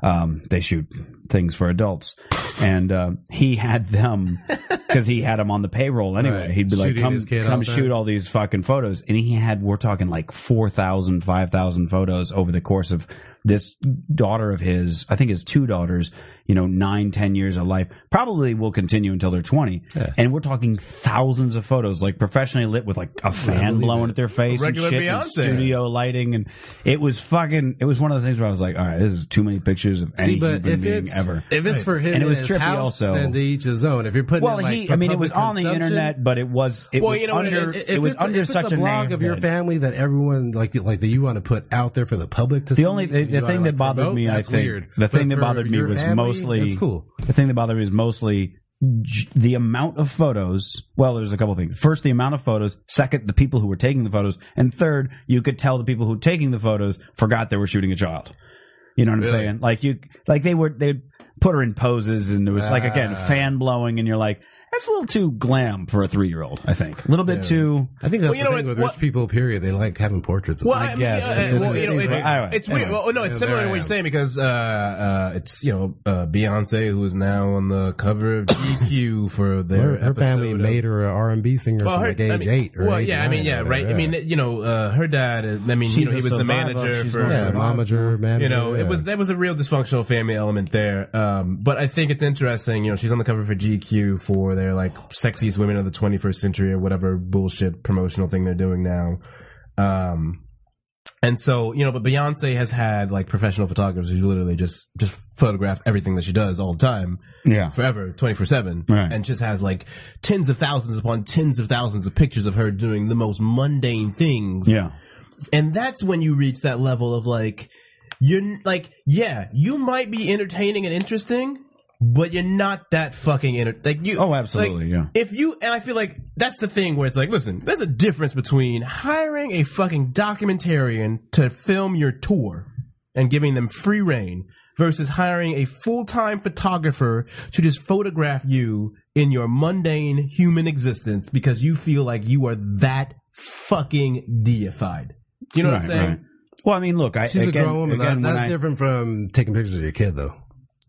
S5: um, they shoot things for adults, and uh, he had them because he had them on the payroll anyway.
S6: Right.
S5: He'd be
S6: Shooting
S5: like,
S6: his
S5: "Come,
S6: kid
S5: come
S6: all the
S5: shoot
S6: time.
S5: all these fucking photos," and he had. We're talking like 4,000, 5,000 photos over the course of this daughter of his. I think his two daughters. You know, nine, ten years of life probably will continue until they're twenty, and we're talking thousands of photos, like professionally lit with like a fan blowing at their face,
S2: Regular
S5: and shit, and
S2: Beyonce.
S5: studio lighting, and it was fucking. It was one of those things where I was like, all right, this is too many pictures of any
S6: See, but
S5: human
S6: if
S5: being
S6: it's
S5: ever.
S6: if it's for him
S5: And it
S6: in
S5: was
S6: his
S5: trippy
S6: house,
S5: also.
S6: then to each his own. If you're putting,
S5: Well,
S6: it, like,
S5: he.
S6: for
S5: I mean, it was
S6: public
S5: on the
S6: consumption,
S5: internet, but it was. It
S2: Well,
S5: was
S2: you know what it
S5: under.
S2: is?
S5: It,
S2: If
S5: was
S6: it's,
S5: under
S6: if
S5: such
S6: it's a blog
S5: name
S6: of your
S5: that-
S6: family that everyone like like that you want to put out there for the public to see.
S5: The only the,
S6: and you
S5: the
S6: wanna,
S5: thing
S6: like,
S5: that bothered
S6: promote,
S5: me, I
S6: that's
S5: think,
S6: weird.
S5: the thing that
S6: But for
S5: bothered me
S6: your
S5: was
S6: family,
S5: mostly
S6: it's cool.
S5: The thing that bothered me was mostly j- the amount of photos. Well, there's a couple things. First, the amount of photos. Second, the people who were taking the photos, and third, you could tell the people who were taking the photos forgot they were shooting a child. You know what I'm
S6: Really? Ah.
S5: saying? Like you, like they were they put her in poses, and there was like again fan blowing, and you're like, That's a little too glam for a three year old, I think. A little bit too.
S6: I think that's
S2: you
S6: the
S2: know what-
S6: thing with
S2: what-
S6: rich people. Period. They like having portraits. Of
S2: Well,
S6: them.
S2: I,
S5: guess.
S2: mean, uh, uh, well, you know, it's,
S5: Anyway,
S2: it's weird.
S5: anyway.
S2: Well, no, it's
S6: Yeah,
S2: similar
S6: there
S2: to
S6: I
S2: what you're
S6: am.
S2: saying because uh, uh, it's you know uh, Beyonce who is now on the cover of GQ for their
S6: her, her
S2: episode
S6: family
S2: of-
S6: made her an R and B singer
S2: Well,
S6: from
S2: her,
S6: like
S2: I
S6: age
S2: mean,
S6: eight. Or
S2: well, yeah, I
S6: 89
S2: mean, yeah,
S6: or
S2: right. I
S6: whatever,
S2: mean,
S6: yeah.
S2: you know, uh, her dad. is- I mean, you
S8: She's
S2: know, he
S8: a
S2: was the
S8: survivor.
S2: manager
S8: She's
S2: for.
S8: more
S6: yeah,
S8: survivor.
S6: momager, manager.
S2: you know,
S6: yeah.
S2: it was that was a real dysfunctional family element there. Um, but I think it's interesting. You know, she's on the cover for GQ for their like sexiest women of the 21st century or whatever bullshit promotional thing they're doing now. Um, and so you know, but Beyonce has had like professional photographers who literally just just photograph everything that she does all the time
S5: Yeah.
S2: forever, twenty four seven,
S5: Right.
S2: and just has like tens of thousands upon tens of thousands of pictures of her doing the most mundane things
S5: Yeah.
S2: and that's when you reach that level of like you're n- like yeah you might be entertaining and interesting but you're not that fucking enter- like you
S5: Oh,
S2: like,
S5: absolutely, yeah.
S2: if you and i feel like that's the thing where it's like listen there's a difference between hiring a fucking documentarian to film your tour and giving them free reign versus hiring a full-time photographer to just photograph you in your mundane human existence because you feel like you are that fucking deified you know what i'm saying
S5: Well, I mean, look, I,
S6: She's
S5: again,
S6: a grown woman.
S5: again,
S6: that,
S5: when
S6: that's
S5: I-
S6: different from taking pictures of your kid, though.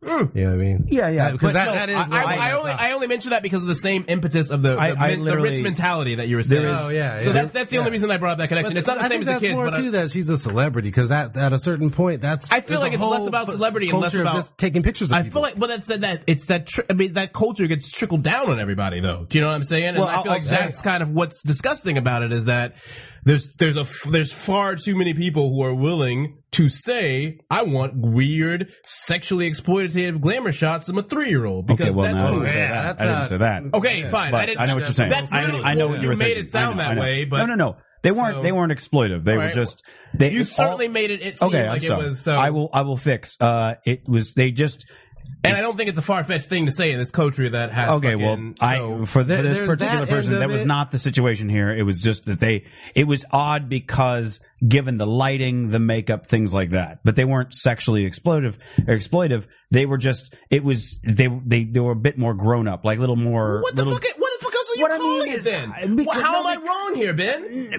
S6: You know what I mean?
S5: Yeah, yeah.
S6: Because
S5: But
S6: Mm. that,
S5: no,
S6: that is.
S5: I-
S6: what
S2: I, I only I only mention that because of the same impetus of the the,
S5: I- I
S2: men- the
S5: literally-
S2: rich mentality that you were saying.
S5: There is-
S6: Oh, yeah,
S2: So
S6: yeah.
S2: that's that's the only reason I brought up that connection. it's not the
S6: I
S2: same as
S6: think
S2: the
S6: that's
S2: kids,
S6: more
S2: but I-
S6: too that she's a celebrity because that at a certain point that's.
S2: I feel
S6: there's
S2: like
S6: a
S2: it's less
S6: whole
S2: about
S6: fu-
S2: celebrity and less
S6: culture of
S2: about-
S6: just taking pictures.
S2: I
S6: Of
S2: feel
S6: people.
S2: like, well, that's that, that it's that. Tr- I mean, that culture gets trickled down on everybody, though. Do you know what I'm saying? And
S5: Well,
S2: I feel
S5: I'll-
S2: like
S5: I'll say-
S2: that's kind of what's disgusting about it is that there's there's a f- there's far too many people who are willing to say, "I want weird, sexually exploitative glamour shots of a three year old."
S5: okay, well,
S2: that's
S5: now I
S2: what-
S5: didn't say
S6: yeah,
S5: that.
S6: that's
S5: I didn't
S6: a-
S5: say that.
S2: okay, fine. I,
S5: But
S2: didn't,
S5: I know what you're saying.
S2: That's
S5: I,
S2: literally-
S5: I know
S2: well,
S5: what
S2: you
S5: were
S2: made
S5: thinking.
S2: it sound
S5: I know,
S2: that
S5: I know.
S2: way, but-
S5: no, no, no. They weren't.
S2: So-
S5: they weren't exploitive. They were
S2: Alright,
S5: just. They,
S2: You
S5: all-
S2: certainly made it. It seemed
S5: Okay, I'm
S2: like it
S5: sorry.
S2: was. So,
S5: I will. I will fix. Uh, it was. They just.
S2: and I don't think it's a far fetched thing to say in this culture that has.
S5: Okay,
S2: fucking-
S5: well, I
S2: so-
S5: for, th-
S6: There-
S5: for this
S6: there's
S5: particular
S6: that
S5: person,
S6: end
S5: that
S6: of
S5: was
S6: it.
S5: not the situation here. It was just that they. It was odd because given the lighting, the makeup, things like that, but they weren't sexually exploitive. Or exploitive. They were just. It was they. They they were a bit more grown up, like little more.
S2: What the
S5: little,
S2: fuck? What the fuck else are you
S5: What I
S2: calling
S5: mean
S2: it
S5: is,
S2: then?
S5: uh, because-
S2: Wha- how
S5: no,
S2: am I wrong here,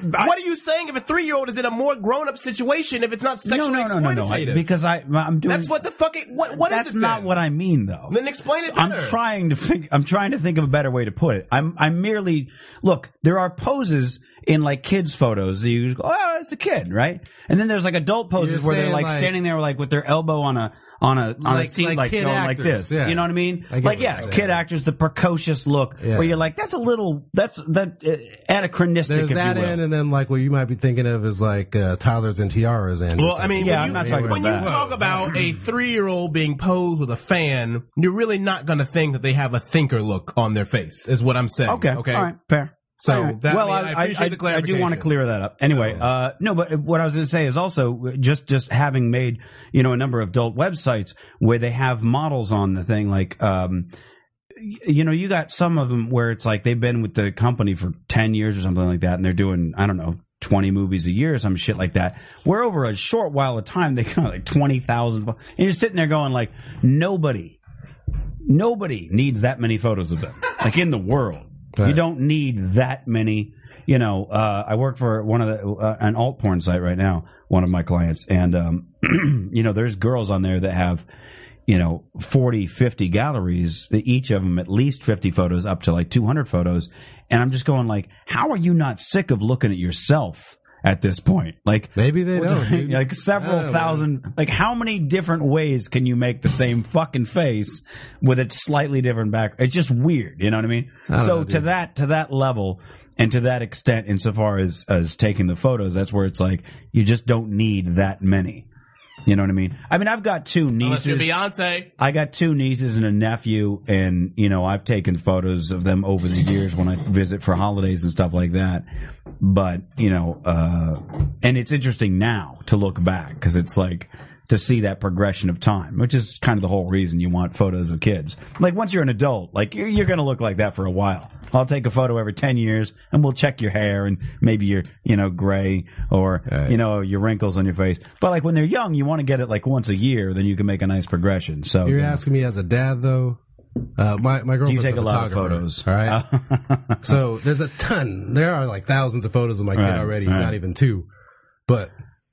S2: Ben?
S5: I-
S2: what are you saying? If a three-year-old is in a more grown-up situation, if it's not sexually
S5: no, no, no, no, no. I-
S2: exploitative,
S5: because I, I'm doing.
S2: that's what the fucking what what is
S5: that's
S2: it
S5: not
S2: then?
S5: what I mean, though.
S2: Then explain it
S5: I'm
S2: better.
S5: trying to think. I'm trying to think of a better way to put it. I'm. I'm merely look. There are poses in like kids' photos. That you go, oh, it's a kid, right? And then there's like adult poses
S6: You're
S5: where they're
S6: saying,
S5: like,
S6: like-
S5: standing there, like with their elbow on a on a on a
S6: Like-
S5: seat, like,
S6: like kid
S5: going like
S6: actors,
S5: this.
S6: yeah.
S5: You know what I mean?
S6: I get
S5: like
S6: what you're
S5: yeah,
S6: saying.
S5: kid actors, the precocious look
S6: Yeah.
S5: where you're like, that's a little that's that uh, anachronistic.
S6: There's
S5: if
S6: that
S5: you will.
S6: end, and then like what you might be thinking of is like uh, Tyler's and Tiara's end. or
S2: Well, I mean,
S5: Yeah,
S2: when
S5: I'm
S2: you,
S5: not talking
S2: when
S5: about
S2: you
S5: that.
S2: talk about a three-year-old being posed with a fan, you're really not going to think that they have a thinker look on their face. Is what I'm saying.
S5: Okay.
S2: Okay.
S5: All right. Fair.
S2: So
S5: All right.
S2: that-
S5: well,
S2: I mean, I appreciate the
S5: do want to
S2: clarification.
S5: clear that up. Anyway, uh, no, but what I was going to say is also just just having made you know a number of adult websites where they have models on the thing, like um, y- you know, you got some of them where it's like they've been with the company for ten years or something like that, and they're doing I don't know. 20 movies a year or some shit like that where over a short while of time they got like 20,000 and you're sitting there going like nobody nobody needs that many photos of them like in the world you don't need that many you know uh, i work for one of the uh, an alt porn site right now one of my clients and um, you know there's girls on there that have you know 40 50 galleries each of them at least 50 photos up to like 200 photos and i'm just going like how are you not sick of looking at yourself at this point like
S6: Maybe they don't. dude. Oh.
S5: like
S6: I
S5: several
S6: don't know.
S5: thousand like how many different ways can you make the same fucking face with a slightly different back it's just weird you know what i mean
S6: don't
S5: so
S6: know,
S5: to
S6: dude.
S5: that to that level and to that extent insofar as as taking the photos that's where it's like you just don't need that many you know what i mean i mean i've got two
S2: Unless
S5: nieces
S2: you're Beyonce.
S5: I got two nieces and a nephew, and you know I've taken photos of them over the years when I visit for holidays and stuff like that. But you know, uh, and it's interesting now to look back because it's like to see that progression of time, which is kind of the whole reason you want photos of kids. Like once you're an adult, like you're, you're going to look like that for a while. I'll take a photo every ten years, and we'll check your hair and maybe your you know gray or you know your wrinkles on your face. But like when they're young, you want to get it like once a year, then you can make a nice progression. So
S6: You're asking me as a dad, though. Uh, my my girlfriend's
S5: You take a lot of
S6: photographer,
S5: photos.
S6: All right. so there's a ton. There are like thousands of photos of my kid
S5: Right,
S6: already. He's
S5: right.
S6: not even two, but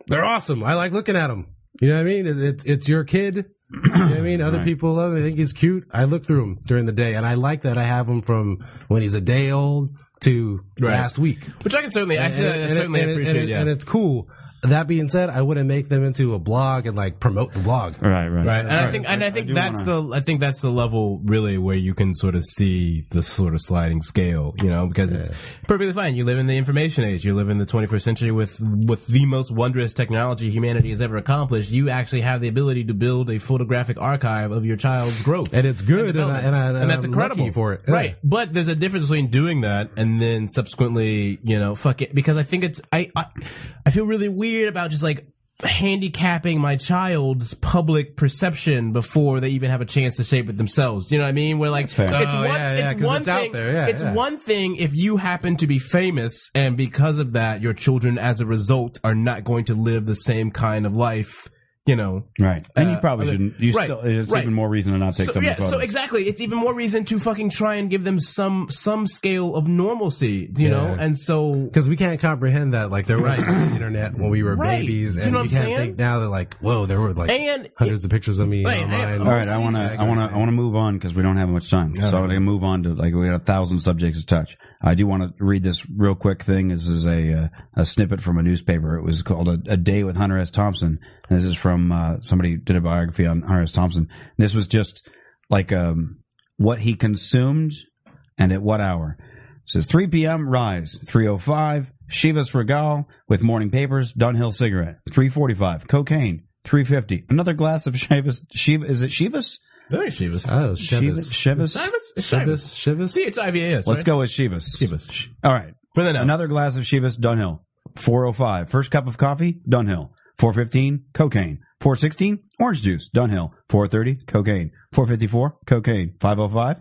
S6: they're awesome. I like looking at them. You know what I mean? It, it, it's your kid. You know what I mean? Other people love it. I think he's cute. I look through him during the day, and I like that I have him from when he's a day old to
S2: Right.
S6: last week.
S2: Which I can certainly, I
S6: And- and- and-
S2: certainly
S6: and- and-
S2: appreciate.
S6: and-
S2: yeah.
S6: and it's cool. That being said, I wouldn't make them into a blog and like promote the blog.
S5: Right, right,
S2: Right, and I think, and I think
S5: do
S2: that's the, I think that's the level really where you can sort of see the sort of sliding scale, you know, because it's perfectly fine. You live in the information age, you live in the 21st century with with the most wondrous technology humanity has ever accomplished. You actually have the ability to build a photographic archive of your child's growth,
S6: And it's good, and, I,
S2: development.
S6: and, I,
S2: And that's
S6: I'm
S2: incredible
S6: lucky for it.
S2: right? But there's a difference between doing that and then subsequently, you know, fuck it, because I think it's I I, I feel really weird about just like handicapping my child's public perception before they even have a chance to shape it themselves. You know what I mean? We're like, it's one,
S5: fair.
S6: Oh, yeah, yeah,
S2: it's
S6: 'cause
S2: one
S6: it's out
S2: thing.
S6: there, yeah,
S2: it's
S6: yeah.
S2: one thing if you happen to be famous, and because of that, your children, as a result, are not going to live the same kind of life. You know,
S5: right.
S8: And you
S2: Uh,
S8: probably
S2: okay.
S8: shouldn't. You
S2: Right,
S8: still, it's
S2: right.
S8: even more reason to not take
S2: so,
S8: some
S2: yeah,
S8: photos.
S2: so exactly. It's even more reason to fucking try and give them some some scale of normalcy, you know.
S6: Yeah.
S2: And so,
S6: Because we can't comprehend that, like there was
S2: Right.
S6: no internet when we were
S2: Right.
S6: babies,
S2: Do you
S6: and
S2: know
S6: you
S2: what I'm
S6: can't
S2: saying?
S6: think now that like, whoa, there were like
S2: and
S6: hundreds of pictures of me
S2: Wait,
S6: online.
S2: I-
S5: All right, I want to, I want to, I want to move on because we don't have much time. so I'm going to move on to like we got a thousand subjects to touch. I do want to read this real quick thing. This is a uh, a snippet from a newspaper. It was called a, a Day with Hunter S. Thompson. And this is from uh, somebody did a biography on Hunter S. Thompson. This was just like um, what he consumed and at what hour. It says 3 p.m. Rise 305 Shivas Regal with morning papers Dunhill cigarette 345 cocaine 350 another glass of Shivas Shiva is it Shivas
S2: very Shivas.
S6: Oh,
S5: Shivas.
S6: Shivas,
S5: Shivas.
S2: Uh, Shivas.
S6: Shivas, Shivas.
S2: C H I V A S.
S5: Let's
S2: Let's
S5: go with Shivas.
S2: go. Shivas.
S5: All right.
S2: For the now.
S5: Another glass of Shivas Dunhill. 405. First cup of coffee, Dunhill. 415, cocaine. 416, orange juice, Dunhill. 430, cocaine. 454, cocaine. 505,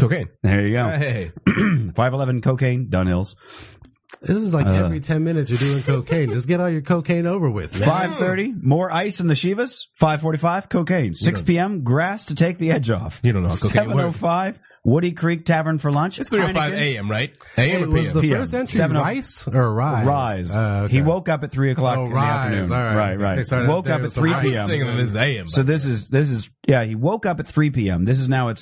S2: cocaine.
S5: there you go.
S2: Hey,
S5: 511, cocaine, Dunhills.
S6: This is
S5: Uh,
S6: like every ten minutes you're doing cocaine. Just get all your cocaine over with. man.
S5: 530, more ice in the Shivas. 545, cocaine. 6 p.m., grass to take the edge off.
S2: You don't know how cocaine works.
S5: 705, Woody Creek Tavern for lunch.
S2: it's three o five
S5: Heineken.
S2: a.m. Right? A.m.
S6: It
S2: or
S6: was
S2: p.m.
S6: the
S5: PM.
S6: first entry
S5: Seven oh-
S6: rice or rise?
S5: Rise.
S6: Uh, okay.
S5: He woke up at three o'clock
S6: Oh,
S5: in
S6: rise.
S5: the afternoon.
S6: All right.
S5: right, right.
S6: They started
S5: woke
S6: the day
S5: up at
S6: with some
S5: three
S6: rise.
S2: I was
S5: p.m.
S2: thinking that this is a.m.
S5: So this is this is yeah. He woke up at 3 p.m. This is now at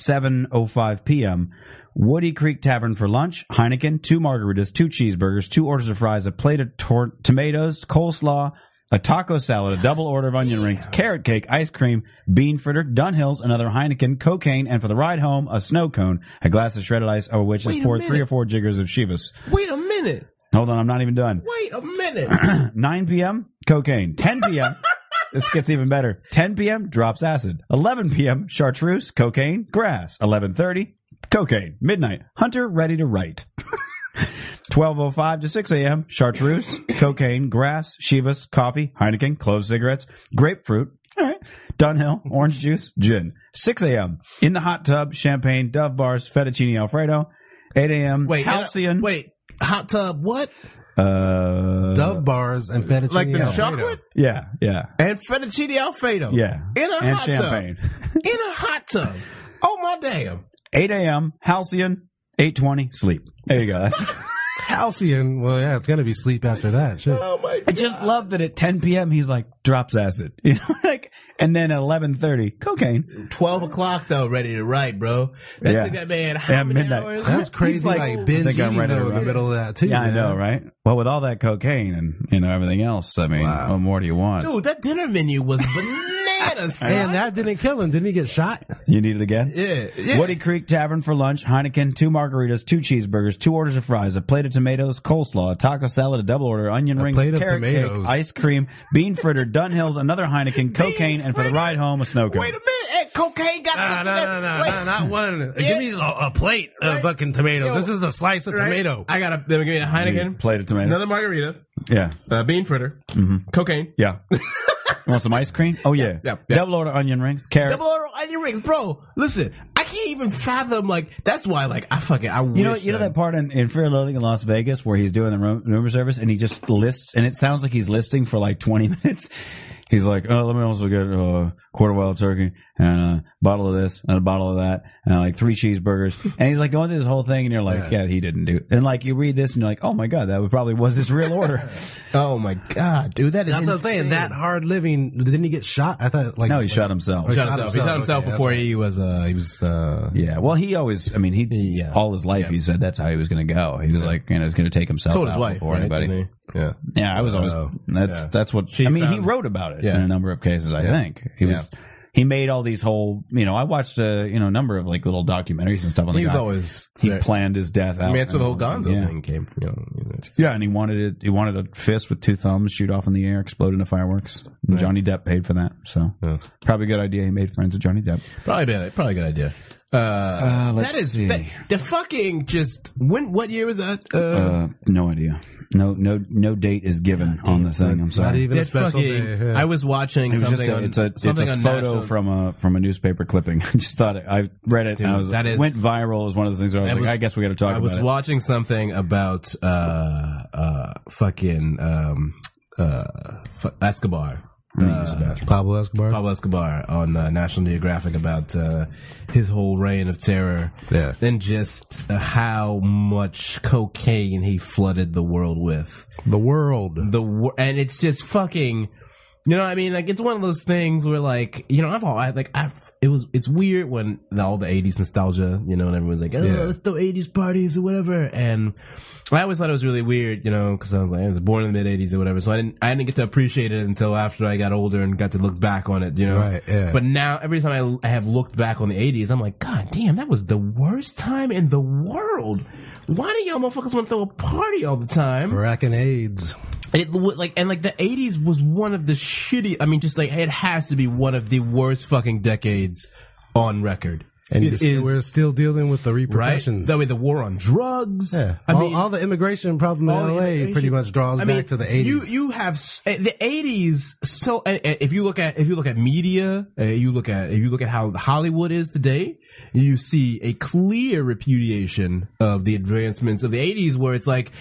S5: 7:05 p.m. Woody Creek Tavern for lunch. Heineken, two margaritas, two cheeseburgers, two orders of fries, a plate of tor- tomatoes, coleslaw, a taco salad, a double order of onion rings, carrot cake, ice cream, bean fritter, Dunhills, another Heineken, cocaine, and for the ride home, a snow cone, a glass of shredded ice, over which
S2: Wait
S5: is
S2: a
S5: poured three
S2: minute.
S5: or four jiggers of Shivas.
S2: Wait a minute.
S5: Hold on, I'm not even done.
S2: Wait a minute.
S5: 9 p.m. cocaine. 10 p.m. this gets even better. 10 p.m. drops acid. 11 p.m. chartreuse, cocaine, grass. 11:30 cocaine. Midnight hunter ready to write. 12:05 to 6 a.m. chartreuse, cocaine, grass, Shivas, coffee, Heineken, clove cigarettes, grapefruit. All right. Dunhill, orange juice, gin. 6 a.m. in the hot tub, champagne, Dove bars, fettuccine alfredo. 8 a.m.
S2: Wait.
S5: halcyon.
S2: Wait. Hot tub. What?
S5: Uh,
S6: Dove bars and fettuccine
S2: Like the
S6: alfredo.
S2: chocolate
S5: yeah, yeah.
S2: and fettuccine alfredo.
S5: Yeah.
S2: In a
S5: and
S2: hot
S5: champagne.
S2: tub. In a hot tub. Oh my damn.
S5: 8 a.m. Halcyon. 8:20. Sleep. There you go. That's-
S6: Halcyon. Well, yeah, it's gonna be sleep after that. Shit.
S2: Oh.
S5: I just love that at 10 p.m. he's like drops acid, you know, like, and then at 11:30 cocaine.
S2: 12 o'clock though, ready to write, bro. That
S5: Yeah.
S2: took that man how
S5: Yeah,
S2: many
S5: midnight.
S2: hours?
S6: That's
S5: He's
S6: crazy.
S5: like,
S6: Like,
S5: I
S6: binge
S5: think I'm
S6: eating
S5: ready to
S6: though in the
S5: write.
S6: middle of that too.
S5: Yeah, I
S6: man.
S5: know, right? Well, with all that cocaine and you know everything else, I mean, what more do you want?
S2: Dude, that dinner menu was bananas. son.
S6: And that didn't kill him. Didn't he get shot?
S5: You need it again?
S2: yeah, yeah.
S5: Woody Creek Tavern for lunch, Heineken, two margaritas, two cheeseburgers, two orders of fries, a plate of tomatoes, coleslaw, a taco salad, a double order, onion rings,
S6: plate of
S5: carrot cake,
S6: tomatoes.
S5: ice cream, bean fritter, Dunhills, another Heineken, cocaine, and for the
S2: fritter?
S5: ride home, a snow cone.
S2: Wait a minute. Hey, cocaine got
S6: Nah,
S2: something
S6: nah, nah,
S2: that-
S6: nah,
S2: Wait.
S6: nah, not one.
S2: Yeah.
S6: Give me a, a plate of
S2: Right.
S6: fucking tomatoes.
S2: Yo.
S6: this is a slice of
S2: Right?
S6: tomato.
S2: I got a, give me a Heineken,
S5: Plate of tomatoes.
S2: another margarita,
S5: yeah,
S2: uh, bean fritter,
S5: Mm-hmm.
S2: cocaine,
S5: yeah. you want some ice cream? Oh yeah.
S2: yeah, yeah.
S5: Double order onion rings, carrot.
S2: double order onion rings. Bro, listen, I can't even fathom, like, that's why, like, I fucking, I
S5: you know,
S2: wish uh,
S5: you know
S2: that-
S5: that part in, in Fear and Loathing in Las Vegas where he's doing the room, room service and he just lists, and it sounds like he's listing for like twenty minutes. He's like, "Oh, let me also get uh, quarter wild turkey and a bottle of this and a bottle of that and like three cheeseburgers. And he's like going through this whole thing, and you're like, yeah, he didn't do. It. And like you read this, and you're like, oh my god, that probably was his real order.
S2: Oh my god, dude, that is.
S6: That's what I'm saying. That hard living. Didn't he get shot? I thought like
S5: no, he
S6: like-
S5: shot himself.
S2: He Oh, shot
S6: Shot
S2: himself. He shot himself
S6: himself. Okay,
S2: before
S6: that's
S2: he was. Uh, he was. Uh,
S5: Yeah, well, he always, I mean, he
S2: Yeah.
S5: all his life he said that's how he was going to go. He was like, you know, he's going to take himself
S2: told
S5: out
S2: his wife.
S5: before
S2: Right?
S5: anybody.
S2: Didn't he? Yeah.
S5: Yeah, I was always
S6: Oh,
S5: that's
S2: yeah.
S5: that's what
S2: She
S5: I mean. He
S2: found-
S5: wrote about it
S2: Yeah.
S5: in a number of cases. I think he was he made all these whole you know I watched a you know a number of like little documentaries and stuff on
S2: He
S5: the
S2: was
S5: guy.
S2: always.
S5: he
S2: very-
S5: planned his death out.
S2: I mean, that's where the whole Gonzo
S5: yeah.
S2: thing came. from. You know, you know, it's-
S5: Yeah, and he wanted it. He wanted a fist with two thumbs shoot off in the air, explode into fireworks. And Johnny Depp paid for that, so
S2: Yeah.
S5: probably a good idea. He made friends with Johnny Depp.
S2: Probably bad. Probably a good idea. Uh,
S5: let's
S2: that is
S5: see.
S2: that, the fucking just when what year was that? Uh,
S5: Uh, no idea. No, no, no date is given on the thing. I'm sorry.
S6: Not even a
S2: that
S6: special
S2: fucking
S6: day. yeah.
S2: I was watching
S5: It was
S2: something
S5: just a,
S2: on
S5: it's a, it's
S2: something
S5: a
S2: on
S5: photo
S2: national-
S5: from a from a newspaper clipping. I just thought it, I read it.
S2: Dude,
S5: and I was
S2: that is-
S5: went viral as one of those things where I was
S2: I
S5: like,
S2: was-
S5: I guess we got to talk
S2: I was
S5: about
S2: watching something about uh uh fucking um uh f- Escobar. Uh,
S6: Pablo Escobar.
S2: Pablo Escobar on uh, National Geographic about uh, his whole reign of terror.
S6: Yeah.
S2: And just uh, how much cocaine he flooded the world with.
S6: The world.
S2: The wor- and it's just fucking you know what I mean? Like it's one of those things where like, you know, I've all I like I've it was it's weird when all the eighties nostalgia, you know, and everyone's like, Oh,
S6: Yeah.
S2: let's throw eighties parties or whatever and I always thought it was really weird, you know, because I was like I was born in the mid eighties or whatever, so I didn't I didn't get to appreciate it until after I got older and got to look back on it, you know.
S6: Right, yeah.
S2: But now every time I, I have looked back on the eighties, I'm like, God damn, that was the worst time in the world. Why do y'all motherfuckers want to throw a party all the time?
S6: Racking AIDS.
S2: It w- like and like the eighties was one of the shitty. I mean, just like it has to be one of the worst fucking decades on record.
S6: And
S2: it
S6: you're st- we're still dealing with the
S2: right.
S6: repercussions.
S2: That way, the war on drugs.
S6: Yeah.
S2: I
S6: all,
S2: mean,
S6: all the immigration problem in
S2: all the
S6: LA pretty
S2: immigration-
S6: much draws
S2: I mean,
S6: back to the 80s.
S2: You you have s- eh, the eighties. So eh, eh, if you look at if you look at media, eh, you look at if you look at how Hollywood is today, you see a clear repudiation of the advancements of the eighties, where it's like.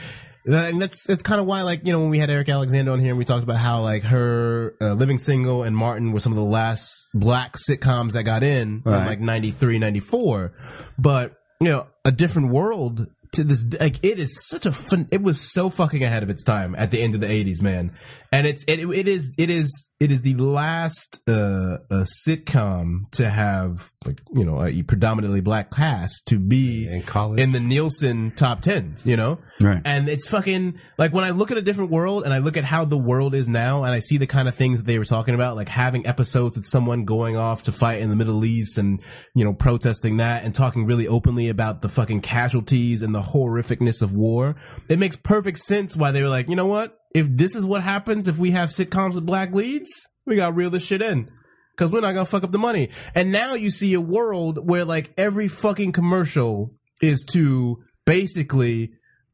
S2: And that's that's kind of why, like you know, when we had Eric Alexander on here, and we talked about how like her uh, Living Single and Martin were some of the last black sitcoms that got in, in
S5: Right.
S2: like 93, 94. But you know, a different world to this like it is such a fun it was so fucking ahead of its time at the end of the 80s man and it's it, it is it is it is the last uh, uh sitcom to have like you know a predominantly black cast to be
S6: In college.
S2: in the nielsen top 10s you know
S5: Right.
S2: and it's fucking like when i look at a different world and i look at how the world is now and i see the kind of things that they were talking about like having episodes with someone going off to fight in the middle east and you know protesting that and talking really openly about the fucking casualties and the horrificness of war it makes perfect sense why they were like you know what if this is what happens if we have sitcoms with black leads we gotta reel this shit in because we're not gonna fuck up the money. And now you see a world where like every fucking commercial is to basically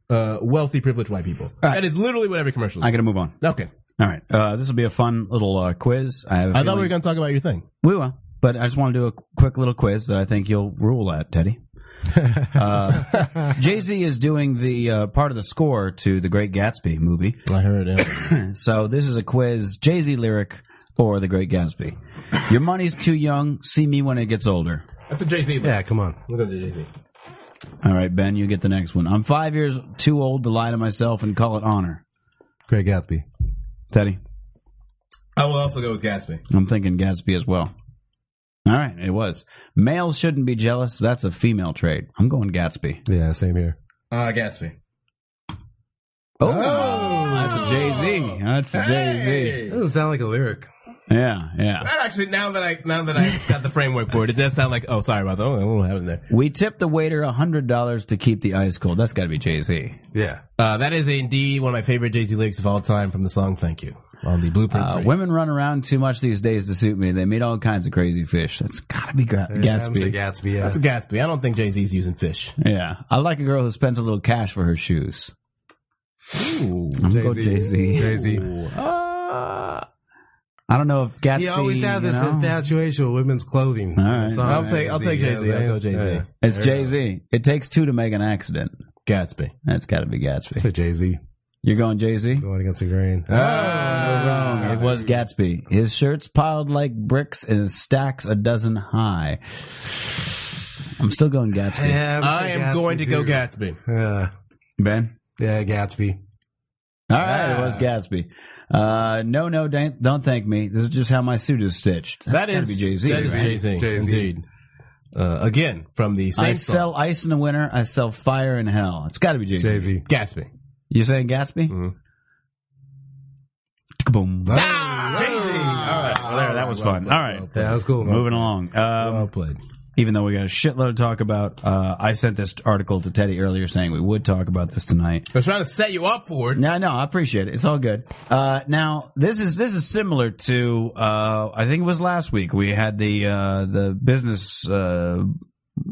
S2: uh, wealthy, privileged white people.
S5: All right.
S2: That is literally what every commercial
S5: it. I
S2: is.
S5: got to move on.
S2: okay.
S5: All right, uh, this will be a fun little uh, quiz. I, have a
S2: I thought
S5: feeling-
S2: we were gonna talk about your thing.
S5: We will, but I just want to do a quick little quiz that I think you'll rule at, Teddy. uh, Jay Z is doing the uh, part of the score to the Great Gatsby movie.
S2: I heard it.
S5: So this is a quiz: Jay Z lyric or the Great Gatsby. Your money's too young. See me when it gets older.
S2: That's a Jay Z.
S6: yeah, come on.
S2: Look at the Jay Z.
S5: All right, Ben, you get the next one. I'm five years too old to lie to myself and call it honor.
S6: Greg Gatsby.
S5: Teddy,
S2: I will also go with Gatsby.
S5: I'm thinking Gatsby as well. All right, it was. Males shouldn't be jealous. That's a female trait. I'm going Gatsby.
S6: Yeah, same here.
S2: Uh, Gatsby.
S5: Oh, that's a Jay Z. That's a Jay Z.
S2: Hey!
S6: Doesn't sound like a lyric.
S5: Yeah, yeah.
S2: That actually, now that I now that I got the framework for it, it does sound like. Oh, sorry about that. Oh, what happened there?
S5: We tipped the waiter hundred dollars to keep the ice cold. That's got to be Jay Z.
S6: Yeah.
S2: Uh, that is indeed one of my favorite Jay Z lyrics of all time from the song "Thank You" on the Blueprint.
S5: Uh,
S2: for You.
S5: women run around too much these days to suit me. They meet all kinds of crazy fish. That's gotta be gra-
S6: I'm gonna say
S5: Gatsby.
S6: Gatsby, yeah.
S2: That's a Gatsby. I don't think Jay Z's using fish.
S5: yeah, I like a girl who spends a little cash for her shoes.
S2: Ooh.
S5: I'm going Jay Z.
S6: Jay-Z.
S5: Uh, I don't know if Gatsby.
S6: He always had this
S5: you know?
S6: infatuation with women's clothing.
S5: All right.
S6: Song
S2: I'll take- I'll take
S6: Jay-Z,
S2: Jay-Z.
S6: you know
S2: I'll
S6: what
S2: go
S6: I'm saying?
S2: Jay-Z.
S6: Yeah.
S5: It's Jay Z. It takes two to make an accident.
S2: Gatsby.
S5: That's got to be Gatsby.
S6: To Jay Z.
S5: You're going Jay Z?
S6: Going against the grain. Ah.
S5: It was Gatsby. His shirts piled like bricks and his stacks a dozen high. I'm still going Gatsby.
S6: Yeah, I'm gonna
S2: I
S6: say
S2: am
S6: Gatsby,
S2: going to go
S6: too.
S2: Gatsby.
S6: Yeah,
S5: Ben?
S6: yeah, Gatsby.
S5: All right, it
S2: Ah.
S5: was Gatsby. Uh, no, no, don't, don't thank me. This is just how my suit is stitched.
S2: That
S5: Gotta
S2: is
S5: be
S2: Jay
S5: Jay-Z,
S2: Z. That is
S5: right?
S2: Jay Z.
S6: Jay-Z.
S2: Indeed. Uh, again, from the same
S5: I
S2: song.
S5: sell ice in the winter. I sell fire in hell. It's got to be Jay Z.
S6: Jay Z.
S2: Gatsby.
S5: You saying Gatsby?
S2: Mhm.
S5: Boom.
S2: Jay Z.
S5: Well, there, that was fun. All right,
S6: Yeah, that was cool.
S5: moving along.
S2: Well
S5: Um,
S2: played.
S5: even though we got a shitload to talk about, uh, I sent this article to Teddy earlier saying we would talk about this tonight.
S2: I was trying to set you up for it.
S5: No, no, I appreciate it. It's all good. Uh, now this is this is similar to uh, I think it was last week we had the uh, the business uh,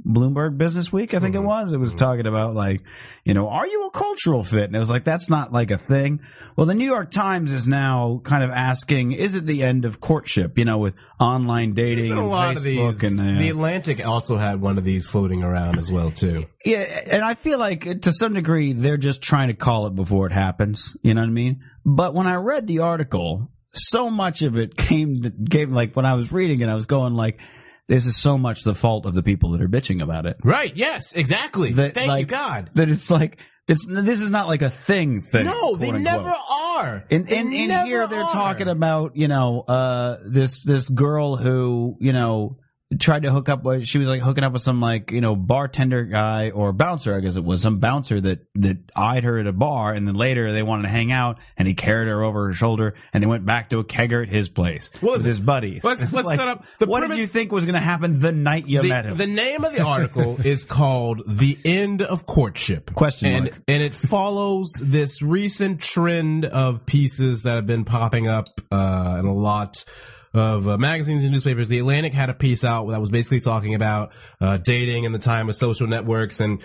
S5: Bloomberg Business Week. I think it was. It was talking about like you know are you a cultural fit? And it was like that's not like a thing. Well, the New York Times is now kind of asking, is it the end of courtship? You know, with online dating
S2: A
S5: and
S2: lot of
S5: Facebook
S2: these.
S5: and uh,
S2: the Atlantic also had one of these floating around as well too.
S5: yeah, and I feel like uh, to some degree they're just trying to call it before it happens. You know what I mean? But when I read the article, so much of it came to, came like when I was reading it, I was going like, "This is so much the fault of the people that are bitching about it."
S2: Right. Yes. Exactly.
S5: That,
S2: Thank you,
S5: like,
S2: God.
S5: That it's like it's this is not like a thing thing.
S2: No, they
S5: quote-unquote.
S2: never are.
S5: And
S2: They
S5: and, and
S2: never
S5: here they're
S2: are.
S5: talking about you know uh this this girl who you know tried to hook up with she was like hooking up with some like you know bartender guy or bouncer I guess it was some bouncer that that eyed her at a bar and then later they wanted to hang out and he carried her over her shoulder and they went back to a kegger at his place
S2: What was
S5: with
S2: it?
S5: his buddies.
S2: Let's-
S5: It's
S2: let's
S5: like,
S2: set up the
S5: what
S2: premise-
S5: did you think was going to happen the night you met
S2: The,
S5: him?
S2: the name of the article is called "The End of Courtship."
S5: Question
S2: and
S5: mark.
S2: and it follows this recent trend of pieces that have been popping up uh, in a lot of uh, magazines and newspapers. The Atlantic had a piece out that was basically talking about uh, dating in the time of social networks and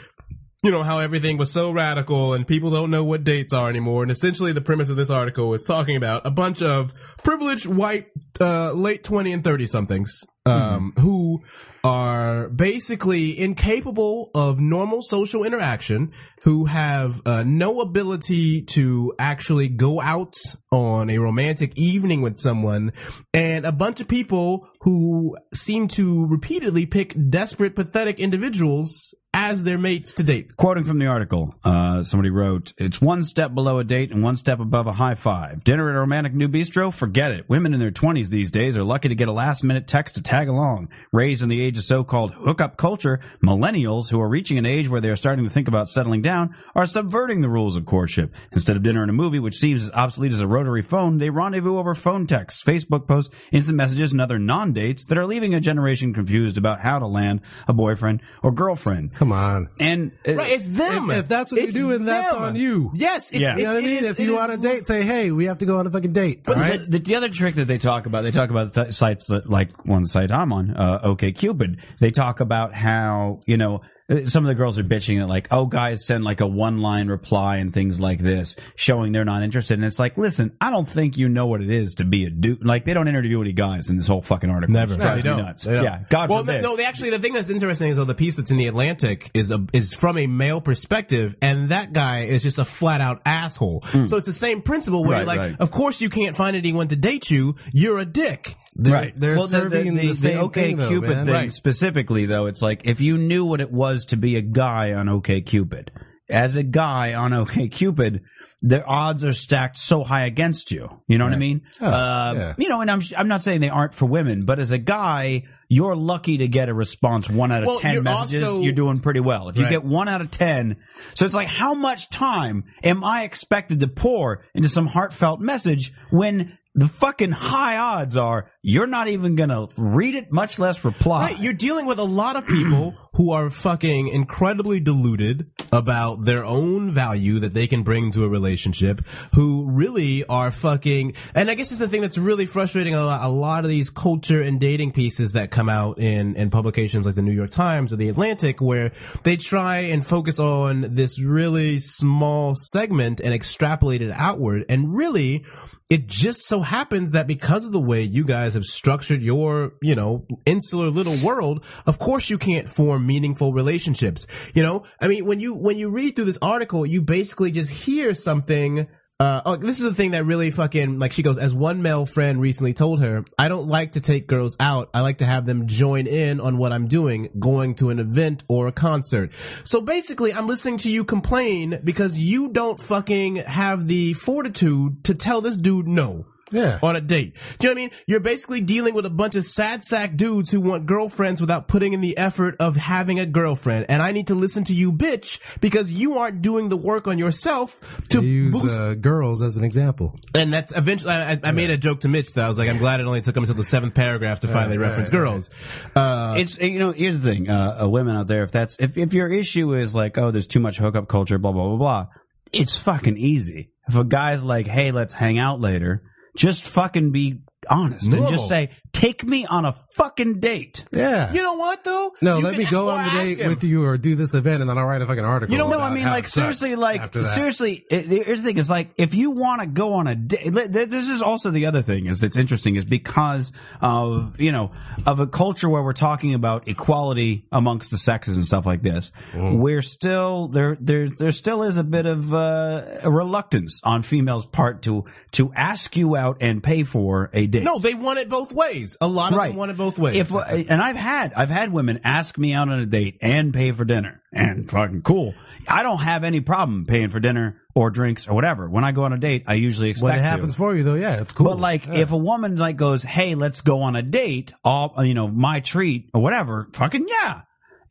S2: you know how everything was so radical and people don't know what dates are anymore and essentially the premise of this article is talking about a bunch of privileged white uh, late 20 and 30 somethings um, who are basically incapable of normal social interaction who have uh, no ability to actually go out on a romantic evening with someone and a bunch of people who seem to repeatedly pick desperate pathetic individuals as their mates to date.
S5: Quoting from the article, uh, somebody wrote, It's one step below a date and one step above a high five. Dinner at a romantic new bistro? Forget it. Women in their 20s these days are lucky to get a last minute text to tag along. Raised in the age of so called hookup culture, millennials who are reaching an age where they are starting to think about settling down are subverting the rules of courtship. Instead of dinner and a movie, which seems as obsolete as a rotary phone, they rendezvous over phone texts, Facebook posts, instant messages, and other non dates that are leaving a generation confused about how to land a boyfriend or girlfriend.
S6: Come on.
S5: And uh,
S2: Right, it's them.
S6: If- if that's what you're
S2: It's
S6: doing, that's on you.
S2: Yes, it's,
S5: Yeah.
S2: it's
S6: You know what
S2: it
S6: I mean?
S2: is-
S6: if
S2: it
S6: you
S2: is-
S6: want a date, say, hey, we have to go on a fucking date. All
S5: But
S6: right?
S5: the, the, the other trick that they talk about, they talk about th- sites that, like one site I'm on, uh, OKCupid. They talk about how you know uh, some of the girls are bitching that like, oh, guys send like a one line reply and things like this, showing they're not interested. And it's like, listen, I don't think you know what it is to be a dude. Like they don't interview any guys in this whole fucking article.
S2: Never.
S5: It drives
S2: they
S5: me
S2: don't.
S5: nuts.
S2: They don't.
S5: Yeah, God
S2: well,
S5: forbid.
S2: no, they actually, the thing that's interesting is though the piece that's in the Atlantic is a, is from a male perspective, and that guy is just a flat out asshole. So it's the same principle where
S5: Hmm. Right,
S2: you're like,
S5: right.
S2: of course you can't find anyone to date you. You're a dick.
S6: They're-
S5: right.
S6: They're
S5: well,
S6: serving the, same
S5: OK
S6: thing, though,
S5: Cupid
S6: man.
S5: thing
S6: Right.
S5: specifically, though, it's like if you knew what it was to be a guy on OK Cupid, as a guy on OK Cupid, the odds are stacked so high against you. You know what I mean? uh,
S6: Oh, yeah.
S5: You know, and I'm I'm not saying they aren't for women, but as a guy, you're lucky to get a response one out of
S2: Well,
S5: ten
S2: you're
S5: messages.
S2: also-
S5: you're doing pretty well. If you
S2: Right.
S5: get one out of ten, so it's like how much time am I expected to pour into some heartfelt message when? The fucking high odds are you're not even gonna read it, much less reply.
S2: Right, you're dealing with a lot of people who are fucking incredibly deluded about their own value that they can bring to a relationship, who really are fucking, and I guess it's the thing that's really frustrating a lot, a lot of these culture and dating pieces that come out in, in publications like the New York Times or the Atlantic, where they try and focus on this really small segment and extrapolate it outward, and really, It just so happens that because of the way you guys have structured your, you know, insular little world, of course you can't form meaningful relationships. You know, I mean, when you, when you read through this article, you basically just hear something uh, oh, this is the thing that really fucking like she goes as one male friend recently told her i don't like to take girls out i like to have them join in on what i'm doing going to an event or a concert so basically i'm listening to you complain because you don't fucking have the fortitude to tell this dude no
S6: Yeah.
S2: on a date. Do you know what I mean? You're basically dealing with a bunch of sad sack dudes who want girlfriends without putting in the effort of having a girlfriend. And I need to listen to you, bitch, because you aren't doing the work on yourself to
S6: They use
S2: boost.
S6: uh, girls as an example.
S2: and that's eventually. I, I- I made a joke to Mitch that I was like, I'm glad it only took him until the seventh paragraph to finally reference girls. Uh,
S5: it's you know here's the thing uh, uh women out there if that's if, if your issue is like oh there's too much hookup culture blah blah blah blah it's fucking easy if a guy's like hey let's hang out later just fucking be honest and
S2: Normal.
S5: just say take me on a fucking date
S6: Yeah.
S2: you know what though?
S6: no,
S2: You
S6: let
S2: can-
S6: me go
S2: or
S6: on the
S2: ask
S6: date
S2: him.
S6: with you or do this event and then I'll write a fucking article.
S5: you know no
S6: about
S5: i mean
S6: how
S5: like
S6: it sucks
S5: seriously like
S6: after that.
S5: seriously it, here's the thing is like if you want to go on a date th- th- this is also the other thing is that's interesting is because of you know of a culture where we're talking about equality amongst the sexes and stuff like this
S6: Mm.
S5: we're still there there there still is a bit of uh, a reluctance on females part to to ask you out and pay for a date
S2: No, they want it both ways. A lot of them want it both ways.
S5: if uh, and I've had I've had women ask me out on a date and pay for dinner, and fucking cool. I don't have any problem paying for dinner or drinks or whatever. When I go on a date, I usually expect
S6: When it
S5: to.
S6: happens for you though, yeah, it's cool.
S5: But like, if a woman like goes, "Hey, let's go on a date," all you know, my treat or whatever, fucking yeah.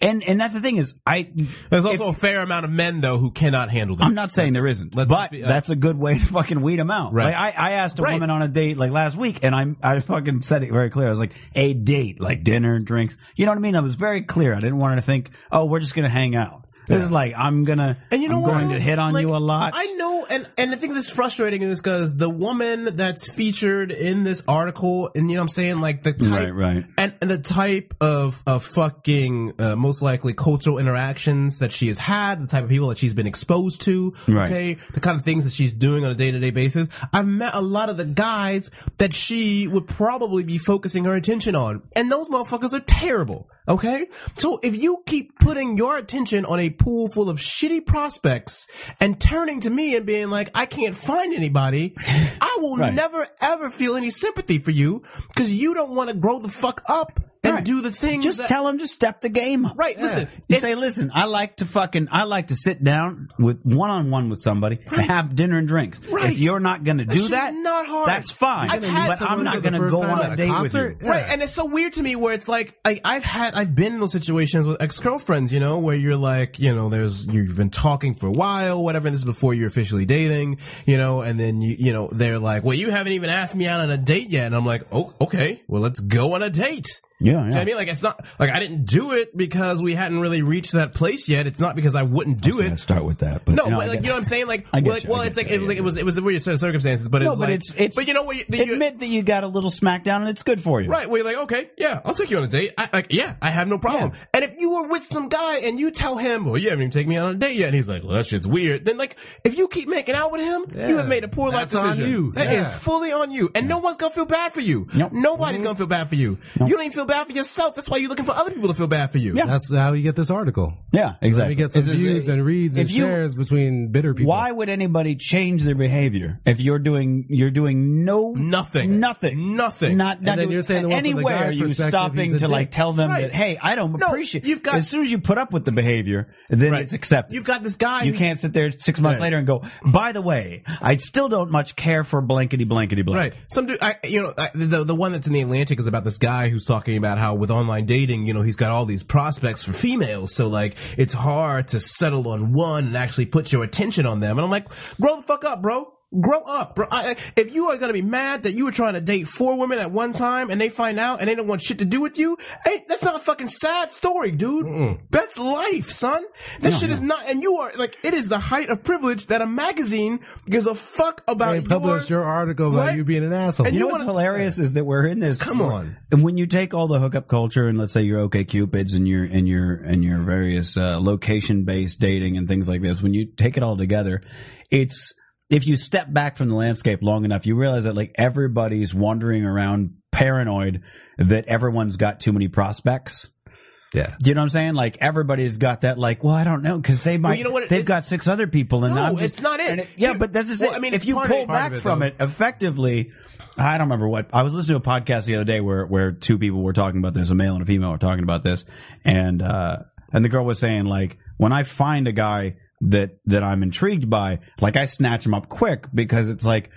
S5: And and that's the thing is, I
S2: There's also a fair amount of men though who cannot handle that.
S5: I'm not saying there isn't,
S2: let's
S5: but
S2: be- uh,
S5: that's a good way to fucking weed them out.
S2: Right.
S5: Like, I, I asked a
S2: Right.
S5: woman on a date like last week, and I'm I fucking said it very clear. I was like, a date, like dinner, drinks. You know what I mean? I was very clear. I didn't want her to think, oh, we're just gonna hang out. This is like I'm gonna,
S2: And you know
S5: I'm
S2: what?
S5: going to hit on
S2: Like,
S5: you a lot.
S2: I know, and and I think this is frustrating is because the woman that's featured in this article, and you know, what I'm saying like the type,
S5: Right, right.
S2: and, and the type of of fucking uh, most likely cultural interactions that she has had, the type of people that she's been exposed to,
S5: Right.
S2: okay, the kind of things that she's doing on a day to day basis. I've met a lot of the guys that she would probably be focusing her attention on, and those motherfuckers are terrible. Okay, so if you keep putting your attention on a pool full of shitty prospects and turning to me and being like, "I can't find anybody," I will
S5: Right.
S2: never ever feel any sympathy for you because you don't want to grow the fuck up and
S5: Right.
S2: do the things.
S5: just
S2: that-
S5: tell him to step the game up.
S2: Right, listen,
S5: You
S2: it-
S5: say, listen, I like to fucking, I like to sit down with one on one with somebody and have dinner and drinks.
S2: Right.
S5: If you're not going to
S2: That
S5: do
S2: shit's
S5: that,
S2: not hard.
S5: that's fine.
S2: I've had
S5: but I'm
S2: someone
S5: not
S2: for
S6: the
S5: going to
S6: first
S5: go
S6: time
S5: on
S6: at
S5: a
S6: a
S5: date
S6: concert?
S5: with you.
S6: Yeah.
S2: Right, and it's so weird to me where it's like I, I've had I've been in those situations with ex girlfriends, you know, where you're like, you know, there's you've been talking for a while, whatever. And this is before you're officially dating, you know, and then you you know they're like, well, you haven't even asked me out on a date yet, and I'm like, oh, okay, well, let's go on a date. Do
S5: Yeah,
S2: you know what I mean? Like it's not like I didn't do it because we hadn't really reached that place yet. It's not because I wouldn't do it.
S5: start with that. But,
S2: No,
S5: you know, I
S2: but like
S5: get-
S2: you know what I'm saying? Like,
S5: I get
S2: like
S5: you, I
S2: well,
S5: get
S2: it's like
S5: you,
S2: it was
S5: I
S2: like
S5: get
S2: it was it was a weird set of circumstances, but
S5: No,
S2: it's
S5: but
S2: like
S5: it's, it's
S2: but you know what? You, that you-
S5: admit that you got a little smackdown and it's good for you.
S2: Right, where you're like, okay, yeah, I'll take you on a date. I, like, yeah, I have no problem.
S5: Yeah.
S2: And if you were with some guy and you tell him, well, you haven't even taken me on a date yet, and he's like, well, that shit's weird, then like, if you keep making out with him, you have made a poor
S6: That's
S2: life
S6: on
S2: decision.
S6: you.
S2: That
S6: Yeah.
S2: is fully on you, and no one's gonna feel bad for you.
S5: Nope. Mm-hmm.
S2: Nobody's gonna feel bad for you. You don't even feel bad for yourself. That's why you're looking for other people to feel bad for you.
S5: Yeah.
S6: That's how you get this article.
S5: Yeah,
S6: Let me
S5: exactly.
S6: get some
S5: It's just-
S6: views and reads and
S5: if you-
S6: shares between bitter people.
S5: Why would anybody change their behavior if you're doing you're doing no
S2: Nothing.
S5: nothing,
S2: Nothing.
S5: Not,
S6: And
S5: not
S6: then
S5: doing-
S6: you're saying the one from the
S5: anywhere
S6: guy's
S5: are you
S6: perspective,
S5: stopping
S6: he's a
S5: to like
S6: dick.
S5: tell them
S2: Right.
S5: that hey, I don't
S2: No,
S5: appreciate.
S2: you've got-
S5: as soon as you put up with the behavior, then
S2: Right.
S5: it's accepted.
S2: You've got this guy
S5: You
S2: who's-
S5: can't sit there six months
S2: Right.
S5: later and go. By the way, I still don't much care for blankety blankety blank.
S2: Right. Some dude, I, you know, I, the the one that's in the Atlantic is about this guy who's talking about how with online dating, you know, he's got all these prospects for females, so like it's hard to settle on one and actually put your attention on them. And I'm like, grow the fuck up, bro. Grow up, bro. I, I- if you are gonna be mad that you were trying to date four women at one time and they find out and they don't want shit to do with you, hey, that's not a fucking sad story, dude. That's life, son. This shit is not, and you are like, it is the height of privilege that a magazine gives a fuck about
S6: they publish your article about
S2: Right.
S6: you being an asshole?
S2: And
S5: You know
S2: You
S5: what's
S2: wanna-
S5: hilarious is that we're in this.
S2: Come on.
S5: And when you take all the hookup culture and let's say your OK Cupids and your and your and your various uh, location based dating and things like this, when you take it all together, it's if you step back from the landscape long enough, you realize that like everybody's wandering around paranoid that everyone's got too many prospects.
S6: Yeah.
S5: Do you know what I'm saying? Like everybody's got that. Like, well, I don't know because they might.
S2: you know what?
S5: they've
S2: It's-
S5: got six other people, and
S2: No,
S5: I'm
S2: it's not it.
S5: and yeah, but that's just
S2: Well,
S5: it.
S2: I mean,
S5: if
S2: it's
S5: you
S2: part of
S5: pull
S2: it.
S5: back
S2: Part of it,
S5: from
S2: though.
S5: it effectively, I don't remember what I was listening to a podcast the other day where where two people were talking about this, a male and a female were talking about this, and uh, and the girl was saying like, when I find a guy that that I'm intrigued by, like I snatch him up quick because it's like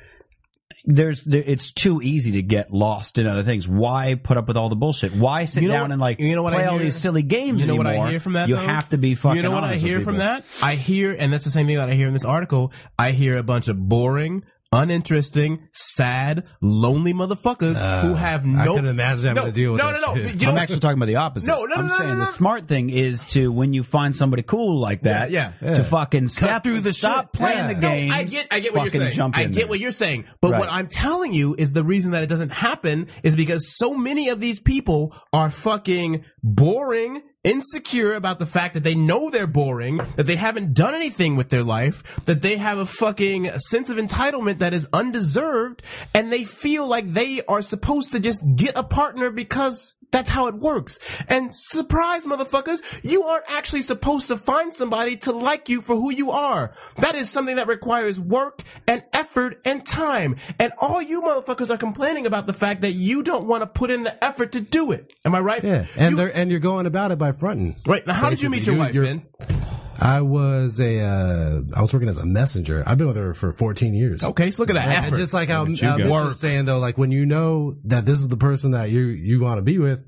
S5: there's there, it's too easy to get lost in other things. Why put up with all the bullshit? Why sit
S2: You know
S5: down
S2: what-
S5: and like
S2: you know what I
S5: play all
S2: hear?
S5: these silly games
S2: You know
S5: anymore?
S2: what I hear from that?
S5: You
S2: though?
S5: have to be fucking.
S2: You know what I
S5: honest with
S2: hear from
S5: people.
S2: that? I hear, and that's the same thing that I hear in this article. I hear a bunch of boring, uninteresting, sad, lonely motherfuckers who have
S6: I
S2: no.
S6: couldn't imagine having
S2: no,
S6: to deal with
S2: no,
S6: that
S2: no, no.
S6: shit.
S2: You know
S5: I'm
S2: what-
S5: actually talking about the opposite.
S2: No, no, no,
S5: I'm
S2: no,
S5: saying
S2: no, no.
S5: the smart thing is to when you find somebody cool like that,
S2: Yeah, yeah,
S5: to fucking cut
S2: through the
S5: stop
S2: shit.
S5: playing the
S2: No,
S5: game.
S2: I get, I get what you're
S5: fucking
S2: saying.
S5: jump
S2: I
S5: in
S2: get
S5: there.
S2: what you're saying. But
S5: Right.
S2: what I'm telling you is the reason that it doesn't happen is because so many of these people are fucking boring, insecure about the fact that they know they're boring, that they haven't done anything with their life, that they have a fucking sense of entitlement that is undeserved, and they feel like they are supposed to just get a partner because that's how it works. And surprise, motherfuckers, you aren't actually supposed to find somebody to like you for who you are. That is something that requires work and effort and time. And all you motherfuckers are complaining about the fact that you don't want to put in the effort to do it. Am I right?
S6: Yeah, and
S2: You-
S6: they're and you're going about it by fronting.
S2: right. Now, how did you meet your
S6: Basically,
S2: wife,
S6: you're-
S2: Ben?
S6: I was a uh, I was working as a messenger. I've been with her for 14 years.
S2: Okay, so look at that
S6: And- and
S2: effort.
S6: just like how
S5: Look at you
S6: uh,
S5: go.
S6: Mitch was saying though, like when you know that this is the person that you you want to be with,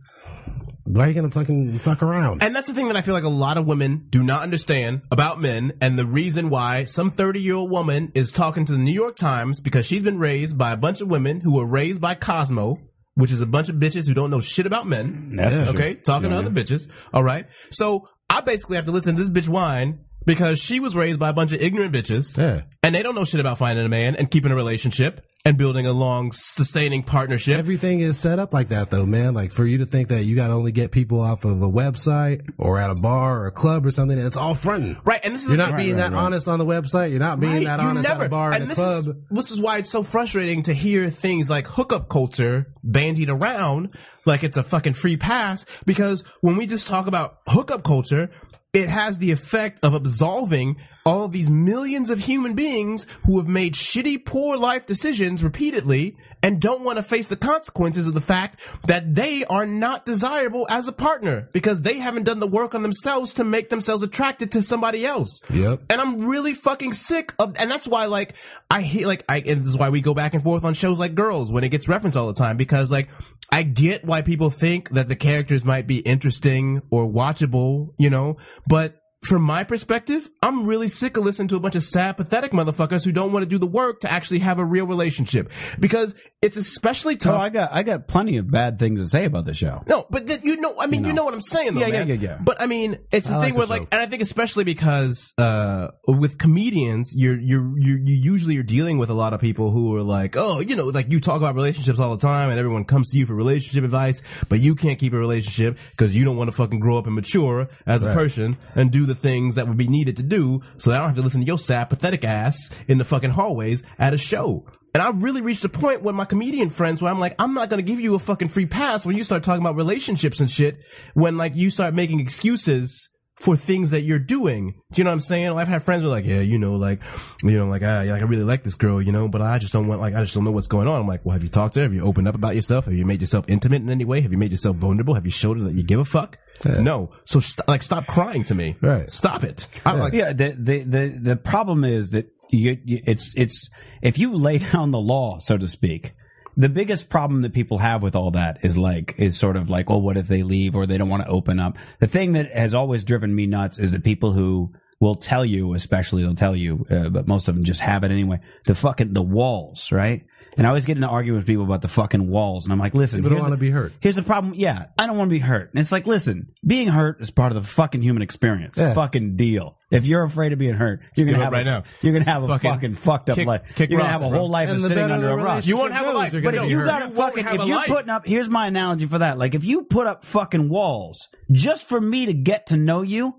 S6: why are you gonna fucking fuck around?
S2: And that's the thing that I feel like a lot of women do not understand about men, and the reason why some 30 year old woman is talking to the New York Times because she's been raised by a bunch of women who were raised by Cosmo, which is a bunch of bitches who don't know shit about men.
S5: That's for sure.
S2: okay, talking to other bitches. All right. So I basically have to listen to this bitch whine because she was raised by a bunch of ignorant bitches.
S6: Yeah.
S2: And they don't know shit about finding a man and keeping a relationship and building a long, sustaining partnership.
S6: Everything is set up like that though, man. Like for you to think that you gotta only get people off of a website or at a bar or a club or something, it's all fronting.
S2: Right, and this is
S6: You're
S2: the
S6: not
S2: thing-
S6: being that honest on the website. You're not being
S2: Right,
S6: that
S2: you
S6: honest at a bar
S2: and
S6: and a
S2: this
S6: club.
S2: Is, this is why it's so frustrating to hear things like hookup culture bandied around like it's a fucking free pass because when we just talk about hookup culture, it has the effect of absolving all of these millions of human beings who have made shitty, poor life decisions repeatedly and don't want to face the consequences of the fact that they are not desirable as a partner because they haven't done the work on themselves to make themselves attracted to somebody else.
S6: Yep.
S2: And I'm really fucking sick of, and that's why, like, I hate, like, I, and this is why we go back and forth on shows like Girls when it gets referenced all the time because, like, I get why people think that the characters might be interesting or watchable, you know, but from my perspective, I'm really sick of listening to a bunch of sad, pathetic motherfuckers who don't want to do the work to actually have a real relationship because it's especially
S5: Oh,
S2: tough.
S5: I got I got plenty of bad things to say about the show.
S2: No, but that you know, I mean, you know,
S5: know.
S2: what I'm saying, though.
S5: Yeah, yeah,
S2: man.
S5: yeah, yeah.
S2: But I mean, it's the
S6: I like
S2: thing
S6: the
S2: with like,
S6: joke.
S2: and I think especially because uh with comedians, you're you're you you usually are dealing with a lot of people who are like, oh, you know, like you talk about relationships all the time, and everyone comes to you for relationship advice, but you can't keep a relationship because you don't want to fucking grow up and mature as a person and do the things that would be needed to do, so that I don't have to listen to your sad, pathetic ass in the fucking hallways at a show. And I've really reached a point with my comedian friends where I'm like, I'm not gonna give you a fucking free pass when you start talking about relationships and shit. When like you start making excuses for things that you're doing. Do you know what I'm saying? I've had friends who are like, yeah, you know, like, you know, like, I, like, I really like this girl, you know, but I just don't want, like, I just don't know what's going on. I'm like, well, have you talked to her? Have you opened up about yourself? Have you made yourself intimate in any way? Have you made yourself vulnerable? Have you showed her that you give a fuck? No. So st- like, stop crying to me.
S6: Right.
S2: Stop it. I don't like,
S5: Yeah, the the the, the problem is that you, you it's it's if you lay down the law, so to speak. The biggest problem that people have with all that is like is sort of like, well, what if they leave or they don't want to open up? The thing that has always driven me nuts is the people who will tell you, especially they'll tell you, uh, but most of them just have it anyway. The fucking the walls, right? And I always get into argument with people about the fucking walls, and I'm like, listen,
S6: People don't
S5: here's
S6: wanna
S5: the-
S6: be hurt.
S5: Here's the problem. Yeah, I don't want to be hurt. And it's like, listen, being hurt is part of the fucking human experience.
S6: Yeah.
S5: Fucking deal. If you're afraid of being hurt, you're
S2: give
S5: gonna
S2: up
S5: have
S2: right
S5: a,
S2: now.
S5: You're gonna have
S2: Fucking
S5: a fucking fucked up
S2: kick-
S5: life.
S2: kick
S5: you're gonna
S2: rocks,
S5: have a
S2: bro.
S5: whole life
S6: And
S5: of
S6: the
S5: sitting
S6: better
S5: under
S6: the
S5: a rock.
S6: relationship
S2: You won't have a
S6: goes,
S2: life,
S6: you're
S2: but
S6: gonna
S2: no,
S6: be
S2: you
S6: hurt.
S2: gotta-
S5: You
S2: won't
S5: fucking,
S2: have
S5: if
S2: a
S5: you're
S2: life.
S5: putting up, here's my analogy for that. Like if you put up fucking walls just for me to get to know you,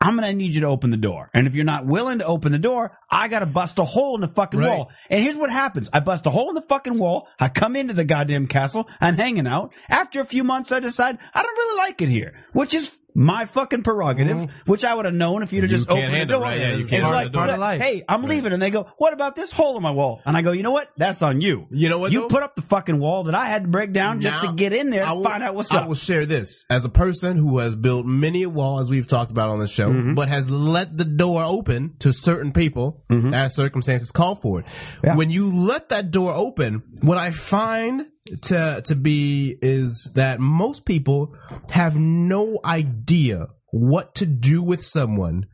S8: I'm gonna need you to open the door. And if you're not willing to open the door, I gotta bust a hole in the fucking
S2: Right.
S8: wall. And here's what happens. I bust a hole in the fucking wall. I come into the goddamn castle. I'm hanging out. After a few months, I decide I don't really like it here, which is my fucking prerogative, which I would have known if you'd have
S2: Mm-hmm. You
S8: just
S2: can't
S8: opened the
S2: handle it,
S8: door.
S2: right? Yeah, you
S8: It's
S2: can't
S8: like,
S2: handle the door.
S6: Part of life.
S8: hey, I'm leaving. And they go, what about this hole in my wall? And I go, you know what? That's on you.
S2: You know what,
S8: You
S2: though?
S8: put up the fucking wall that I had to break down just
S2: Now,
S8: to get in there
S2: I
S8: and
S2: will-
S8: find out what's
S2: I
S8: up.
S2: will share this as a person who has built many a wall, as we've talked about on the show, but has let the door open to certain people as circumstances call for it.
S8: Yeah.
S2: When you let that door open, what I find to to be is that most people have no idea what to do with someone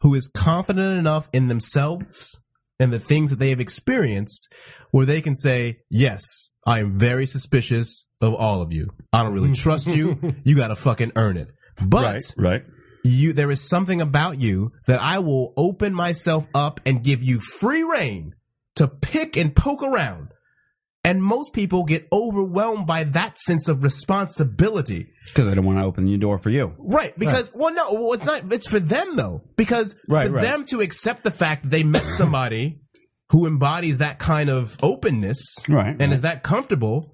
S2: who is confident enough in themselves and the things that they have experienced where they can say, yes, I am very suspicious of all of you. I don't really trust you. You got to fucking earn it. But
S5: right.
S2: you, there is something about you that I will open myself up and give you free reign to pick and poke around. And most people get overwhelmed by that sense of responsibility.
S5: Because I don't want to open the door for you.
S2: Right, because well, no, well, it's not. It's for them though, because
S5: Right,
S2: for
S5: right.
S2: them to accept the fact that they met somebody who embodies that kind of openness,
S5: Right,
S2: and
S5: right.
S2: is that comfortable,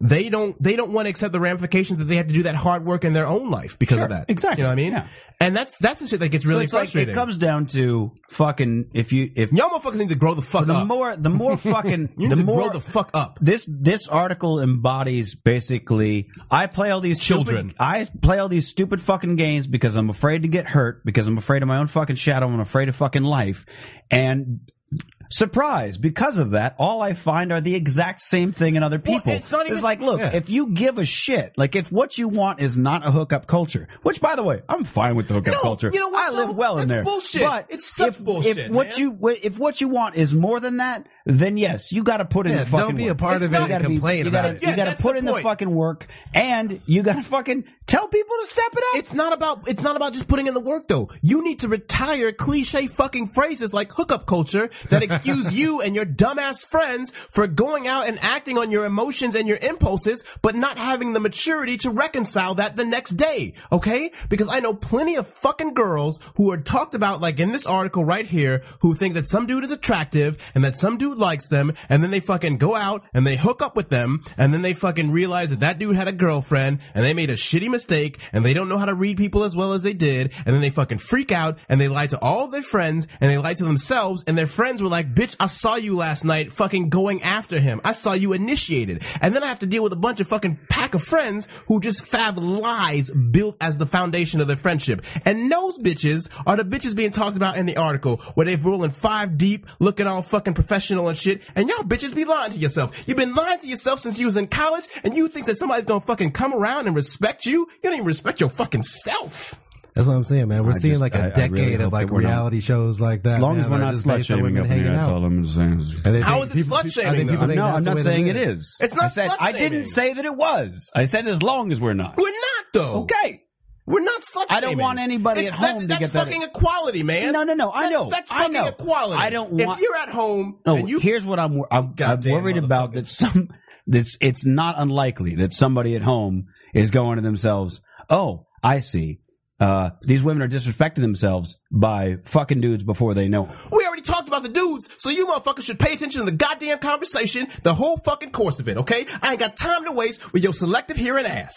S2: they don't they don't want to accept the ramifications that they have to do that hard work in their own life because
S5: Sure,
S2: of that.
S5: exactly,
S2: you know what I mean?
S5: yeah.
S2: And that's that's the shit that gets
S5: So
S2: really
S5: it's like it
S2: frustrating.
S5: comes down to fucking if you if
S2: Y'all motherfuckers need to grow the fuck
S5: the
S2: up.
S5: more the more fucking
S2: you need
S5: the
S2: to
S5: more
S2: grow the fuck up.
S5: this this article embodies basically I play all these stupid-
S2: Children.
S5: I play all these stupid fucking games because I'm afraid to get hurt because I'm afraid of my own fucking shadow I'm afraid of fucking life and surprise because of that all I find are the exact same thing in other people.
S2: it's not even-
S5: like look
S2: yeah.
S5: if you give a shit like if what you want is not a hookup culture which by the way I'm fine with the hookup
S2: No,
S5: culture
S2: you know what,
S5: I live
S2: though?
S5: well in
S2: That's
S5: there
S2: bullshit.
S5: but
S2: It's such
S5: if, if
S2: bullshit,
S5: what
S2: man.
S5: you you- if what you want is more than that, then yes, you got to put in
S6: Yeah,
S5: the fucking.
S6: don't be
S5: work.
S6: a part of it and
S5: gotta be-
S6: complain
S5: you
S6: about
S5: gotta,
S6: it.
S5: You
S2: Yeah,
S5: got to
S2: that's
S5: put
S2: the
S5: in the
S2: point.
S5: fucking work, and you got to fucking tell people to step it up.
S2: It's not about it's not about just putting in the work though. You need to retire cliche fucking phrases like hookup culture that excuse you and your dumbass friends for going out and acting on your emotions and your impulses, but not having the maturity to reconcile that the next day. Okay? Because I know plenty of fucking girls who are talked about like in this article right here who think that some dude is attractive and that some dude likes them and then they fucking go out and they hook up with them and then they fucking realize that that dude had a girlfriend and they made a shitty mistake and they don't know how to read people as well as they did and then they fucking freak out and they lie to all of their friends and they lie to themselves and their friends were like bitch I saw you last night fucking going after him I saw you initiated and then I have to deal with a bunch of fucking pack of friends who just fab lies built as the foundation of their friendship and those bitches are the bitches being talked about in the article where they've rolling five deep looking all fucking professional and shit and y'all bitches be lying to yourself you've been lying to yourself since you was in college and you think that somebody's gonna fucking come around and respect you you don't even respect your fucking self
S6: That's what I'm saying, man. We're seeing
S5: just-
S6: like
S5: I- I
S6: a
S5: really
S6: decade
S5: hope
S6: of like
S5: that we're not-
S6: reality shows like that.
S5: as long
S6: man,
S5: as we're
S6: where
S5: not
S6: just
S5: slut
S6: based on
S5: shaming
S6: women
S5: up in here,
S6: hanging
S5: that's
S6: out.
S5: all I'm saying.
S6: And they
S2: How
S6: think
S2: is it
S6: people-
S2: slut
S6: I think
S2: shaming,
S6: people
S2: though?
S6: think
S5: No,
S6: that's
S5: I'm
S6: the
S5: not
S6: way to
S5: saying
S6: do
S5: it is.
S2: It's not
S5: I said I
S2: slut-shaming.
S5: didn't say that it was. I said as long as we're not.
S2: we're not though
S5: Okay.
S2: we're not slut
S5: I don't want anybody at home to
S2: that's
S5: get that-
S2: fucking equality man
S5: No, no, no, I
S2: That's-
S5: know.
S2: that's
S5: I
S2: fucking
S5: know.
S2: equality
S5: I don't want-
S2: if you're at home
S5: No,
S2: and you
S5: Oh, here's what I'm I'm, I'm
S2: Goddamn
S5: worried about that some that's it's not unlikely that somebody at home is going to themselves, "Oh, I see. Uh, these women are disrespecting themselves by fucking dudes before they know 'em."
S2: We already talked about the dudes, so you motherfuckers should pay attention to the goddamn conversation, the whole fucking course of it, okay? I ain't got time to waste with your selective hearing ass.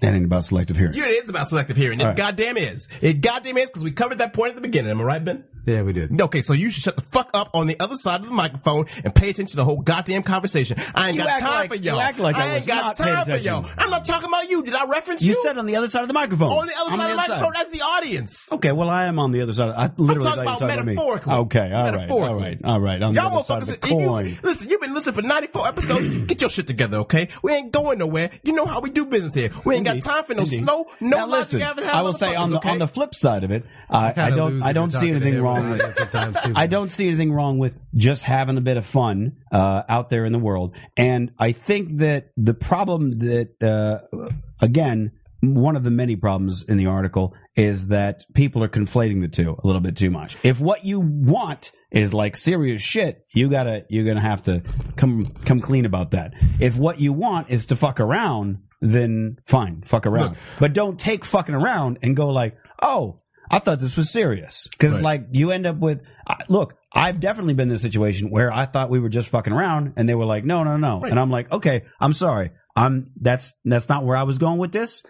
S5: That ain't about selective hearing.
S2: You it is about selective hearing. It
S5: All right.
S2: goddamn is. It goddamn is because we covered that point at the beginning. Am I right, Ben?
S6: it. Yeah, we did.
S2: Okay, so you should shut the fuck up on the other side of the microphone and pay attention to the whole goddamn conversation. I ain't
S5: You
S2: got
S5: act
S2: time
S5: like-
S2: for y'all.
S5: you act like I
S2: I ain't
S5: was
S2: got
S5: not paying
S2: time for
S5: attention.
S2: y'all. I'm not talking about you. Did I reference you?
S5: You said on the other side of the microphone.
S2: on the other
S5: I'm
S2: side of the
S5: other
S2: microphone as the audience.
S5: Okay, well, I am on the other side. I literally
S2: I'm talking
S5: thought you were
S2: about
S5: about me.
S2: metaphorically.
S5: Okay, all right, all
S2: Metaphorically.
S5: right, all right. On the
S2: Y'all
S5: other side of
S2: motherfuckers,
S5: the
S2: if you-
S5: coin.
S2: listen, you've been listening for 94 episodes. Get your shit together, okay? We ain't going nowhere. You know how we do business here. We ain't
S5: Indeed.
S2: got time for no
S5: Indeed.
S2: slow, no
S5: now
S2: logic
S5: listen,
S2: having
S5: I will say on the
S2: okay?
S5: on the flip side of it, I, I
S6: kinda
S5: don't
S6: lose
S5: I
S6: if
S5: don't
S6: you're
S5: see
S6: talking to
S5: anything wrong
S6: everybody
S5: with
S6: sometimes too,
S5: I
S6: man.
S5: don't see anything wrong with just having a bit of fun uh, out there in the world, and I think that the problem that uh, again one of the many problems in the article is that people are conflating the two a little bit too much. If what you want is like serious shit, you gotta you're gonna have to come come clean about that. If what you want is to fuck around, then fine, fuck around. but don't take fucking around and go like, oh, I thought this was serious. Because,
S6: Right.
S5: like, you end up with, I- look, I've definitely been in this situation where I thought we were just fucking around and they were like, no, no, no. And I'm like, okay, I'm sorry. I'm, that's, that's not where I was going with this.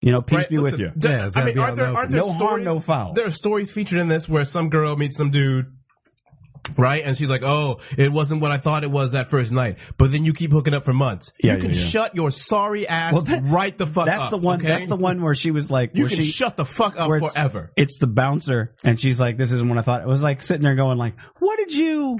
S5: You know, peace
S2: Right,
S5: be with
S2: listen,
S5: you.
S2: d-
S6: Yeah, it's
S2: I
S6: gotta
S2: mean,
S6: be
S2: aren't
S6: out
S2: there,
S6: in the
S2: aren't there
S5: open. No
S2: stories,
S5: harm, no foul.
S2: There are stories featured in this where some girl meets some dude, right? And she's like, "Oh, it wasn't what I thought it was that first night." But then you keep hooking up for months.
S5: Yeah,
S2: you can
S5: yeah, yeah.
S2: shut your sorry ass
S5: Well, that-
S2: right the fuck
S5: That's
S2: up.
S5: the one.
S2: okay?
S5: That's the one where she was like,
S2: You
S5: where
S2: can
S5: she-
S2: shut the fuck up
S5: where it's-
S2: forever.
S5: It's the bouncer, and she's like, "This isn't what I thought." It was like sitting there going, "Like, what did you,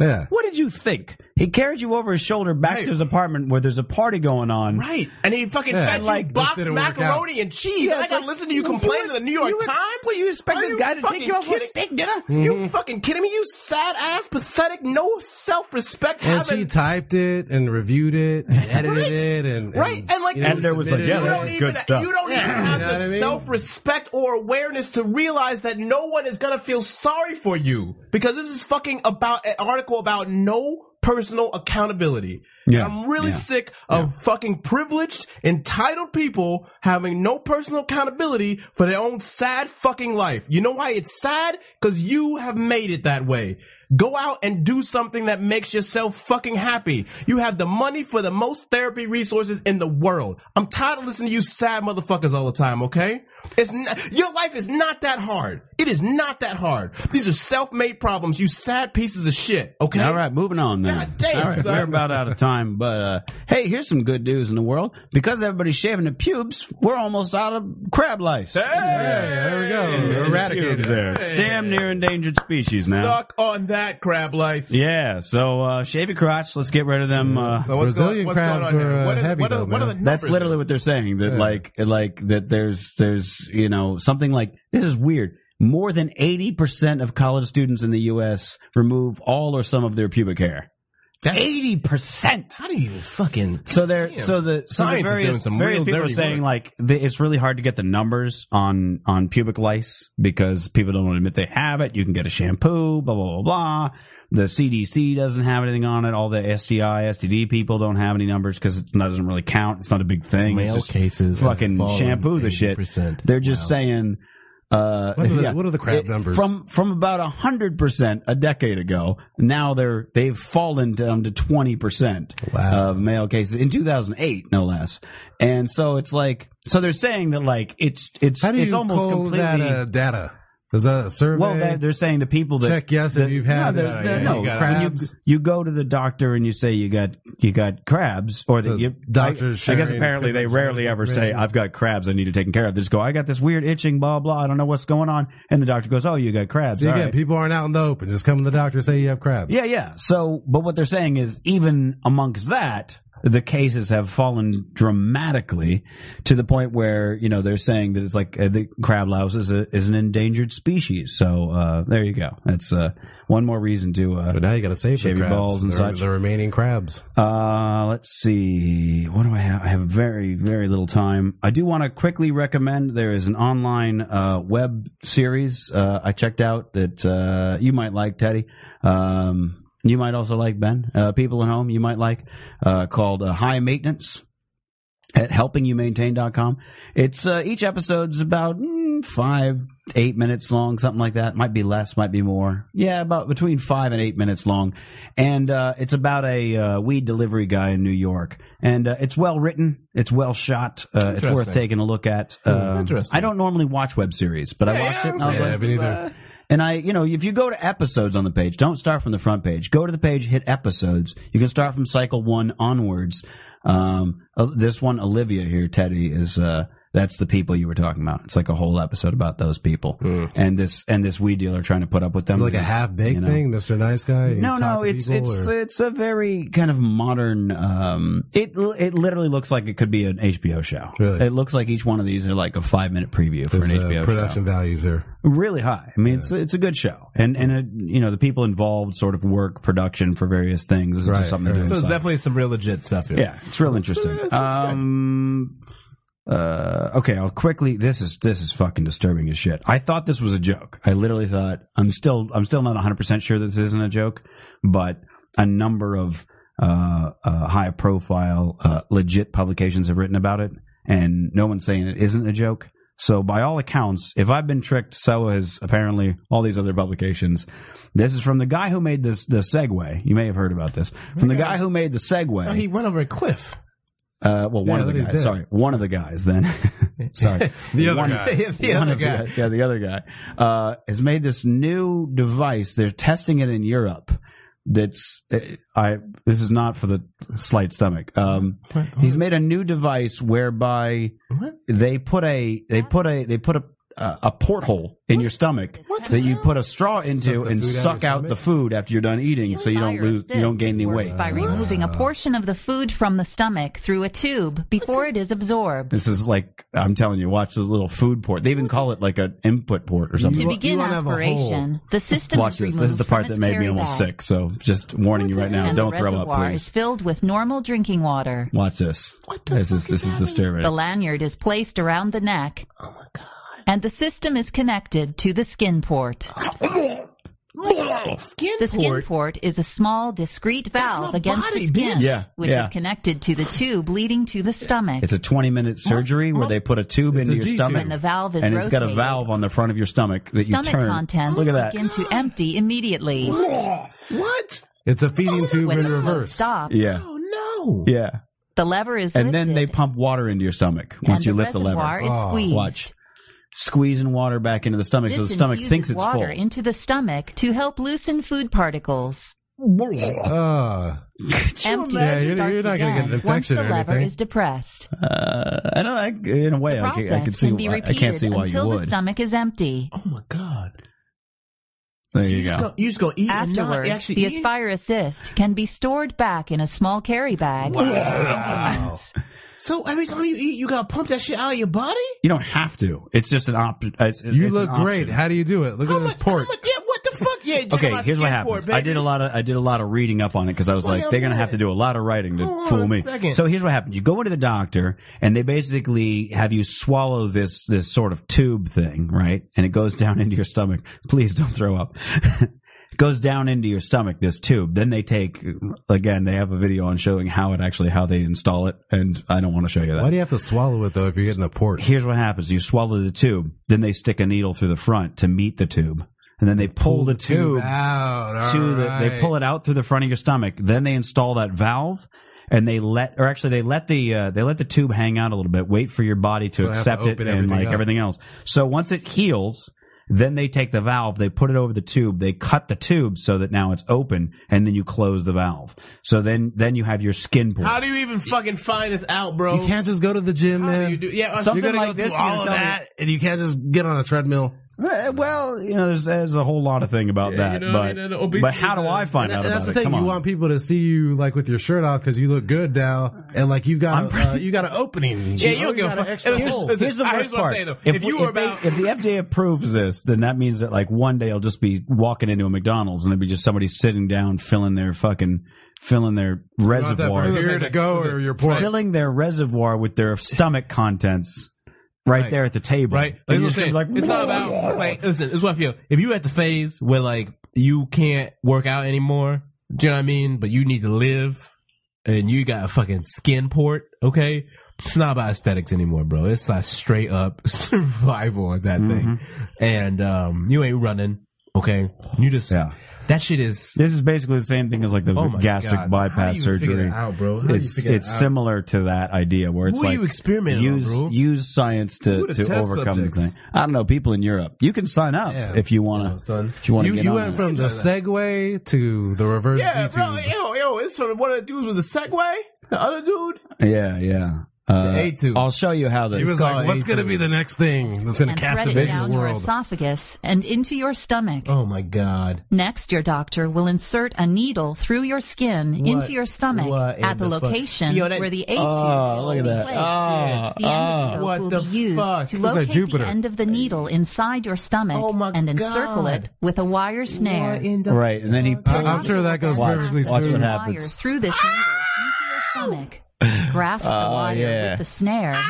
S6: Yeah.
S5: what did you think?" He carried you over his shoulder back
S2: Right.
S5: to his apartment where there's a party going on.
S2: Right, and he fucking
S6: Yeah.
S2: fed you
S5: Like,
S2: like
S5: this
S2: boxed
S6: didn't work
S2: macaroni and cheese.
S5: Yeah,
S2: and I
S5: it's
S2: gotta
S5: like,
S2: listen to you
S5: you
S2: complain
S5: were-
S2: to the New York
S5: you were-
S2: Times.
S5: what, you expect
S2: Are
S5: this guy to take
S2: fucking
S5: you out for a Mm-hmm.
S2: kidding-
S5: steak dinner?
S2: You fucking kidding me? You sad ass, pathetic, no self respect.
S6: And she typed it and reviewed it and edited
S2: Right.
S6: it and, and
S2: Right, and like-
S6: you know,
S2: Editor
S5: was like, yeah,
S6: submitted
S2: you
S6: it.
S5: this
S2: don't
S5: is
S2: even,
S5: good stuff.
S2: You don't even have
S6: You know
S2: the
S6: what I mean?
S2: self respect or awareness to realize that no one is gonna feel sorry for you because this is fucking about an article about no personal accountability.
S5: Yeah,
S2: And I'm really
S5: yeah,
S2: sick of fucking privileged, entitled people having no personal accountability for their own sad fucking life. You know why it's sad? Cause you have made it that way. Go out and do something that makes yourself fucking happy. You have the money for the most therapy resources in the world. I'm tired of listening to you sad motherfuckers all the time, okay? It's not, your life is not that hard. It is not that hard. These are self-made problems, you sad pieces of shit, okay?
S5: All right, moving on then.
S2: God damn,
S5: All right,
S2: son.
S5: we're about out of time, but uh, hey, here's some good news in the world. Because everybody's shaving the pubes, we're almost out of crab lice.
S6: Yeah, there we go. Eradicated.
S5: They're Damn near endangered species now.
S2: Suck on that crab life.
S5: Yeah, so uh, shave your crotch. Let's get rid of them. Uh,
S2: So what's
S6: Brazilian
S2: what's
S6: crabs
S2: on here?
S6: were, uh,
S2: What are the-
S6: heavy
S2: what are-
S6: though,
S2: what are
S6: man.
S2: the
S5: That's
S2: numbers?
S5: literally what they're saying. That like like that there's there's you know something like this is weird. More than eighty percent of college students in the U.S. remove all or some of their pubic hair. Eighty percent.
S2: How do you fucking?
S5: So they're
S2: Damn.
S5: so the so the
S2: Science is
S5: various,
S2: doing some
S5: various
S2: real
S5: people are
S2: dirty
S5: saying
S2: work.
S5: like the, it's really hard to get the numbers on on pubic lice because people don't want to admit they have it. You can get a shampoo, blah blah blah blah. The CDC doesn't have anything on it. All the STI, STD people don't have any numbers because it doesn't really count. It's not a big thing. It's
S2: Male
S5: just
S2: cases have
S5: fucking
S2: fallen
S5: shampoo the shit.
S2: 80%.
S5: They're just saying. Uh,
S6: What are the-
S5: yeah.
S6: what are the crab numbers?
S5: from from about hundred percent a decade ago? Now they're they've fallen down to twenty percent
S6: Wow.
S5: of male cases in 2008, no less. And so it's like, so they're saying that like it's it's
S6: How do you
S5: it's almost
S6: call
S5: completely.
S6: that uh, data? Is that a survey?
S5: well, they're, they're saying the people that
S6: Check yes if
S5: the-
S6: you've had
S5: no, the-
S6: it.
S5: the-
S6: Yeah,
S5: no,
S6: you got
S5: when you-
S6: crabs.
S5: You, go to the doctor and you say you got you got crabs, or that
S6: Those
S5: you
S6: doctors
S5: I, I guess
S6: sharing
S5: apparently they
S6: information.
S5: rarely ever say I've got crabs. I need to take care of. They just go I got this weird itching, blah blah. I don't know what's going on, and the doctor goes, Oh, you got crabs.
S6: See,
S5: All
S6: again,
S5: right.
S6: people aren't out in the open. Just come to the doctor, say you have crabs.
S5: Yeah, yeah. So, but what they're saying is, even amongst that, the cases have fallen dramatically to the point where you know they're saying that it's like uh, the crab louse is a, is an endangered species. So uh, there you go. That's uh, one more reason to. Uh,
S6: But now you got to save
S5: Shave
S6: the
S5: your
S6: crabs,
S5: balls and
S6: the,
S5: such.
S6: the remaining crabs.
S5: uh, let's see. What do I have? I have very very little time. I do want to quickly recommend. There is an online uh, web series uh, I checked out that uh, you might like, Teddy. Um, you might also like Ben. Uh, people at home, you might like uh, called uh, High Maintenance at helpingyoumaintain.com. It's uh, each episode's about mm, five, eight minutes long, something like that. Might be less, might be more. Yeah, about between five and eight minutes long. And uh, it's about a uh, weed delivery guy in New York. And uh, it's well written, it's well shot. Uh, it's worth
S2: Interesting.
S5: taking a look at. Um,
S2: Interesting.
S5: I don't normally watch web series, but I watched it and I was
S6: Hmm, yeah,
S5: like,
S6: me neither.
S5: and I, you know, if you go to episodes on the page, don't start from the front page. Go to the page, hit episodes. You can start from cycle one onwards. Um, uh, this one, Olivia here, Teddy is, uh, that's the people you were talking about. It's like a whole episode about those people and this and this weed dealer trying to put up with them.
S6: It's Hmm. like a half baked
S5: You know.
S6: thing, Mister Nice Guy. You
S5: No,
S6: talk
S5: no,
S6: to
S5: it's
S6: people,
S5: it's
S6: or-
S5: it's a very kind of modern. Um, it it literally looks like it could be an HBO show.
S6: Really?
S5: It looks like each one of these are like a five minute preview for
S6: there's,
S5: an
S6: uh,
S5: HBO show
S6: production values there.
S5: really high. I mean, it's it's a good show, and and it, you know the people involved sort of work production for various things. This is
S6: Right,
S5: just something they're
S6: right.
S5: doing.
S2: So it's
S5: So-
S2: definitely some real legit stuff here.
S5: yeah, it's real interesting.
S2: it's good.
S5: Um, uh, okay, I'll quickly. This is this is fucking disturbing as shit. I thought this was a joke. I literally thought I'm still I'm still not 100 percent sure this isn't a joke, but a number of uh, uh, high profile uh, legit publications have written about it, and no one's saying it isn't a joke. So, by all accounts, if I've been tricked, so has apparently all these other publications. This is from the guy who made this the Segway. You may have heard about this from the guy who made the Segway.
S2: Oh, he went over a cliff.
S5: uh, well,
S2: Yeah,
S5: one of
S2: I
S5: the
S2: think he's
S5: guys.
S2: dead.
S5: Sorry, one of the guys. Then, sorry,
S2: The other
S5: One-
S2: guy. the
S5: one
S2: other
S5: of the
S2: guy.
S5: yeah, the other guy uh, has made this new device. They're testing it in Europe. That's uh, I. This is not for the slight stomach. Um, he's made a new device whereby they put a they put a they put a uh, a a porthole in your stomach that you put a straw into
S2: food out
S5: and
S2: of
S5: suck
S2: your
S5: out
S2: stomach? Oh.
S5: the food after you're done eating, so you don't
S12: Fire
S5: lose you don't
S12: assist
S5: gain any
S12: works
S5: weight.
S12: by removing a portion of the food from the stomach through a tube before it is absorbed.
S5: This is like I'm telling you, watch the little food port. They even call it like an input port or
S12: To
S5: something.
S12: begin
S6: won't have a
S12: aspiration, the system
S5: Watch
S12: is
S5: this.
S12: removed
S5: This is the part
S12: from
S5: that
S12: its
S5: made me
S12: carry
S5: almost
S12: bag,
S5: sick. So just warning you right now,
S12: and
S5: don't
S12: the
S5: throw up,
S12: reservoir
S5: please.
S12: is filled with normal drinking water.
S5: Watch this. What the this is this is disturbing.
S12: The lanyard is placed around the neck. And the system is connected to the skin port.
S2: Skin
S12: The skin port is a small, discrete valve
S2: my
S12: against the
S2: body,
S12: skin,
S2: bitch.
S5: Yeah,
S12: which
S5: yeah.
S12: is connected to the tube leading to the stomach.
S5: It's a 20 minute surgery where they put a tube
S6: It's
S5: into
S6: a
S5: your
S6: G tube.
S5: stomach,
S12: When the valve is
S5: and it's got a
S12: rotated,
S5: valve on the front of your stomach that
S12: stomach
S5: you turn.
S12: contents
S5: Look at that.
S12: begin to empty immediately.
S2: What?
S6: It's a feeding tube
S12: When
S6: in
S12: the flow
S6: reverse.
S12: stops,
S5: Yeah,
S2: Oh no.
S5: yeah.
S12: the lever is
S5: And
S12: lifted,
S5: then they pump water into your stomach once
S12: and
S5: you
S12: the
S5: lift the
S12: reservoir
S5: lever.
S12: is
S6: Oh,
S12: squeezed.
S5: watch. Squeezing water back into the stomach,
S12: This
S5: so the stomach
S12: infuses
S5: thinks it's full.
S12: water into the stomach to help loosen food particles.
S6: Uh,
S12: Empty
S6: Yeah, you're-
S12: starts
S6: you're not gonna
S12: again
S6: get an infection
S12: once the
S6: or
S12: lever
S6: anything.
S12: is depressed.
S5: Uh, I don't. I, in a way,
S12: the
S5: I,
S12: process
S5: can, I can see.
S12: can be
S5: why- I
S12: repeated
S5: can't see why you
S12: until the
S5: would.
S12: stomach is empty.
S2: Oh my god.
S5: There you
S2: just
S5: go.
S2: gonna- you just gonna eat and not
S12: Afterwards,
S2: actually
S12: the
S2: eat?
S12: Aspire Assist can be stored back in a small carry bag.
S2: Wow. So every time you eat, you gotta pump that shit out of your body.
S5: You don't have to. It's just an option.
S6: you look great. How do you do it? Look
S2: How
S6: at this
S2: much?
S6: port.
S2: how much- yeah, what the fuck? Yeah. check
S5: Okay,
S2: out my
S5: here's what
S2: skin port,
S5: happens. I
S2: baby.
S5: did a lot of I did a lot of reading up on it because I was
S2: Well,
S5: like,
S2: yeah,
S5: they're gonna
S2: what?
S5: have to do a lot of writing to
S2: Hold on
S5: fool
S2: a
S5: me.
S2: second.
S5: So here's what happens. You go into the doctor and they basically have you swallow this this sort of tube thing, right? And it goes down into your stomach. Please don't throw up. It goes down into your stomach this tube then they take again they have a video on showing how it actually how they install it and i don't want to show you that
S6: Why do you have to swallow it though if you're getting a port?
S5: here's what happens you swallow the tube then they stick a needle through the front to meet the tube and then they pull, the, tube,
S6: out. all
S5: to the, they
S6: right.
S5: pull it out through the front of your stomach then they install that valve and they let or actually they let the uh, they let the tube hang out a little bit wait for your body to
S6: So they have to
S5: accept it
S6: open
S5: and
S6: everything
S5: like
S6: up.
S5: everything else so once it heals then they take the valve they put it over the tube they cut the tube so that now it's open and then you close the valve so then then you have your skin port
S2: How do you even fucking find this out, bro?
S6: You can't just go to the gym,
S2: How
S6: man.
S2: do you do? Yeah.
S5: Something
S6: you're gonna
S5: like
S6: go through
S5: this, you're
S6: all of
S5: gonna tell me-
S6: that, and you can't just get on a treadmill.
S5: Eh, Well, you know, there's, there's a whole lot of thing about
S2: Yeah, you
S5: that,
S2: know,
S5: but
S2: you know, the obesity
S5: but how do
S2: is a-
S5: I find
S6: And
S5: out
S6: that-
S5: about
S6: that's the
S5: it?
S6: thing.
S5: Come
S6: you
S5: on.
S6: want people to see you like with your shirt off because you look good now, and like you've got a, uh, you got an opening.
S2: Yeah,
S6: know?
S2: you don't give a
S6: got an
S2: fuck.
S6: extra
S2: Here's-
S6: hole.
S2: here's-
S5: Here's the
S2: I-
S5: worst
S2: what I'm
S5: part.
S2: saying, though. If you were
S5: they-
S2: about-
S5: if the FDA approves this, then that means that like one day I'll just be walking into a McDonald's and there'll be just somebody sitting down filling their fucking filling their
S6: You want that for
S5: reservoir,
S6: here to go or your port.
S5: filling their reservoir with their stomach contents right,
S2: Right.
S5: there at the table.
S2: Right?
S5: And
S2: Like,
S5: you're
S2: I'm
S5: just
S2: saying,
S5: like,
S2: it's not about like listen, it's what I feel. If you at the phase where like you can't work out anymore, do you know what I mean? But you need to live and you got a fucking skin port, okay? It's not about aesthetics anymore, bro. It's like straight up survival of that thing.
S5: Mm-hmm.
S2: And um you ain't running, okay? You just
S5: Yeah.
S2: that shit is
S5: This is basically the same thing as like the
S2: Oh my
S5: gastric
S2: God. How
S5: bypass
S2: do you figure
S5: surgery.
S2: that out, bro? How do you
S5: it's
S2: figure that
S5: it's
S2: out?
S5: similar to that idea where it's
S2: Who are
S5: like
S2: you experimenting on,
S5: use
S2: bro?
S5: use science to,
S2: Who are the
S5: to
S2: test
S5: overcome
S2: subjects?
S5: the thing. I don't know. People in Europe, you can sign up
S6: Yeah.
S5: if you want to.
S2: son.
S5: if you want to
S6: You
S5: get
S6: you
S5: on
S6: went
S5: it.
S6: from the Segway to the reverse
S2: Yeah,
S6: G
S2: bro,
S6: tube.
S2: yo, yo, it's from one of the dudes with the Segway, the other dude.
S5: yeah, yeah. Uh,
S2: The A2.
S5: I'll show you how
S6: He
S5: this.
S6: was
S2: called
S6: like, "What's
S2: A2.
S6: going to be the next thing that's going to
S12: and thread it
S6: captivate
S12: down
S6: the
S12: your
S6: world?"
S12: esophagus and into your stomach.
S2: Oh my god.
S12: Next, your doctor will insert a needle through your skin into your stomach
S2: what in
S12: at the,
S2: the fuck?
S12: location
S2: Yo, that-
S12: where the A tube
S5: Oh,
S12: is
S5: look
S12: to
S5: at
S12: be
S5: that.
S12: placed.
S5: Oh,
S12: the endoscope
S2: oh. What
S12: will
S2: the
S12: be used
S2: fuck?
S12: to
S2: Looks like
S12: locate
S6: Jupiter.
S12: the end of the needle inside your stomach
S2: Oh my
S12: and encircle
S2: God.
S12: it with a wire snare.
S2: uh,
S5: Right, and then he
S6: I-
S5: pulls.
S6: I'm sure that goes
S5: Watch.
S6: perfectly
S5: Watch what
S6: smooth.
S5: happens.
S12: wire through this needle into your stomach. Grasp the
S5: Oh,
S12: wire
S5: yeah.
S12: with the snare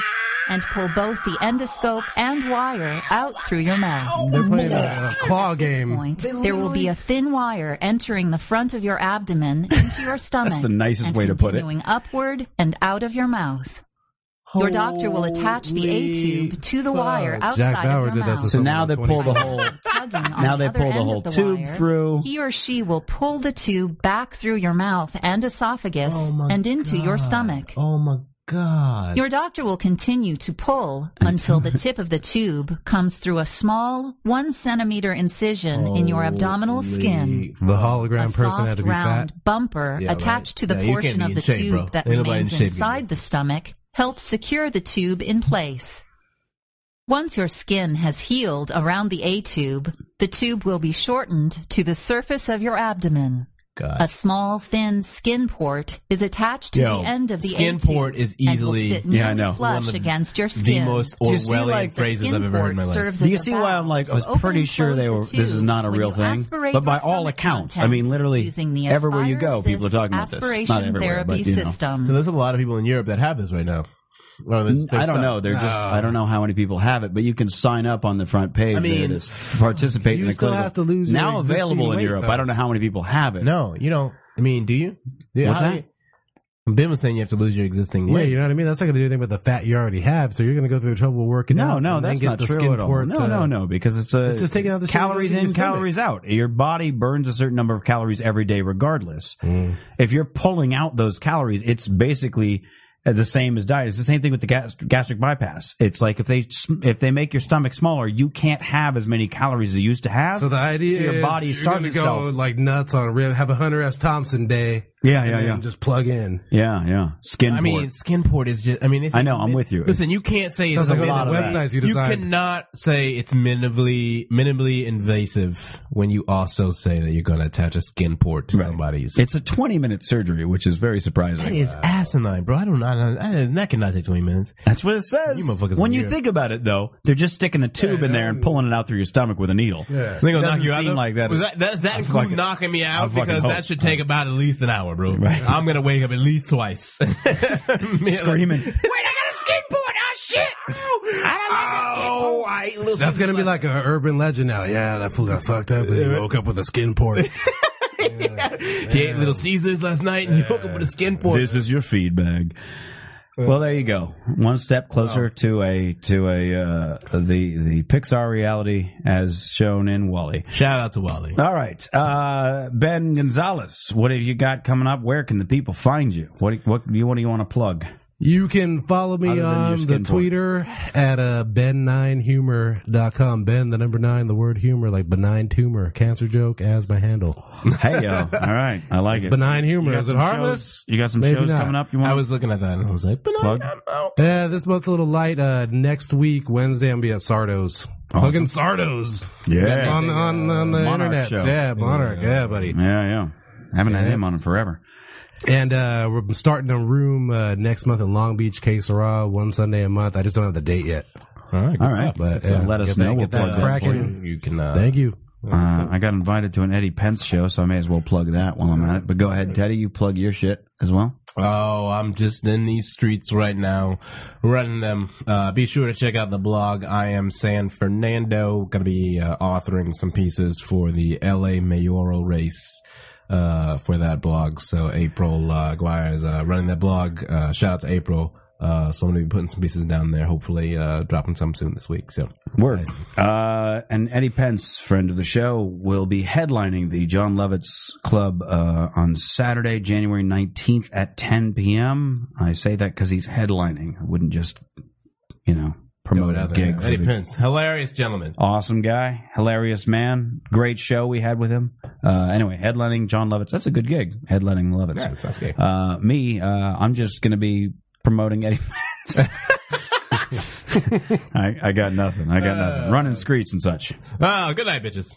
S12: and pull both the endoscope and wire out through your mouth.
S6: They're playing a, a claw game.
S12: Point, there will be a thin wire entering the front of your abdomen into your stomach.
S5: the nicest
S12: and
S5: way to put it.
S12: Continuing upward and out of your mouth. Your doctor will attach the A tube to the wire
S6: fuck.
S12: outside
S6: Jack Bauer
S12: of
S6: did
S12: your
S6: that to
S12: mouth.
S6: So
S5: So now
S6: like
S5: they pull the
S6: 25.
S5: whole.
S12: Tugging on
S5: Now they
S12: other
S5: pull the
S12: end
S5: whole
S12: of the
S5: tube
S12: wire.
S5: through.
S12: He or she will pull the tube back through your mouth and
S5: Oh
S12: esophagus and into your stomach.
S2: Oh my god.
S12: Your doctor will continue to pull until the tip of the tube comes through a small one centimeter incision in your abdominmal skin.
S6: The
S12: A
S6: hologram person
S12: soft
S6: had to be fat.
S12: round bumper
S2: Yeah,
S12: attached
S2: right.
S12: to the
S2: Yeah, you can't
S12: portion
S2: be
S12: of
S2: in
S12: the
S2: shape,
S12: tube
S2: bro.
S12: that
S2: Ain't nobody in
S12: remains
S2: shape
S12: inside
S2: anymore.
S12: the stomach helps secure the tube in place. Once your skin has healed around the A tube, the tube will be shortened to the surface of your abdomen.
S2: God.
S12: A small, thin skin port is attached to
S2: Yo,
S12: the end of the
S2: skin
S12: A-tube
S2: port is
S12: and will
S2: easily-
S12: sit
S5: Yeah, I
S12: nearly
S5: know.
S12: Flush
S2: One of
S12: against your
S2: the
S12: skin.
S2: most
S5: Do you see,
S2: Orwellian
S5: like, the
S2: phrases
S12: Skin
S2: I've ever heard
S12: port
S2: in my life.
S12: serves
S5: Do you
S12: as a
S5: see why I'm
S12: valve
S5: like?
S12: to
S5: I was
S12: open
S5: pretty
S12: and
S5: sure
S12: close
S5: they
S12: the
S5: were. This is
S12: tube
S5: not a
S12: when
S5: real
S12: you
S5: thing.
S12: aspirate
S5: But by
S12: your
S5: all
S12: stomach
S5: accounts, I
S12: contents
S5: mean literally
S12: using the
S5: everywhere you go,
S12: Aspire
S5: people are
S12: Assist
S5: talking about this.
S12: aspiration
S5: Not everywhere,
S12: therapy
S5: but you know.
S12: system.
S2: So there's a lot of people in Europe that have this right now. Or there's- there's
S5: I don't
S2: some.
S5: know. They're just. I don't know how many people have it, but you can sign up on the front page.
S2: I
S5: there it
S2: mean,
S5: is. participate
S6: you
S5: in the
S6: still
S5: clinical-
S6: have to lose your
S5: now
S6: existing
S5: available in
S6: weight,
S5: Europe.
S6: though.
S5: I don't know how many people have it.
S2: No, you don't. I mean, do you? Yeah,
S5: What's
S2: how-
S5: that?
S2: Ben was saying you have to lose your existing
S6: Yeah,
S2: weight.
S6: you know what I mean. That's not going to do anything with the fat you already have. So you're going to go through the trouble working
S5: No,
S6: out.
S5: no,
S6: and then
S5: that's
S6: get
S5: not
S6: the
S5: true
S6: skin
S5: at all.
S6: port uh,
S5: No,
S6: to-
S5: no, no, because it's a
S6: It's just taking out the shit that
S5: calories
S6: goes in
S5: in,
S6: your stomach.
S5: calories out. Your body burns a certain number of calories every day, regardless.
S6: Mm.
S5: If you're pulling out those calories, it's basically uh, the same as diet. It's the same thing with the gas- gastric bypass. It's like if they sm- if they make your stomach smaller, you can't have as many calories as you used to have.
S6: So the idea
S5: So your
S6: is
S5: body
S6: you're
S5: starves
S6: gonna go
S5: itself.
S6: like nuts on a rib. Have a Hunter S. Thompson day.
S5: Yeah,
S6: and
S5: yeah,
S6: then
S5: yeah.
S6: Just plug in.
S5: yeah, yeah. Skin.
S2: I mean,
S5: port.
S2: skin port is just. I mean, it's,
S5: I know, I'm with you.
S2: Listen,
S5: It's-
S2: you can't say
S6: Sounds
S2: it's
S6: like
S2: a
S6: all
S2: lot
S6: the
S2: of that.
S6: websites you designed.
S2: cannot say it's minimally minimally invasive when you also say that you're going to attach a skin port to somebody's.
S5: it's a 20 minute surgery, which is very surprising.
S2: that is asinine, bro. I don't know. I, I, that cannot take twenty minutes.
S5: That's what it says.
S2: You motherfuckers
S5: when
S2: are
S5: you
S2: weird.
S5: think about it, though, they're just sticking the tube in there and pulling it out through your stomach with a needle.
S6: Yeah.
S2: They gonna
S5: Doesn't
S2: knock you out.
S5: seem
S2: though?
S5: like that
S2: Was
S5: is-
S2: that, does that
S5: I
S2: include
S5: fucking-
S2: knocking me
S5: I
S2: out?
S5: fucking
S2: Because
S5: hope.
S2: that should take about at least an hour, bro.
S5: Right.
S2: I'm gonna wake up at least twice,
S5: Screaming.
S2: Ah, Oh, I listen.
S6: That's gonna be like an urban legend now. Yeah, that fool got fucked up and he woke up with a skin port.
S2: He ate Little Caesars last night, and you woke up with a skin port.
S5: This is your feed bag. Well, oh. there you go. One step closer to a to a uh, the the Pixar reality as shown in Wally.
S2: Shout out to Wally.
S5: All right, uh, Ben Gonzalez, what have you got coming up? Where can the people find you? What what do you want? Do you want to plug?
S6: You can follow
S5: Other
S6: me
S5: than your
S6: on the
S5: skin port.
S6: Twitter at uh, ben9humor.com. Ben, the number nine, the word humor, like benign tumor, cancer joke as my handle.
S5: Hey yo, all right, I like it.
S6: Benign
S5: You
S6: humor.
S5: got
S6: Is it
S5: some shows-
S6: harmless?
S5: you got some
S6: Maybe
S5: shows
S6: not.
S5: coming up? You
S2: I
S5: want
S2: was looking at that, and I was like, but
S5: Plug.
S2: I, I'm
S6: Yeah, Eh, this month's a little light. Uh, next week, Wednesday, I'm gonna be at Sardo's. Fucking Sardo's.
S5: yeah
S6: on on, on the
S5: uh, Monarch
S6: internet.
S5: show.
S6: Yeah, Monarch. Yeah, buddy.
S5: yeah yeah. Haven't had him on in forever.
S6: And uh, we're starting a room uh, next month in Long Beach, K Sarah, one Sunday a month. I just don't have the date yet.
S2: All right, good
S5: All right,
S2: stuff.
S6: But,
S5: so
S6: yeah,
S5: let us
S6: get
S5: know.
S6: that-
S5: We'll
S6: get that
S5: plug that for
S6: cracking.
S5: you.
S2: You can. Uh,
S6: Thank you.
S5: Uh, I got invited to an Eddie Pence show, so I may as well plug that while I'm at it. But go ahead, Teddy, you plug your shit as well.
S2: Oh, I'm just in these streets right now, running them. Uh, be sure to check out the blog. I am San Fernando. Gonna be uh, authoring some pieces for the LA mayoral race uh, for that blog. So April uh, Guire is uh, running that blog. Uh, shout out to April. Uh, so I'm gonna be putting some pieces down there. Hopefully, uh, dropping some soon this week. So
S5: Word. Uh, and Eddie Pence, friend of the show, will be headlining the John Lovitz Club uh, on Saturday, January 19th at 10 p.m. I say that because he's headlining. I wouldn't just, you know, promote a gig. for
S2: Eddie
S5: the-
S2: Pence, hilarious gentleman.
S5: Awesome guy, hilarious man. Great show we had with him. Uh, anyway, headlining John Lovitz. That's a good gig. Headlining Lovitz.
S2: Yeah, that's that's good.
S5: Uh, me, uh, I'm just going to be promoting Eddie Pence. I, I got nothing. I got nothing. Running screets and such.
S2: Oh, good night, bitches.